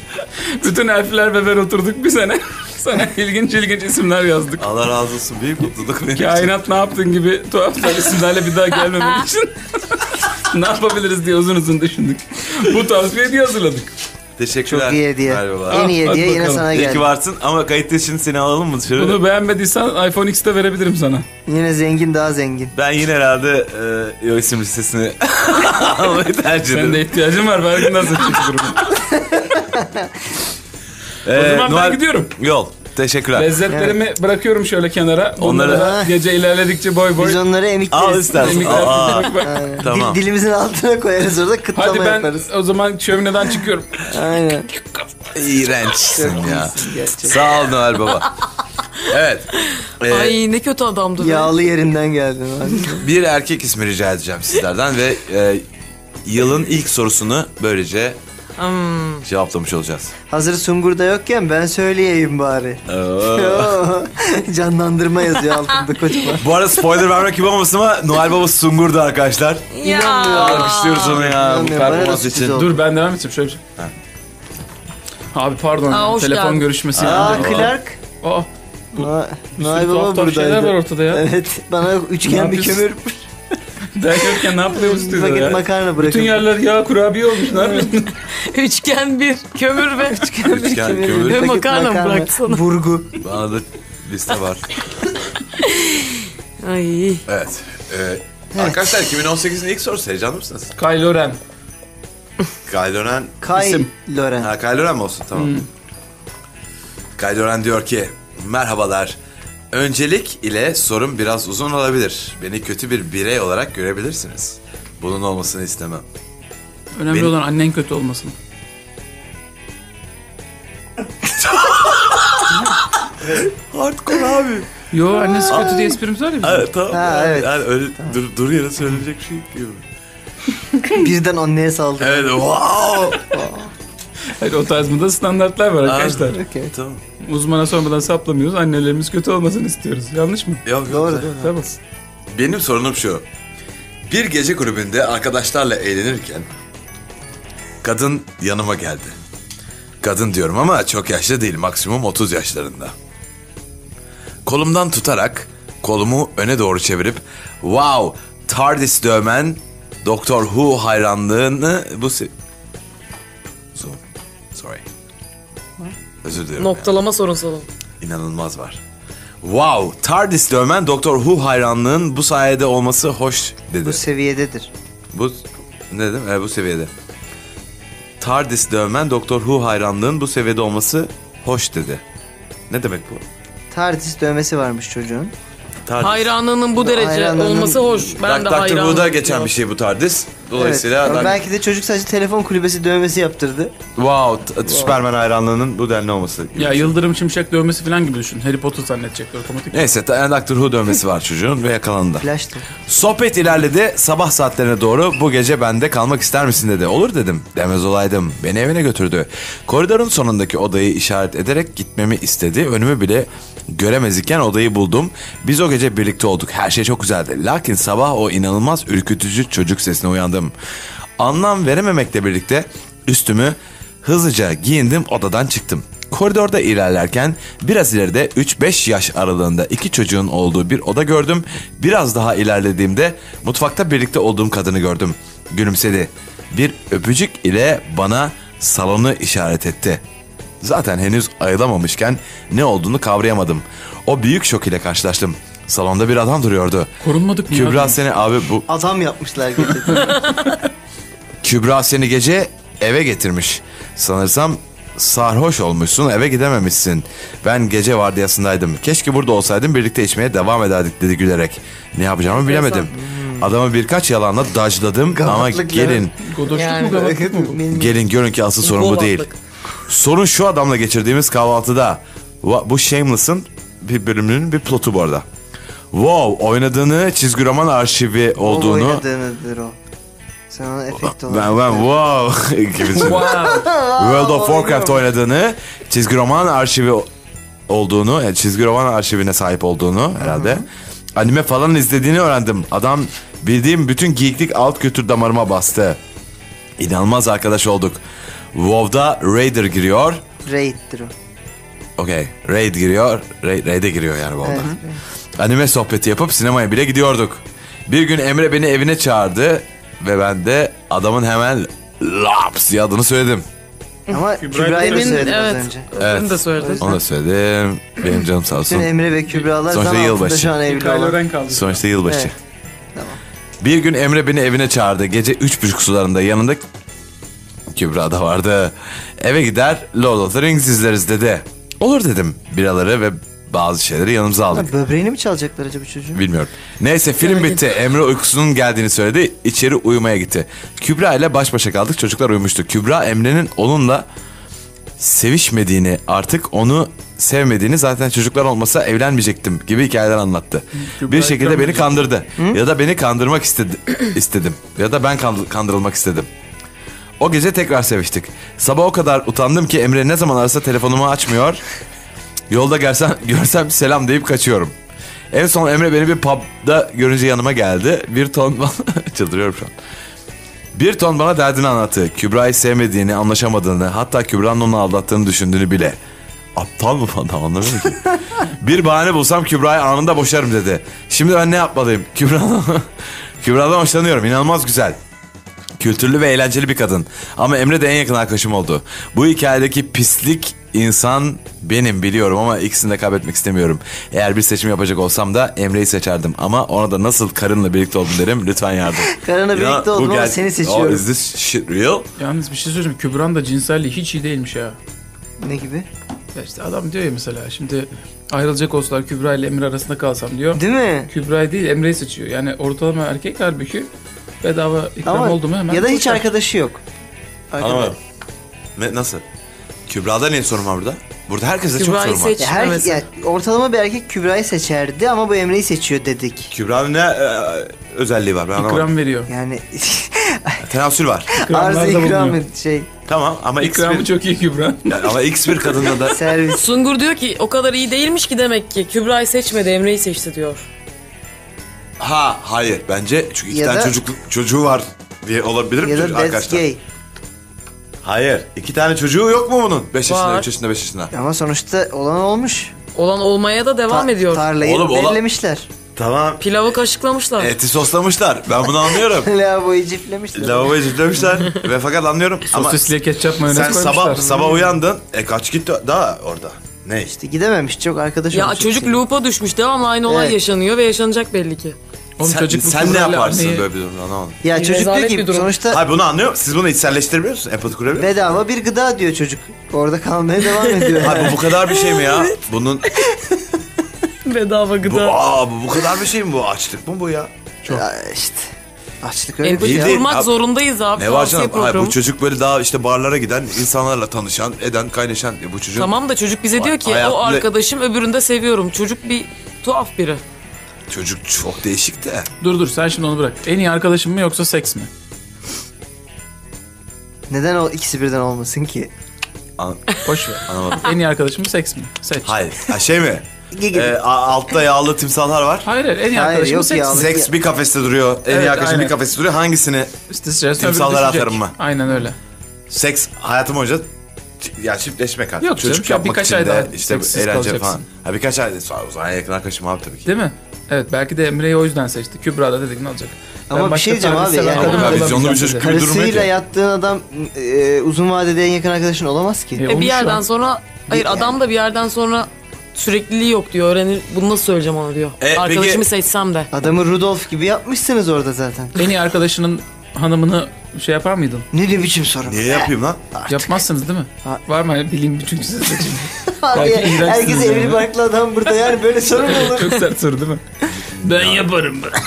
S4: Bütün elfler ve ben oturduk bir sene. Sana ilginç ilginç isimler yazdık.
S2: Allah razı olsun. Büyük mutluluk benim için.
S4: Kainat ne yaptın gibi tuhaf tuhaf isimlerle bir daha gelmemek için ne yapabiliriz diye uzun uzun düşündük. Bu tarz bir hediye hazırladık.
S2: Teşekkürler.
S6: Çok iyi hediye.
S2: Merhabalar.
S6: En iyi
S4: Ah, hadi
S6: hediye yine
S4: bakalım.
S6: sana
S2: İyi ki
S6: geldi.
S2: varsın ama kayıt dışını seni alalım mı dışarı?
S4: Bunu beğenmediysen iPhone X'te verebilirim sana.
S6: Yine zengin daha zengin.
S2: Ben yine herhalde e, o isim listesini almayı tercih ederim.
S4: Senin de ihtiyacın var. Ben nasıl durumu.
S2: Ee,
S4: o zaman
S2: Noel-
S4: ben gidiyorum.
S2: Yol. Teşekkürler.
S4: Lezzetlerimi bırakıyorum şöyle kenara. Onları,
S2: Onları-
S4: da gece ilerledikçe boy boy.
S6: Biz onları emikleriz.
S2: Al istersen.
S4: Emikler-
S2: Aa,
S4: Bak, bak.
S6: Dil-
S2: tamam.
S6: dilimizin altına koyarız orada kıtlama
S4: Hadi ben
S6: yaparız.
S4: o zaman şömineden çıkıyorum.
S6: Aynen.
S2: İğrençsin ya.
S6: Gerçek.
S2: Sağ ol Noel Baba. Evet. Ee,
S5: Ay ne kötü adamdı be.
S6: Yağlı yerinden geldin. abi.
S2: bir erkek ismi rica edeceğim sizlerden ve e, yılın ilk sorusunu böylece
S5: Hmm.
S2: Cevaplamış olacağız.
S6: Hazır Sungur'da yokken ben söyleyeyim bari. Canlandırma yazıyor altında kocaman.
S2: Bu arada spoiler vermek gibi olmasın ama Noel Babası Sungur'du arkadaşlar.
S5: Ya.
S2: Alkışlıyoruz onu ya bu
S4: İnanmıyorum, bana da
S2: performans
S4: sürpriz
S2: için.
S4: oldu. Dur, ben devam edeceğim şöyle bir şey. Abi pardon.
S6: Aa,
S4: ya,
S6: hoş
S4: telefon
S6: geldin.
S4: görüşmesi.
S6: Aa,
S4: yapıldı.
S6: Clark.
S4: Aa.
S6: Bu,
S4: sürü
S6: Noel
S4: tuhaf
S6: Baba
S4: tuhaf şeyler
S6: buradaydı.
S4: var ortada ya.
S6: Evet bana üçgen
S4: Ne
S6: bir
S4: yapıyorsun?
S6: kömür.
S4: Ders yokken ne yapıyoruz diyor
S6: Paket
S4: ya.
S6: makarna
S4: Bütün
S6: bırakın.
S4: yerler yağ kurabiye olmuş. Ne yapıyorsun?
S5: Üçgen bir kömür ve üçgen bir
S2: Üçgen
S5: kömür.
S2: kömür.
S5: Ve
S2: Paket
S5: makarna mı
S2: makarna.
S5: bıraktı sana?
S6: Burgu.
S2: Bana da liste var.
S5: Ay.
S2: Evet. Ee, Arkadaşlar 2018'in ilk sorusu heyecanlı mısınız?
S4: Kyle Loren.
S2: Kyle Loren
S6: Kyle
S2: isim.
S6: Loren.
S2: Ha, Kyle Loren mi olsun? Tamam.
S6: Hmm.
S2: Kyle Loren diyor ki, merhabalar. Öncelik ile sorum biraz uzun olabilir. Beni kötü bir birey olarak görebilirsiniz. Bunun olmasını istemem.
S4: Önemli
S2: Benim-
S4: olan annen kötü olmasın.
S2: Hardcore abi.
S4: Yo annesi kötü diye esprimiz var ya bizim.
S2: Evet tamam. Ha, evet. Yani öyle dur, dur yere söylenecek bir şey yok.
S6: Birden anneye saldı.
S2: Evet wow.
S4: Hayır o tarz mı da standartlar var arkadaşlar.
S2: Tamam.
S4: Uzmana sormadan saplamıyoruz. Annelerimiz kötü olmasını istiyoruz. Yanlış mı?
S2: Yok,
S4: Doğru. Tamam.
S2: Benim sorunum şu. Bir gece kulübünde arkadaşlarla eğlenirken kadın yanıma geldi. Kadın diyorum ama çok yaşlı değil maksimum 30 yaşlarında. Kolumdan tutarak kolumu öne doğru çevirip wow TARDIS dövmen Doktor Who hayranlığını bu se- So- sorry. Özür dilerim.
S5: Noktalama sorunsalı.
S2: İnanılmaz var. Wow, TARDIS dövmen Doktor Who hayranlığın bu sayede olması hoş dedi. Bu
S6: seviyededir.
S2: Bu ne dedim? Evet, bu seviyede. TARDIS dövmen Doktor Who hayranlığın bu seviyede olması hoş dedi. Ne demek bu?
S6: Tardis dövmesi varmış çocuğun.
S2: TARDIS.
S5: Hayranlığının bu derece
S6: Hayranlığının-
S5: olması hoş. Ben de
S2: Doctor
S5: hayranım.
S2: Who'da geçen bir şey bu TARDIS. Dolayısıyla
S6: Evet, ama
S2: Doc-
S6: Belki de çocuk sadece telefon kulübesi dövmesi yaptırdı.
S2: wow, t- Superman hayranlığının bu denli olması. gibi.
S4: Ya Yıldırım Şimşek dövmesi falan gibi düşün. Harry Potter zannedecekler otomatik.
S2: Neyse ta- Doctor Who dövmesi var çocuğun ve yakalandı.
S6: Flash
S2: Sohbet ilerledi. Sabah saatlerine doğru bu gece bende kalmak ister misin dedi. Olur dedim. Demez olaydım. Beni evine götürdü. Koridorun sonundaki odayı işaret ederek gitmemi istedi. Önümü bile göremez iken odayı buldum. Biz o gece birlikte olduk. Her şey çok güzeldi. Lakin sabah o inanılmaz ürkütücü çocuk sesine uyandım. Anlam verememekle birlikte üstümü hızlıca giyindim odadan çıktım. Koridorda ilerlerken biraz ileride 3-5 yaş aralığında iki çocuğun olduğu bir oda gördüm. Biraz daha ilerlediğimde mutfakta birlikte olduğum kadını gördüm. Gülümsedi. Bir öpücük ile bana salonu işaret etti. Zaten henüz ayılamamışken ne olduğunu kavrayamadım. O büyük şok ile karşılaştım. Salonda bir adam duruyordu.
S4: Korunmadık mı? ya?
S2: Kübra seni abi bu
S6: Adam yapmışlar gece.
S2: Kübra seni gece eve getirmiş. Sanırsam sarhoş olmuşsun eve gidememişsin. Ben gece vardiyasındaydım. Keşke burada olsaydım birlikte içmeye devam ederdik dedi gülerek. Ne yapacağımı bilemedim. Adamı birkaç yalanla dajladım ama
S4: Gavatlık ya.
S2: gelin.
S4: Godoşluk mu? Gavatlık mı? bu?
S2: Gelin görün ki asıl sorun bu değil. Sorun şu adamla geçirdiğimiz kahvaltıda. Va- Bu Shameless'ın bir bölümünün bir plotu bu arada. Wow oynadığını çizgi roman arşivi
S6: O
S2: olduğunu
S6: oynadığınıdır o. Sen ona efekt olarak.
S2: ben ben wow gibi söylüyorum. World of Warcraft oynadığını, çizgi roman arşivi olduğunu, yani çizgi roman arşivine sahip olduğunu herhalde. Anime falan izlediğini öğrendim. Adam bildiğim bütün geeklik alt kültür damarıma bastı. İnanılmaz arkadaş olduk. WoW'da Raider giriyor.
S6: Raid'dir o.
S2: Okey. Raid giriyor. Ra- Raid'e giriyor yani WoW'da.
S6: Evet.
S2: Anime sohbeti yapıp sinemaya bile gidiyorduk. Bir gün Emre beni evine çağırdı ve ben de adamın hemen laps diye adını söyledim.
S6: Ama
S5: Kübra'yı
S6: Kübra'yı da
S5: Demin-
S6: söyledim
S5: evet.
S6: az önce.
S2: Evet.
S5: Onu da söyledin.
S2: Onu da söyledim. Benim canım sağ olsun.
S6: Bütün Emre ve Kübra'lar zan
S2: Sonuçta
S6: altında
S2: yılbaşı.
S6: şu an evli olan.
S2: Sonuçta yılbaşı.
S6: Evet.
S2: Bir gün Emre beni evine çağırdı. Gece üç buçuk sularında yanında Kübra da vardı. Eve gider Lord of the Rings izleriz dedi. Olur dedim. Biraları ve bazı şeyleri yanımıza aldık.
S6: Ha, Böbreğini mi çalacaklar acaba çocuğun?
S2: Bilmiyorum. Neyse film bitti. Emre uykusunun geldiğini söyledi. İçeri uyumaya gitti. Kübra ile baş başa kaldık. Çocuklar uyumuştu. Kübra Emre'nin onunla sevişmediğini artık onu sevmediğini zaten çocuklar olmasa evlenmeyecektim gibi hikayeler anlattı.
S4: Kübra
S2: bir şekilde beni
S4: evlenmeyecek.
S2: kandırdı. Ya da beni kandırmak istedi, istedim. Ya da ben kandı- kandırılmak istedim. O gece tekrar seviştik. Sabah o kadar utandım ki Emre ne zaman arasa telefonumu açmıyor. Yolda görsem, görsem selam deyip kaçıyorum. En son Emre beni bir pub'da görünce yanıma geldi. Bir ton çıldırıyorum şu an. Bir ton bana derdini anlattı. Kübra'yı sevmediğini, anlaşamadığını, hatta Kübra'nın onu aldattığını düşündüğünü bile. Aptal mı falan anlamıyorum ki. bir bahane bulsam Kübra'yı anında boşarım dedi. Şimdi ben ne yapmalıyım? Kübra'dan, Kübra'dan hoşlanıyorum. İnanılmaz güzel. Kültürlü ve eğlenceli bir kadın. Ama Emre de en yakın arkadaşım oldu. Bu hikayedeki pislik insan benim biliyorum ama ikisini de kaybetmek istemiyorum. Eğer bir seçim yapacak olsam da Emre'yi seçerdim. Ama ona da nasıl karınla birlikte oldun derim. Lütfen yardım.
S6: Karınla
S2: Ya, bu
S6: birlikte oldum ama
S2: ger-
S6: seni
S2: Oh,
S6: seçiyorum.
S2: is this shit real?
S4: Yalnız bir şey söyleyeceğim. Kübra'nın da cinselliği hiç iyi değilmiş ya.
S6: Ne gibi?
S4: Ya işte adam diyor ya mesela şimdi ayrılacak olsalar Kübra ile Emre arasında kalsam diyor.
S6: Değil mi?
S4: Kübra'yı değil Emre'yi seçiyor. Yani ortalama erkek halbuki bedava ikram
S6: Ama
S4: oldu mu hemen
S6: ya da hiç
S4: koşar.
S6: arkadaşı yok. Arkadaş-
S2: Anlamadım. Ne, nasıl? Kübra'da ne sorun var burada? Burada herkese çok sorun var.
S6: Ya her- ya ortalama bir erkek Kübra'yı seçerdi ama bu Emre'yi seçiyor dedik.
S2: Kübra'nın ne e, özelliği var ben anlamadım.
S4: veriyor.
S6: Yani
S2: Tenasül var.
S6: arz ikram et şey.
S2: Tamam ama X1...
S4: çok iyi Kübra.
S2: ama X1 kadında da...
S5: Sungur diyor ki o kadar iyi değilmiş ki demek ki. Kübra'yı seçmedi Emre'yi seçti diyor.
S2: Ha hayır bence çünkü iki
S5: Ya
S2: tane
S5: da-
S2: çocuk, çocuğu var diye olabilir mi
S5: Ya da
S2: çocuk-
S5: that's
S2: arkadaşlar?
S6: gay.
S2: Hayır. iki tane çocuğu yok mu bunun? 5 yaşında,
S5: Var.
S2: 3 yaşında, 5 yaşında.
S6: Ama sonuçta olan olmuş.
S5: Olan olmaya da devam
S6: Ta-
S5: ediyor.
S6: Tarlayı
S2: Oğlum, olan-
S6: bellemişler.
S2: Tamam.
S5: Pilavı kaşıklamışlar.
S2: Eti soslamışlar. Ben bunu anlıyorum.
S6: Lavaboyu ciflemişler.
S2: Lavaboya ciplemişler ve fakat anlıyorum. Ama
S4: Sosisliye ketçap mayonez
S2: sen
S4: koymuşlar.
S2: sabah, sabah uyandın. E kaç gitti daha orada? Ne?
S6: İşte gidememiş çok arkadaş
S5: Ya
S6: olmuş.
S5: çocuk loop'a düşmüş. Devamlı aynı olay
S6: Evet.
S5: yaşanıyor ve yaşanacak belli ki.
S2: Oğlum sen,
S6: çocuk bu
S2: sen ne
S6: kızlarla
S2: yaparsın
S6: anneyi-
S2: böyle bir durumda anlamadım.
S6: Ya çocuk diyor
S5: rezalet
S6: ki
S5: bir durum.
S6: sonuçta
S2: Hayır bunu anlıyor musun? Siz bunu içselleştirebiliyor musunuz? Empati kurabiliyor musunuz?
S6: bedava bir gıda diyor çocuk. Orada kalmaya devam ediyor.
S2: Hayır bu, bu kadar bir şey mi ya? Bunun
S5: Bedava
S2: bu,
S5: gıda.
S2: aa, bu, bu kadar bir şey mi bu? Açlık mı bu ya?
S6: Çok. işte. Açlık öyle bir
S5: Empati
S2: Değil,
S6: şey.
S2: değil.
S5: kurmak
S2: Abi-
S5: zorundayız abi.
S2: Ne var
S5: Tavsiye
S2: canım? Hayır, bu
S5: programı.
S2: çocuk böyle daha işte barlara giden, insanlarla tanışan, eden, kaynaşan E, bu çocuk.
S5: Tamam da çocuk bize diyor ki
S2: Hayatlı-
S5: o arkadaşım öbürünü de seviyorum. Çocuk bir tuhaf biri.
S2: Çocuk çok değişik de.
S4: Dur dur sen şimdi onu bırak. En iyi arkadaşım mı yoksa seks mi?
S6: Neden o ikisi birden olmasın ki?
S2: An-
S4: Boş ver.
S2: Anlamadım.
S4: en iyi arkadaşım mı seks mi? Seç.
S2: Hayır. Ha, şey mi?
S6: Gigi.
S2: Ee, a- altta yağlı timsahlar var.
S4: Hayır hayır en iyi arkadaşım mı seks mi?
S2: Seks bir kafeste duruyor. En
S4: Evet,
S2: iyi arkadaşım
S4: aynen.
S2: bir kafeste duruyor. Hangisini
S4: İşte sırasında öbürü
S2: timsahlara
S4: düşecek.
S2: atarım mı?
S4: Aynen öyle.
S2: Seks hayatım boyunca ç- ya çiftleşmek artık.
S4: Yok canım,
S2: Çocuk
S4: ya
S2: yapmak
S4: birkaç
S2: için
S4: ay
S2: de
S4: daha
S2: işte
S4: seksiz
S2: eğlence
S4: kalacaksın.
S2: falan. Ha birkaç ay sonra o zaman en yakın arkadaşım abi tabii ki.
S4: Değil mi? Evet belki de Emre'yi o yüzden seçti. Kübra da dedik ne olacak?
S6: Ama bir
S4: başka
S6: şey diyeceğim
S4: tarzı
S6: abi,
S4: seven
S6: yani-
S4: kadın
S6: Ama
S2: vizyonlu
S4: olabileceğim
S2: bir çocuk
S4: dedi.
S2: gibi durmuyor ki.
S6: Karısıyla yattığın adam e, uzun vadede en yakın arkadaşın olamaz ki.
S5: E, bir yerden sonra hayır adam da bir yerden sonra sürekliliği yok diyor. Öğrenir. Bunu nasıl söyleyeceğim ona diyor.
S6: E, peki-
S5: Arkadaşımı seçsem de.
S6: Adamı Rudolf gibi yapmışsınız orada zaten.
S4: En iyi arkadaşının hanımını şey yapar mıydın?
S6: Ne de biçim soru.
S2: Niye yapayım lan?
S4: Yapmazsınız değil mi? Var mı? Bileyim çünkü siz de şimdi.
S6: Abi,
S4: Belki iğrençsiniz
S6: herkes
S4: yani.
S6: evli barklı adam burada yani böyle soru mu olur?
S4: Çok sert soru değil mi? Ben yaparım ben.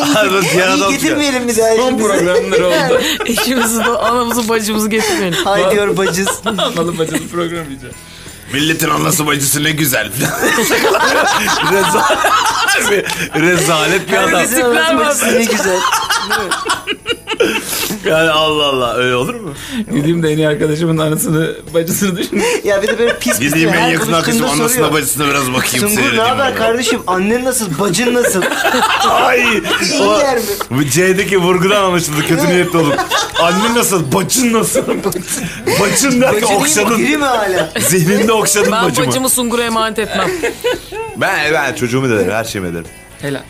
S2: Harbi diğer adam
S6: İyi getirmeyelim bir daha
S4: Son
S6: işimizi.
S4: programlar oldu.
S5: Eşimizi de anamızı bacımızı getirmeyin.
S6: Hay diyor bacız.
S4: Analım bacım program iyice.
S2: Milletin anası bacısı ne güzel. rezalet, bir, rezalet bir adam.
S6: Herkesin anası bacısı ne güzel.
S2: Yani Allah Allah öyle olur mu?
S4: Gideyim de en iyi arkadaşımın anasını bacısını düşün.
S6: Ya bir de böyle pis pis.
S2: Gideyim en
S6: her
S2: yakın arkadaşım
S6: konuştuğunda
S2: anasına
S6: soruyor.
S2: bacısına biraz bakayım
S6: Sungur ne
S2: seyredeyim.
S6: haber
S2: bunu.
S6: kardeşim? Annen nasıl? Bacın nasıl?
S2: Ay!
S6: İyi
S2: o-
S6: yer mi?
S2: Bu C'deki vurgudan anlaşıldı kötü niyetli olup. Annen nasıl? Bacın nasıl? Bacın derken
S5: Bacı değil mi?
S6: Biri
S2: okşadın.
S6: mi hala?
S2: Zihninde okşadın
S5: Ben
S2: bacımı.
S5: bacımı Sungur'a emanet etmem.
S2: Ben, ben çocuğumu da ederim her şeyimi ederim.
S4: Helal.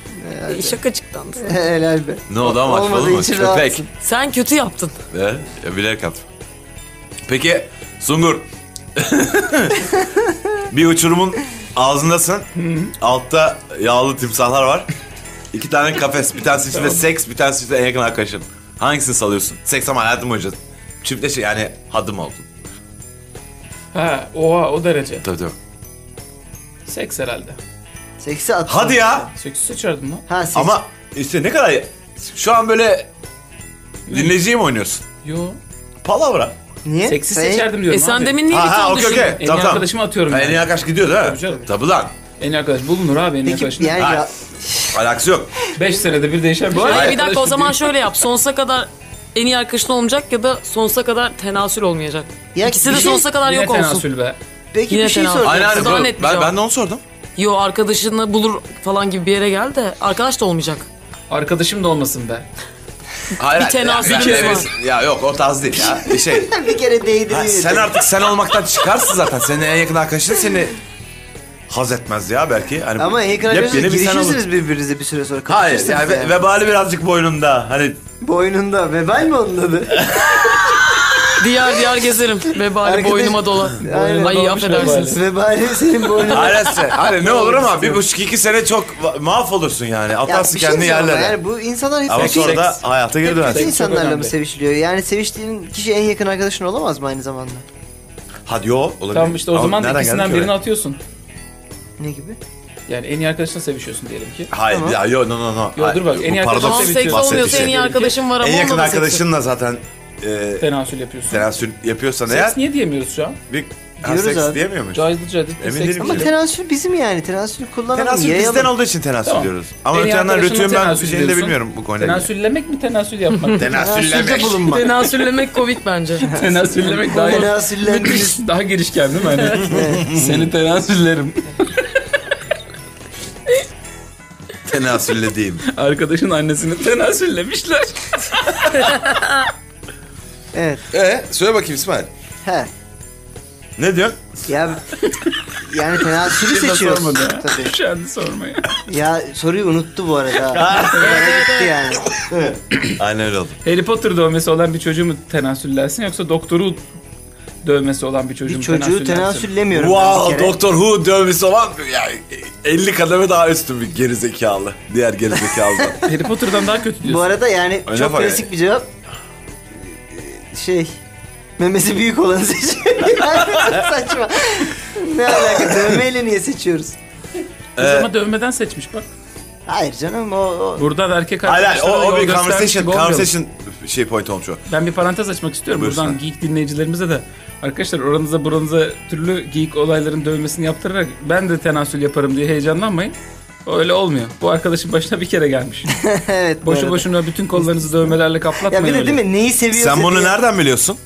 S5: Şakacıktan.
S6: Helal be.
S2: Ne oldu ama
S6: Olmadığı
S2: açmadın mı?
S6: için
S2: Köpek.
S6: rahatsın.
S5: Sen kötü yaptın.
S2: Ver, ya E, bilerek attım. Peki Sungur. bir uçurumun ağzındasın. Altta yağlı timsahlar var. İki tane kafes. Bir tanesi içinde seks, bir tanesi içinde en yakın arkadaşın. Hangisini salıyorsun? Seks ama hayatım boyunca. Çiftleşe yani hadım oldun.
S4: Ha oha o derece.
S2: Tabii tabii.
S4: Seks herhalde.
S6: Seksi at.
S2: Hadi ya.
S4: Seksi seçerdim lan.
S6: Ha, seks.
S2: Ama işte ne kadar... Şu an böyle dinleyiciyi mi oynuyorsun?
S4: Yo.
S2: Palavra.
S6: Niye?
S4: Seksi seçerdim diyorum
S5: E sen
S4: abi.
S5: demin niye
S2: Ha ha
S5: gittin
S2: okey
S5: düşündün?
S2: okey.
S4: En iyi
S2: Tamam tamam.
S4: arkadaşımı atıyorum
S2: Ha, En
S4: yani.
S2: iyi arkadaş gidiyor
S4: Tabii
S2: değil mi?
S4: canım.
S2: Tabii lan.
S4: En iyi arkadaş bulunur abi en iyi arkadaşın.
S6: yani
S2: Hayır.
S6: ya-
S2: Alakası yok.
S4: 5 senede bir değişen bir şey.
S5: Hayır, bir
S4: Arkadaş
S5: dakika o zaman
S4: değil.
S5: şöyle yap. Sonsuza kadar en iyi arkadaşın olmayacak ya da sonsuza kadar tenasül olmayacak. İkisi de
S6: şey-
S5: sonsuza kadar yok olsun.
S4: be.
S5: Peki bir şey soracağım.
S2: Aynen,
S5: Size daha net bir
S2: ben,
S5: cevap.
S2: ben de onu sordum.
S5: Yo arkadaşını bulur falan gibi bir yere gel de arkadaş da olmayacak.
S4: Arkadaşım da olmasın be.
S2: Hayır,
S5: Bir
S2: hayır, ya,
S5: tenasülümüz
S2: kere
S5: var.
S2: biz- Ya yok o tarz değil ya. Şey,
S6: bir kere değdi.
S2: ha, sen artık sen olmaktan çıkarsın zaten. Senin en yakın arkadaşın seni haz etmez ya belki. Hani
S6: Ama en yakın
S2: yepyeni
S6: arkadaşlar
S2: bir sen olur.
S6: girişirsiniz birbirinize bir süre sonra.
S2: Hayır
S6: kapışırsınız
S2: yani, ve-
S6: yani.
S2: vebali birazcık boynunda. Hani
S6: Boynunda vebal mi onun adı?
S5: Diyar diyar gezerim ve bari
S6: Arkadaş-
S5: boynuma dola.
S6: Aynen.
S5: Ay affedersiniz.
S6: Vebali senin boynunda.
S2: Aynen sen- hani ne olur ama bir buçuk iki sene çok va- mahvolursun yani. Atarsın
S6: bir şey
S2: kendini
S6: diyeceğim ama
S2: yerlere.
S6: Yani bu insanlar hep
S2: Ama
S6: kötü-
S2: sonra da hayata geri
S6: hep
S2: dönersin.
S6: Kötü
S2: Çok
S6: insanlarla mı
S2: önemli.
S6: sevişiliyor? Yani seviştiğin kişi en yakın arkadaşın olamaz mı aynı zamanda?
S2: Hadi yo olabilir.
S4: Tamam işte o
S2: Ama
S4: zaman da
S2: nereden
S4: ikisinden
S2: geldik
S4: birini
S2: oraya?
S4: atıyorsun.
S6: Ne gibi?
S4: Yani en iyi arkadaşınla sevişiyorsun diyelim ki.
S2: Hayır ya yo no no no.
S4: Yo, dur bak,
S2: Hayır,
S4: en
S2: bu
S4: iyi
S2: paradoks
S4: arkadaşın-
S2: bahsettiği
S4: Seks olmuyorsa
S2: şey.
S4: en iyi arkadaşın var ama
S2: En yakın
S4: onunla da seks yok.
S2: arkadaşınla zaten e,
S4: Tenasül yapıyorsun.
S2: tenasül yapıyorsan eğer
S4: Seks niye diyemiyoruz şu an?
S2: bir ha,
S4: Diyoruz
S2: seks
S4: abi.
S2: diyemiyor muyuz?
S4: Cahil cahil.
S2: Emin değilim
S6: Ama
S2: ki.
S6: tenasül bizim yani. Tenasül kullanalım.
S2: Tenasül
S6: yayalım.
S2: bizden olduğu için tenasül
S6: Tamam.
S2: diyoruz. Ama
S6: En
S2: öte
S6: iyi
S2: yandan
S6: arkadaşınla
S2: rütüyüm ben
S6: tenasül
S2: şeyini de
S6: diyorsun.
S2: bilmiyorum bu konuyla. ilgili.
S4: Tenasüllemek mi tenasül yapmak mı?
S2: Tenasüllemek.
S6: bulunmak.
S5: Tenasüllemek komik bence.
S4: Tenasüllemek daha daha girişken değil mi? Hani seni tenasüllerim.
S2: Tenasüllediğim.
S4: Arkadaşın annesini tenasüllemişler.
S6: Evet.
S2: E söyle bakayım İsmail.
S6: He.
S2: Ne diyorsun?
S6: Ya yani tenasülü
S4: Bir de
S6: seçiyoruz.
S4: sormadı ya.
S6: Tabii.
S4: Kendi sormaya.
S6: Ya soruyu unuttu bu arada. Bana gitti yani. Evet.
S2: Aynen öyle oldu.
S4: Harry Potter dövmesi olan bir çocuğu mu tenasüllersin yoksa doktoru dövmesi olan bir çocuğu mu
S6: Bir çocuğu
S4: tenasüllersin?
S6: tenasüllemiyorum. ben bir
S2: Wow
S6: kere.
S2: Doktor Who dövmesi olan ya, 50 kademe daha üstün bir gerizekalı. Diğer gerizekalıdan.
S4: Harry Potter'dan daha kötü diyorsun.
S6: Bu arada yani
S2: Öyle
S6: çok
S2: var
S6: klasik bir cevap. Ee, Şey... Memesi büyük olanı seçiyor. Yani çok saçma. Ne alaka? Dövmeyle niye seçiyoruz?
S4: Kız ama dövmeden seçmiş bak.
S6: Hayır canım o... o-
S4: Burada da erkek
S2: Hayır hayır,
S4: arkadaşlara
S2: o, o
S4: yol
S2: bir
S4: göstermiş
S2: conversation,
S4: gibi olmayalım.
S2: conversation şey point olmuş o.
S4: Ben bir parantez açmak istiyorum
S2: Buyursunlar.
S4: buradan geek dinleyicilerimize de. Arkadaşlar oranıza buranıza türlü geek olayların dövmesini yaptırarak ben de tenasül yaparım diye heyecanlanmayın. O Öyle olmuyor. Bu arkadaşın başına bir kere gelmiş.
S6: evet. bu
S4: Boşu
S6: arada.
S4: boşuna bütün kollarınızı dövmelerle
S6: Ya
S4: kaplatmayın
S6: bir de
S4: öyle.
S6: değil mi neyi seviyorsun
S2: Sen bunu
S6: diye.
S2: nereden biliyorsun?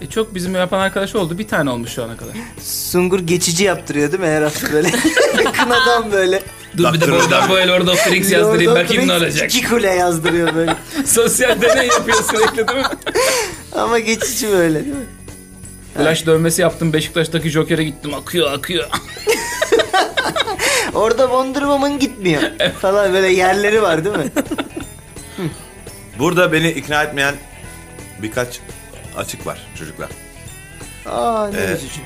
S4: E çok bizim yapan arkadaş oldu. Bir tane olmuş şu ana kadar.
S6: Sungur geçici yaptırıyor değil mi her hafta böyle? Kınadan böyle.
S4: Dur bir de buradan böyle Lord of the Rings yazdırayım
S6: Lord of
S4: bakayım ne
S6: Rings
S4: olacak.
S6: İki kule yazdırıyor böyle.
S4: Sosyal deney yapıyor sürekli değil mi?
S6: Ama geçici böyle değil mi?
S4: Flash dövmesi yaptım Beşiktaş'taki Joker'e gittim akıyor akıyor.
S6: Orada Wonder Woman gitmiyor. Falan böyle yerleri var değil mi?
S2: Burada beni ikna etmeyen birkaç açık var çocuklar.
S6: Aa ne
S2: Ee,
S6: üzücü.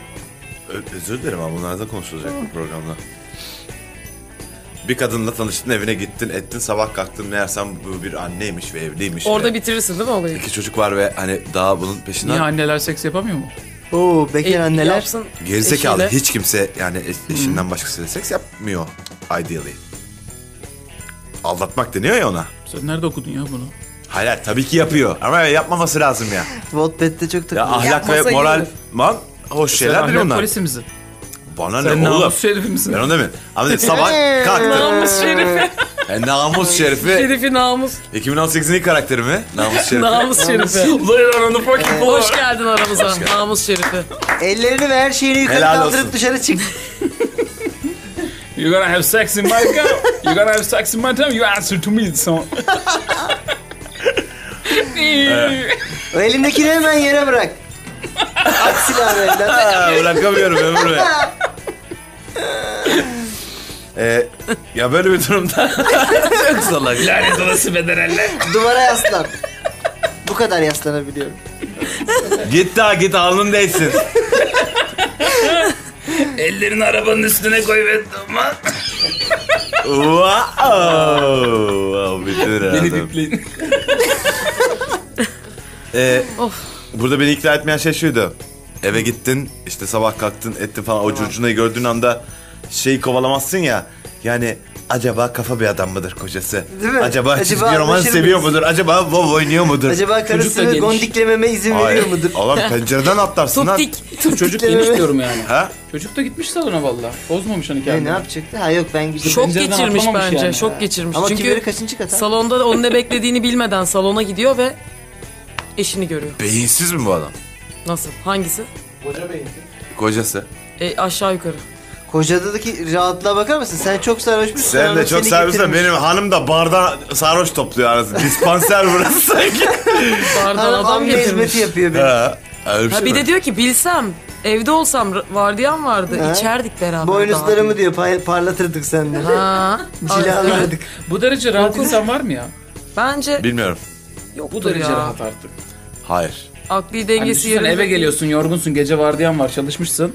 S2: Ö- özür dilerim ama bunlar da konuşulacak bu programda. Bir kadınla tanıştın, evine gittin, ettin, sabah kalktın. Meğersem bu bir anneymiş ve evliymiş.
S5: Orada
S2: ve
S5: bitirirsin değil mi olayı?
S2: iki çocuk var ve hani daha bunun
S4: Niye
S2: peşinden...
S4: anneler seks yapamıyor mu?
S6: Oo bekar
S5: E,
S6: anneler.
S5: yapsın
S2: Gerizekalı
S5: eşiyle.
S2: hiç kimse yani eş- eşinden başkasıyla seks yapmıyor ideally. Aldatmak deniyor ya ona.
S4: Sen nerede okudun ya bunu?
S2: Hayır hayır, tabii ki yapıyor ama yapmaması lazım ya.
S6: Wattpad'de çok
S2: Ya
S6: takılıyor.
S2: ahlak ve moral man hoş
S4: Sen
S2: şeyler değil
S4: ahlak
S2: onlar.
S4: polisi misin?
S2: Bana
S4: Sen
S2: ne oğlum?
S4: namus şerifi misin?
S2: Ben onu demiyorum. Ama dedim, sabah kalktım.
S5: Namus şerifi.
S2: E, namus şerifi.
S5: Şerifi namus.
S2: 2018'in ilk karakteri mi? Namus şerifi.
S5: Namus şerifi.
S4: Ulan ananı fucking
S5: Ee, Hoş geldin aramıza. Namus şerifi.
S6: Ellerini ve her şeyini yukarı
S2: Helal
S6: kaldırıp
S2: olsun.
S6: dışarı çık.
S4: You gonna have sex in my car. You gonna have sex in my time. You answer to me. So.
S6: O elindekini hemen yere bırak. At silahı elinden.
S2: Ha, Bırakamıyorum ömür be. E, ya böyle bir durumda çok salak.
S4: Lanet olası bedeneller.
S6: Duvara yaslan. Bu kadar yaslanabiliyorum.
S2: Git daha git alnın değsin.
S4: Ellerini arabanın üstüne koy ve ama.
S2: wow. Bitir
S4: Beni
S2: adam.
S4: bipleyin.
S2: E,
S5: Of.
S2: burada beni ikna etmeyen şey şuydu. Eve gittin işte sabah kalktın ettin falan o curcunayı gördüğün anda şeyi kovalamazsın ya. Yani acaba kafa bir adam mıdır kocası?
S6: Değil mi?
S2: Acaba,
S6: Acaba
S2: çizgi roman
S6: anlaşır
S2: seviyor
S6: mıyız?
S2: mudur? Acaba WoW oynuyor mudur?
S6: Acaba karısını
S4: geniş.
S6: gondiklememe izin veriyor mudur?
S2: Adam pencereden atlarsın lan.
S5: Tuttik.
S4: Çocuk geniş diyorum yani.
S2: Ha?
S4: Çocuk da gitmiş salona valla. Bozmamış hani
S6: Ne, ne
S4: kendini.
S6: yapacaktı? Ha yok ben gidiyorum.
S5: Şok
S4: Pencereden
S5: geçirmiş
S4: atlamamış
S5: bence.
S4: yani.
S5: Şok geçirmiş.
S6: Ama kibiri
S5: Çünkü
S6: kaçıncı kat ha?
S5: salonda onun ne beklediğini bilmeden salona gidiyor ve eşini görüyor.
S2: Beyinsiz mi bu adam?
S5: Nasıl? Hangisi?
S2: Kocası.
S5: E, aşağı yukarı.
S6: Kocadaki rahatlığa bakar mısın? Sen çok sarhoşmuşsun.
S3: Sen de
S6: Arada
S3: çok
S6: seni
S3: sarhoş da
S6: getirmiş.
S3: benim hanım da barda sarhoş topluyor arası. Dispanser burası sanki.
S5: Bardan
S6: Hanım
S5: adam
S6: amca
S5: getirmiş.
S6: hizmeti yapıyor benim.
S3: Ha, öyle
S5: Ha,
S3: şey
S5: bir
S3: mi?
S5: de diyor ki bilsem evde olsam r- vardiyam vardı.
S6: Ha?
S5: İçerdik beraber.
S6: Boynuzlarımı diyor pay- parlatırdık seninle.
S5: daha. Ha.
S6: Cilalardık.
S4: Bu derece rahat insan var mı ya? Hani
S5: Bence
S2: Bilmiyorum.
S5: yok
S4: Bu derece
S5: ya.
S4: rahat artık.
S2: Hayır.
S5: Akli
S4: Yani
S5: dengesi
S4: düşünsene eve
S5: değil.
S4: geliyorsun yorgunsun gece vardiyan var çalışmışsın.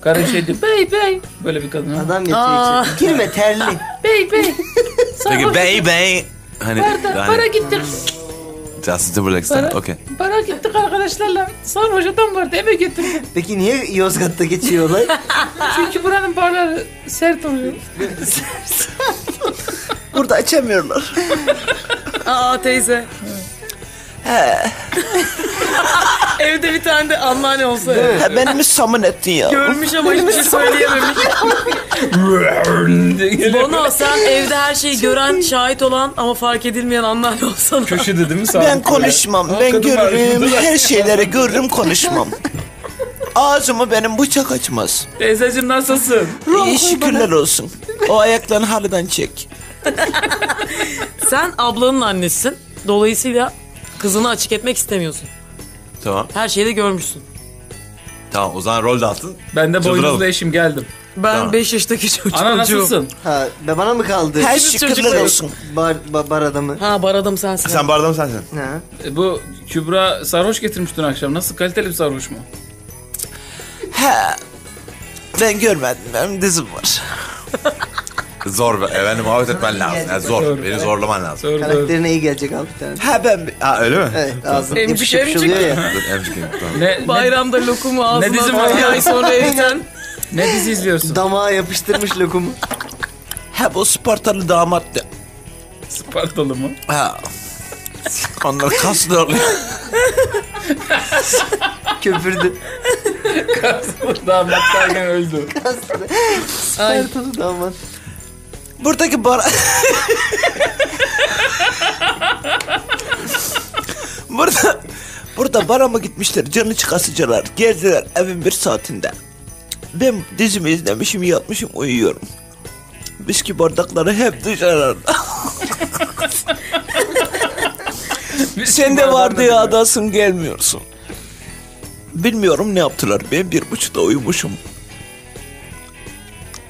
S4: Karın şey diyor bey bey böyle bir kadın.
S6: Adam
S5: Aa.
S6: yetiyor içeri. Girme terli.
S5: Bey bey.
S2: Peki bey bey. Hani, hani
S5: gittik.
S2: Justin Timberlake style.
S5: Para-
S2: Okey.
S5: Bara gittik arkadaşlarla. Sarhoş adam vardı eve getirdik.
S6: Peki niye Yozgat'ta geçiyor olay?
S5: Çünkü buranın barları sert oluyor.
S6: Burada açamıyorlar.
S5: Aa teyze. Evde bir tane de anneanne olsa.
S13: ben mi saman ettin ya?
S5: Görmüş ama hiçbir şey söyleyememiş. Bono sen evde her şeyi gören, şahit olan ama fark edilmeyen anneanne olsan.
S4: Köşede değil mi?
S13: Ben konuşmam, ben görürüm, her şeyleri görürüm konuşmam. Ağzımı benim bıçak açmaz.
S4: Teyzeciğim nasılsın?
S13: İyi şükürler olsun. O ayaklarını halıdan çek.
S5: Sen ablanın annesisin. Dolayısıyla kızını açık etmek istemiyorsun.
S2: Tamam.
S5: Her şeyi de görmüşsün.
S2: Tamam o zaman rol dağıtın.
S4: Ben de
S2: Çıldıralım.
S4: boynuzlu eşim geldim.
S5: Ben 5 yaştaki çocuğum.
S4: Ana nasılsın?
S6: Ha, be bana mı kaldı?
S13: Her
S5: Biz şükürler çocuklarız. olsun.
S6: Bar, ba- bar adamı.
S5: Ha bar adam sensin.
S3: Sen barda mı sensin?
S6: Ha.
S4: E, Bu Kübra sarhoş getirmiş dün akşam. Nasıl kaliteli bir sarhoş mu?
S13: He. Ben görmedim, benim dizim var.
S2: Zor. be- Efendim muhabbet etmen lazım. Yani zor. Beni zorlaman lazım.
S6: Karakterine iyi gelecek al bir tane.
S13: Ha ben...
S2: Ha öyle mi?
S6: Evet ağzını
S5: Emcik,
S6: yapış yapış
S5: emcik.
S6: oluyor ya.
S2: Dur emcikeyim. Tamam.
S4: Ne,
S5: Bayramda lokumu ağzına
S4: Ne dizim
S5: atıyor,
S4: var ya?
S5: ay sonra evden.
S4: ne dizi izliyorsun?
S6: Damağa yapıştırmış lokumu.
S13: Ha bu Spartalı damat da.
S4: Spartalı mı?
S13: Ha. Onlar kaslı oluyor.
S6: Köpürdü.
S4: Damat derken öldü.
S6: Sertalı damat.
S13: Buradaki bar... burada... Burada bara mı gitmişler? Canı çıkasıcılar. Geldiler evin bir saatinde. Ben dizimi izlemişim, yatmışım, uyuyorum. Biski bardakları hep dışarıda. Sen de vardı ya adasın gelmiyorsun. Bilmiyorum ne yaptılar. Ben bir buçukta uyumuşum.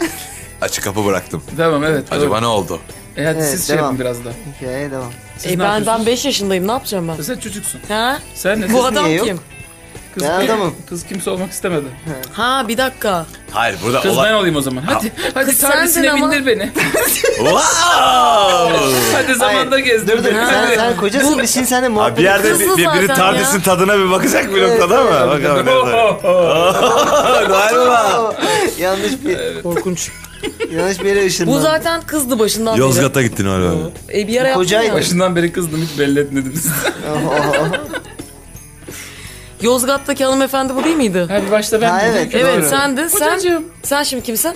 S2: Açık kapı bıraktım.
S4: Tamam evet.
S2: Acaba
S4: doğru.
S2: ne oldu?
S4: E hadi
S6: Evet,
S4: siz şey
S6: devam.
S4: yapın biraz da.
S6: Hikayeye devam.
S4: Siz
S5: E
S4: ne
S5: ben, ben
S4: yapıyorsunuz?
S5: 5 yaşındayım ne yapacağım ben?
S4: Sen çocuksun.
S5: Ha?
S4: Sen ne?
S5: Bu
S4: Kız,
S5: adam
S6: niye yok?
S5: kim?
S4: kız,
S6: Ben adamım.
S4: Kız kimse olmak istemedi.
S5: Ha bir dakika.
S2: Hayır burada
S4: Kız
S2: olay...
S4: ben olayım o zaman. Hadi hadi
S5: Kız sendin
S4: tanesine
S5: ama.
S4: bindir beni.
S2: Wow!
S4: hadi zamanda gezdir
S6: Dur dur
S4: beni.
S6: sen, sen kocasın biz şimdi seninle muhabbet
S3: Ha, bir yerde
S5: Kızlı
S3: bir, bir- biri
S5: zaten
S3: Tardis'in
S5: ya.
S3: tadına bir bakacak bir noktada mı? Bakalım. ne olacak.
S6: Aa, yanlış bir
S5: Korkunç.
S6: yanlış bir yere ışınlandı.
S5: Bu zaten kızdı başından beri.
S2: Yozgat'a gittin öyle.
S5: E bir ara yaptın
S6: Kocaydı.
S5: ya.
S4: Başından beri kızdım hiç belli etmedim size.
S5: Yozgat'taki hanımefendi bu değil miydi?
S4: Ha bir başta ben
S6: Ha,
S4: dedim
S6: evet.
S4: ki,
S5: Evet
S6: Doğru.
S5: sendin. Sen,
S4: Kocacığım.
S5: sen şimdi kimsin?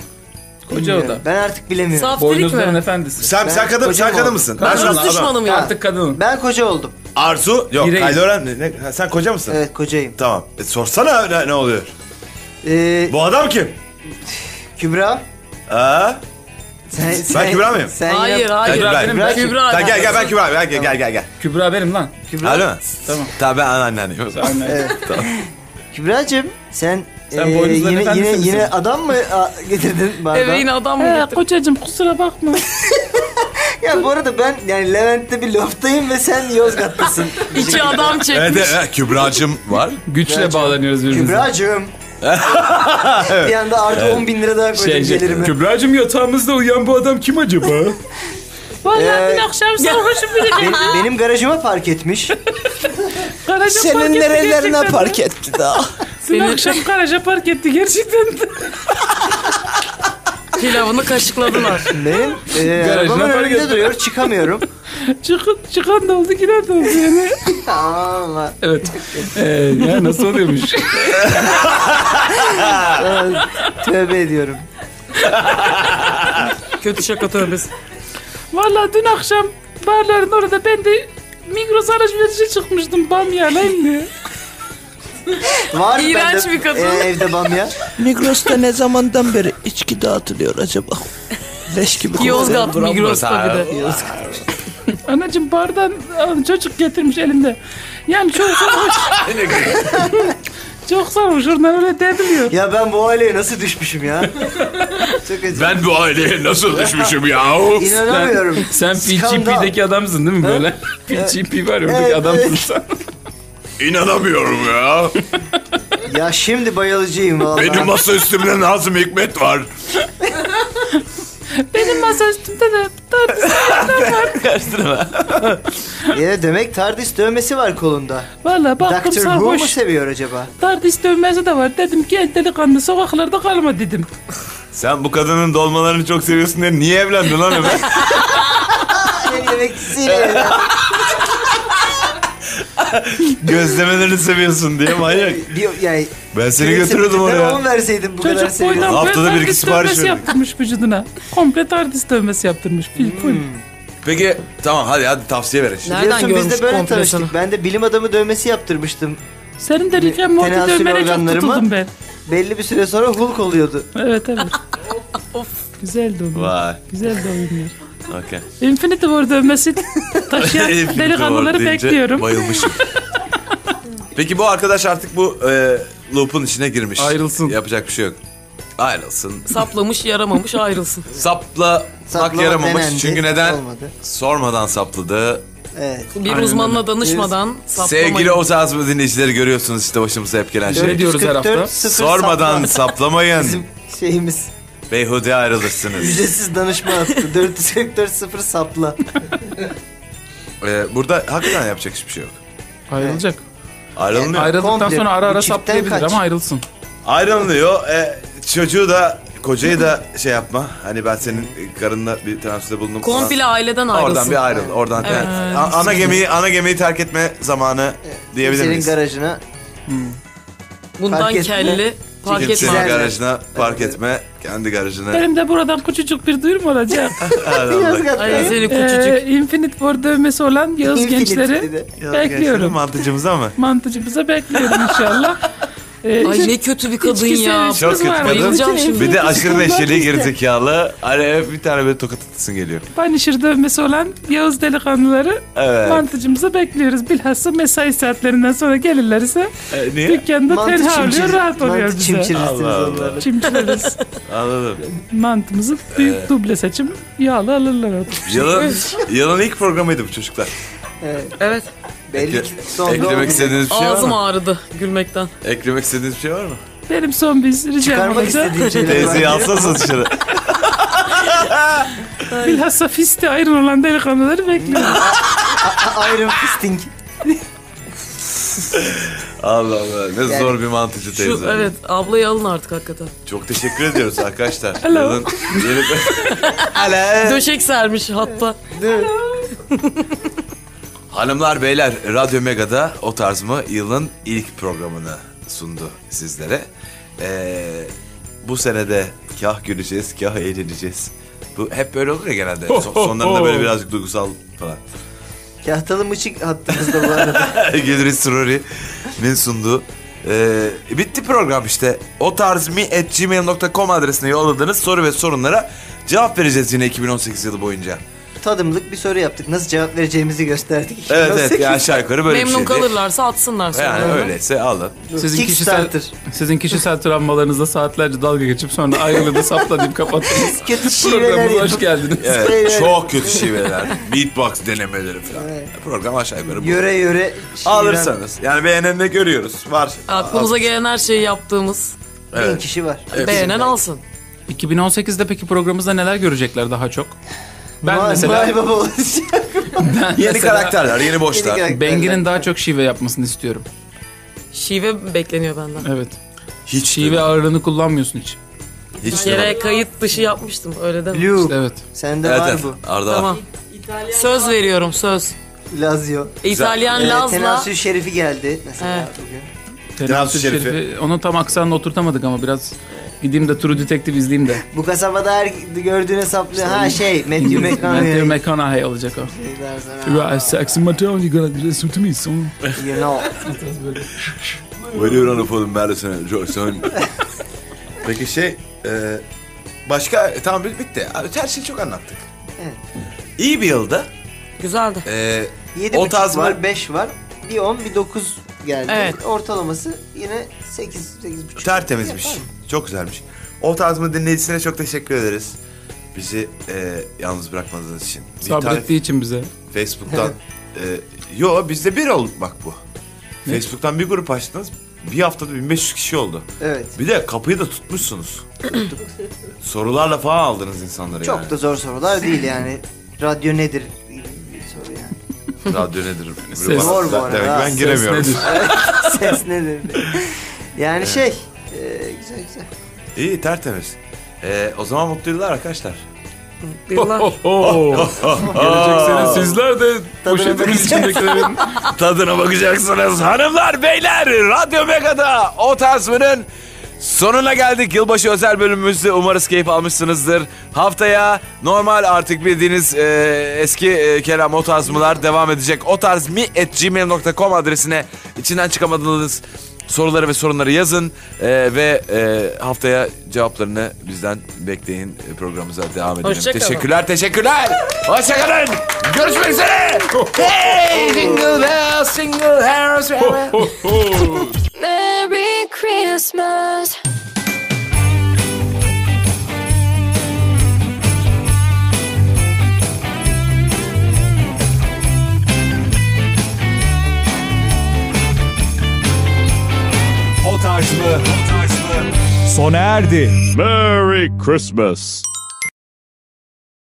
S4: Koca o da.
S6: Ben artık bilemiyorum.
S5: Saf delik
S4: Boynuzların
S5: mi?
S4: efendisi.
S3: Sen, sen
S6: Ben
S3: kadın, sen
S6: kocam
S3: kadın
S6: oldum.
S3: mısın? Ben
S5: Kadınız
S3: sana adam.
S5: düşmanım ya.
S4: Artık kadınım.
S6: Ben koca oldum.
S3: Arzu, yok
S4: Bireyim.
S3: Kaydoran. Ne, ne- ha, sen koca mısın?
S6: Evet kocayım.
S3: Tamam. E, sorsana ne, ne oluyor?
S6: Ee,
S3: Bu adam kim?
S6: Kübra.
S3: Ha?
S6: Sen,
S3: Kübra mıyım?
S6: Sen
S5: Hayır
S6: yap-
S5: hayır.
S2: Kübra
S4: benim,
S5: Kübra.
S4: ben kim?
S5: Kübra.
S3: Sen gel gel ben Kübra. Gel gel gel gel. gel.
S4: Kübra benim lan.
S6: Kübra.
S2: Öyle mi?
S4: Tamam.
S2: Tabii ben anneanneyim o zaman.
S4: Aynen.
S6: Kübracığım sen,
S4: Sen
S6: ee,
S4: boynuzların
S6: yine
S4: efendisi
S6: yine
S4: misin?
S6: yine adam mı a, getirdin bardağı?
S5: Eve yine adam mı getirdin?
S9: kocacım kusura bakma.
S6: Ya bu arada ben yani Levent'te bir loftayım ve sen Yozgat'tasın.
S5: İki adam
S2: Evet,
S5: çekmiş.
S2: evet, evet, Kübra'cığım var.
S4: Güçle bağlanıyoruz birbirimize.
S6: Kübracığım. bir anda artı 10 bin lira daha koydum
S4: Şey, şey,
S6: gelirime.
S4: Kübra'cığım yatağımızda uyuyan bu adam kim acaba?
S9: Vallahi
S6: Ee,
S9: dün akşam sarhoşum
S6: Be-
S9: biri.
S6: benim garajıma park etmiş.
S9: Garaja park
S13: Senin
S9: etti
S13: nerelerine
S9: gerçekten.
S13: park etti daha.
S9: Dün
S5: Senin-
S9: akşam garaja park etti gerçekten.
S5: Pilavını kaşıkladılar.
S6: Benim e,
S4: Garajına
S6: arabamın
S4: park
S6: önünde
S4: etmiş.
S6: duruyor çıkamıyorum.
S9: Çıkın, çıkan da oldu giren de oldu yani.
S6: Allah.
S4: evet. Ee, ya nasıl oluyormuş?
S6: Ee, Tövbe ediyorum.
S5: Kötü şaka tövbesi.
S9: Vallahi dün akşam barların orada ben de Migros alışverişe çıkmıştım bamya neydi?
S6: Var mı
S9: İğrenç
S6: bende,
S9: bir kadın.
S6: e, evde bamya.
S13: Migros'ta ne zamandan beri içki dağıtılıyor acaba? Leş gibi kokuyor.
S9: Yozgat
S13: Buram
S9: Migros'ta
S13: burası.
S9: bir de.
S13: Yozgat.
S9: Anacım bardan aa, çocuk getirmiş elinde. Yani çok sarhoş. çok sarhoş oradan öyle dediliyor.
S6: Ya ben bu aileye nasıl düşmüşüm ya? Çok acı.
S12: Ben bu aileye nasıl düşmüşüm yahu?
S6: İnanamıyorum.
S12: Sen, sen
S6: Skandal.
S12: PGP'deki adamsın değil mi böyle? PGP var ya oradaki
S6: Evet,
S12: adamsın
S6: evet.
S12: sen.
S14: İnanamıyorum ya.
S6: Ya şimdi bayılıcıyım valla.
S14: Benim masa üstümde Nazım Hikmet var.
S9: Benim masa üstümde de tatlı sarhoşlar var.
S6: Karıştırma. ya demek TARDIS dövmesi var kolunda.
S9: Valla baktım
S6: Doctor Who mu
S9: sarhoş.
S6: seviyor acaba?
S9: Tardis dövmesi de var. Dedim gel delikanlı sokaklarda kalma dedim.
S2: Sen bu kadının dolmalarını çok seviyorsun diye niye evlendin lan hemen?
S6: Ne demek istiyor?
S2: Gözlemelerini seviyorsun diye manyak.
S6: Bir, yani,
S2: Ben seni götürürdüm
S6: Ben
S2: oraya.
S6: onu verseydim bu kadar
S9: Çocuk
S6: seviyorum.
S9: boydan boya
S2: Haftada bir iki
S9: Tardis
S2: sipariş
S9: dövmesi
S2: verdik.
S9: yaptırmış vücuduna. Komple Tardis dövmesi yaptırmış. Fil full.
S2: Peki tamam hadi hadi tavsiye verin şimdi.
S6: Biliyorsun biz de böyle
S9: komple
S6: tanıştık.
S9: sana?
S6: Ben de bilim adamı dövmesi yaptırmıştım.
S9: Senin de Rick and Morty
S6: Tenasül
S9: dövmene çok
S6: organlarıma
S9: tutuldum ben.
S6: Belli bir süre sonra Hulk oluyordu.
S9: Evet evet. Güzel dövme.
S2: Vay.
S9: Güzel dövmeler.
S2: Okey.
S9: Infinity War dövmesi taşıyan
S2: Infinity
S9: delikanlıları
S2: War deyince
S9: bekliyorum.
S2: Bayılmışım. Peki bu arkadaş artık bu e, loop'un içine girmiş. Ayrılsın. Yapacak bir şey yok. Ayrılsın.
S5: Saplamış yaramamış ayrılsın.
S2: Sapla Hak
S5: Saplama
S2: yaramamış
S5: denendi,
S2: çünkü neden?
S5: olmadı.
S2: Sormadan sapladı.
S6: Evet.
S5: Bir
S2: Aynen
S5: uzmanla
S2: öyle.
S5: danışmadan saplamayın.
S2: Sevgili o Azmi dinleyicileri görüyorsunuz işte başımıza hep gelen şey.
S5: Ne diyoruz her hafta? 444 sıfır
S2: Sormadan
S6: sapla.
S2: saplamayın.
S6: Şeyimiz
S2: Beyhude ayrılırsınız.
S6: ücretsiz danışma hattı 444 0 sapla.
S2: Ee, burada hakikaten yapacak hiçbir şey yok.
S4: Ayrılacak.
S2: Ayrılmıyor.
S4: Ayrıldıktan
S2: Komple.
S4: sonra ara ara
S2: Bir çiftten
S4: saplayabilir
S2: kaç.
S4: ama ayrılsın.
S2: Ayrılıyor. Ee, çocuğu da kocayı da şey yapma. Hani ben senin karınla bir transferde bulundum.
S5: Komple
S2: falan.
S5: aileden
S2: Oradan
S5: ayrılsın.
S2: bir ayrıl. Oradan
S5: Evet.
S2: yani a- ana gemiyi ana gemiyi terk etme zamanı diyebilir
S6: Senin
S2: miyiz?
S6: garajına
S5: Bundan
S6: Fark etme.
S5: kelli fark
S2: Çünkü
S5: etme.
S2: Senin garajına park etme. Kendi garajına.
S9: Benim de buradan küçücük bir duyurum olacak.
S5: Ay, seni
S9: Ee, Infinite War dövmesi olan Yağız
S5: Infinite
S9: gençleri
S5: dedi.
S2: Yaz gençleri
S9: bekliyorum.
S2: Mantıcımıza mı?
S9: Mantıcımıza bekliyorum inşallah. Ee,
S5: Ay
S9: hiç-
S5: ne kötü bir kadın
S9: içki
S5: ya.
S9: sevgimiz
S2: Çok kötü
S9: var.
S2: kadın.
S9: Bayılacağım şimdi.
S2: Bir de aşırı
S9: Bunlar
S2: neşeli
S9: işte.
S2: gerizekalı. Hani hep bir tane böyle tokat atısın geliyor.
S9: Punisher dövmesi olan Yağız delikanlıları
S2: Evet.
S9: mantıcımıza bekliyoruz. Bilhassa mesai saatlerinden sonra gelirler ise
S2: E, niye?
S9: dükkanda
S2: Mantı
S9: tenha oluyor
S2: çimçiriz-
S9: rahat
S2: mantı
S9: oluyor bize.
S2: çimçirirsiniz Allah Allah. onları.
S9: Çimçiririz.
S2: Anladım.
S9: Mantımızı büyük
S2: Evet.
S9: duble seçim yağlı alırlar. artık.
S2: Yılın, yılın ilk programıydı bu çocuklar.
S5: Evet.
S2: Belli ki sonunda eklemek oldu. istediğiniz bir şey var
S5: Ağzım
S2: mı?
S5: ağrıdı gülmekten.
S2: Eklemek istediğiniz bir şey var mı?
S9: Benim son bir ricam
S5: Çıkarmak
S9: olacak.
S5: istediğim şeyler
S2: Teyzeyi alsanız dışarı.
S9: Bilhassa fiste ayrı olan delikanlıları bekliyorum.
S6: Iron Fisting.
S2: Allah Allah ne
S5: Yani-
S2: zor bir mantıcı teyze.
S5: Şu, evet ablayı alın artık hakikaten.
S2: Çok teşekkür ediyoruz arkadaşlar.
S5: Hello.
S2: Yılın yeni...
S5: Döşek sermiş hatta.
S2: Hanımlar beyler Radyo Mega'da o tarz mı yılın ilk programını sundu sizlere. Ee, bu senede kah güleceğiz kah eğleneceğiz. Bu hep böyle olur ya genelde. Son- sonlarında böyle birazcık duygusal falan.
S6: Kahtalı mıçık hattımızda bu arada.
S2: Gülriz Sururi'nin sunduğu. Ee, bitti program işte. O tarz mi at gmail.com adresine yolladığınız soru ve sorunlara cevap vereceğiz yine 2018 yılı boyunca.
S6: Tadımlık bir soru yaptık. Nasıl cevap vereceğimizi gösterdik.
S2: Evet evet yani aşağı yukarı böyle
S5: Memnun
S2: bir şeydi.
S5: kalırlarsa atsınlar sonra.
S2: Yani öyleyse alın.
S4: Sizin kişisel, sizin kişisel travmalarınızla saatlerce dalga geçip sonra ayrıldı sapla deyip kapattınız.
S6: Kötü
S4: Programımıza hoş geldiniz.
S2: Evet, çok kötü şiveler. Beatbox denemeleri falan. Program aşağı yukarı bu.
S6: Yöre yöre şiven.
S2: Alırsanız. Yani beğenenle görüyoruz. Var.
S5: Aklımıza gelen her şeyi yaptığımız.
S6: Bin kişi var.
S5: Beğenen alsın.
S4: 2018'de peki programımızda neler görecekler daha çok? Ben
S6: Vay-
S4: mesela...
S6: vay baba
S2: Yeni karakterler, yeni boşlar. Yeni karakterler.
S4: Bengi'nin daha çok şive yapmasını istiyorum.
S5: Şive bekleniyor benden.
S4: Evet. Hiç şive ağırlığını kullanmıyorsun hiç.
S5: Bir kere kayıt dışı yapmıştım öyle de.
S4: İşte evet.
S6: Sende
S4: Evet,
S6: var
S4: evet.
S6: bu.
S2: Arda
S5: Tamam. Söz veriyorum söz.
S6: Lazio.
S5: İtalyan
S6: Ee,
S5: Laz'la-
S6: Tenasül Şerif'i geldi mesela
S5: Evet.
S6: bugün.
S4: Tenasül Şerif'i. Onu tam aksanla oturtamadık ama biraz Gideyim de True Detective izleyeyim de.
S6: Bu kasabada her gördüğüne saplıyor. ha şey Matthew
S4: Matthew
S6: McConaughey.
S4: McConaughey olacak o.
S6: Right,
S4: sex in my town, you gotta listen to me son.
S6: You know.
S14: Where do you run for the medicine, Johnson?
S2: Peki şey e, başka e, tamam biz bitti. Her şeyi çok anlattık.
S6: Evet.
S2: İyi bir yılda.
S5: Güzeldi.
S2: E,
S6: Yedi
S2: o
S6: buçuk
S2: tarz
S6: var, 5 var. Bir 10, bir 9 geldi.
S2: Evet.
S6: Ortalaması yine 8, 8,5.
S2: Tertemizmiş. Çok güzelmiş. O tarzımı dinleyicisine çok teşekkür ederiz. Bizi e, yalnız bırakmadığınız için. Bir
S4: Sabrettiği için bize.
S2: Facebook'tan. e, yo bizde bir olduk bak bu.
S4: Ne?
S2: Facebook'tan bir grup açtınız. Bir haftada 1500 kişi oldu.
S6: Evet.
S2: Bir de kapıyı da tutmuşsunuz. Sorularla falan aldınız insanları
S6: Çok
S2: yani.
S6: da zor sorular değil yani. Radyo nedir? gibi bir soru yani.
S2: Radyo nedir?
S6: Ses. Zor bu arada.
S2: Demek
S6: ha.
S2: ben giremiyorum.
S6: Ses nedir? yani
S2: Evet.
S6: şey, e, güzel güzel.
S2: İyi tertemiz. E, o zaman mutlu yıllar arkadaşlar.
S6: Yıllar.
S12: Gelecek sene sizler de poşetimin içindekilerin
S2: Tadına bakacaksınız hanımlar beyler Radyo Mega'da o tasmanın sonuna geldik yılbaşı özel bölümümüzde umarız keyif almışsınızdır haftaya normal artık bildiğiniz e, eski e, Kerem o tarz mılar devam edecek o tarz mi at gmail.com adresine içinden çıkamadığınız soruları ve sorunları yazın E, ve e, haftaya cevaplarını bizden bekleyin E, programımıza devam edelim
S10: Hoşça kalın.
S2: teşekkürler teşekkürler hoşçakalın görüşmek üzere hey jingle bells jingle bells
S7: Merry Christmas.
S1: O tarz mı? O tarz mı? Sona erdi.
S15: Merry Christmas.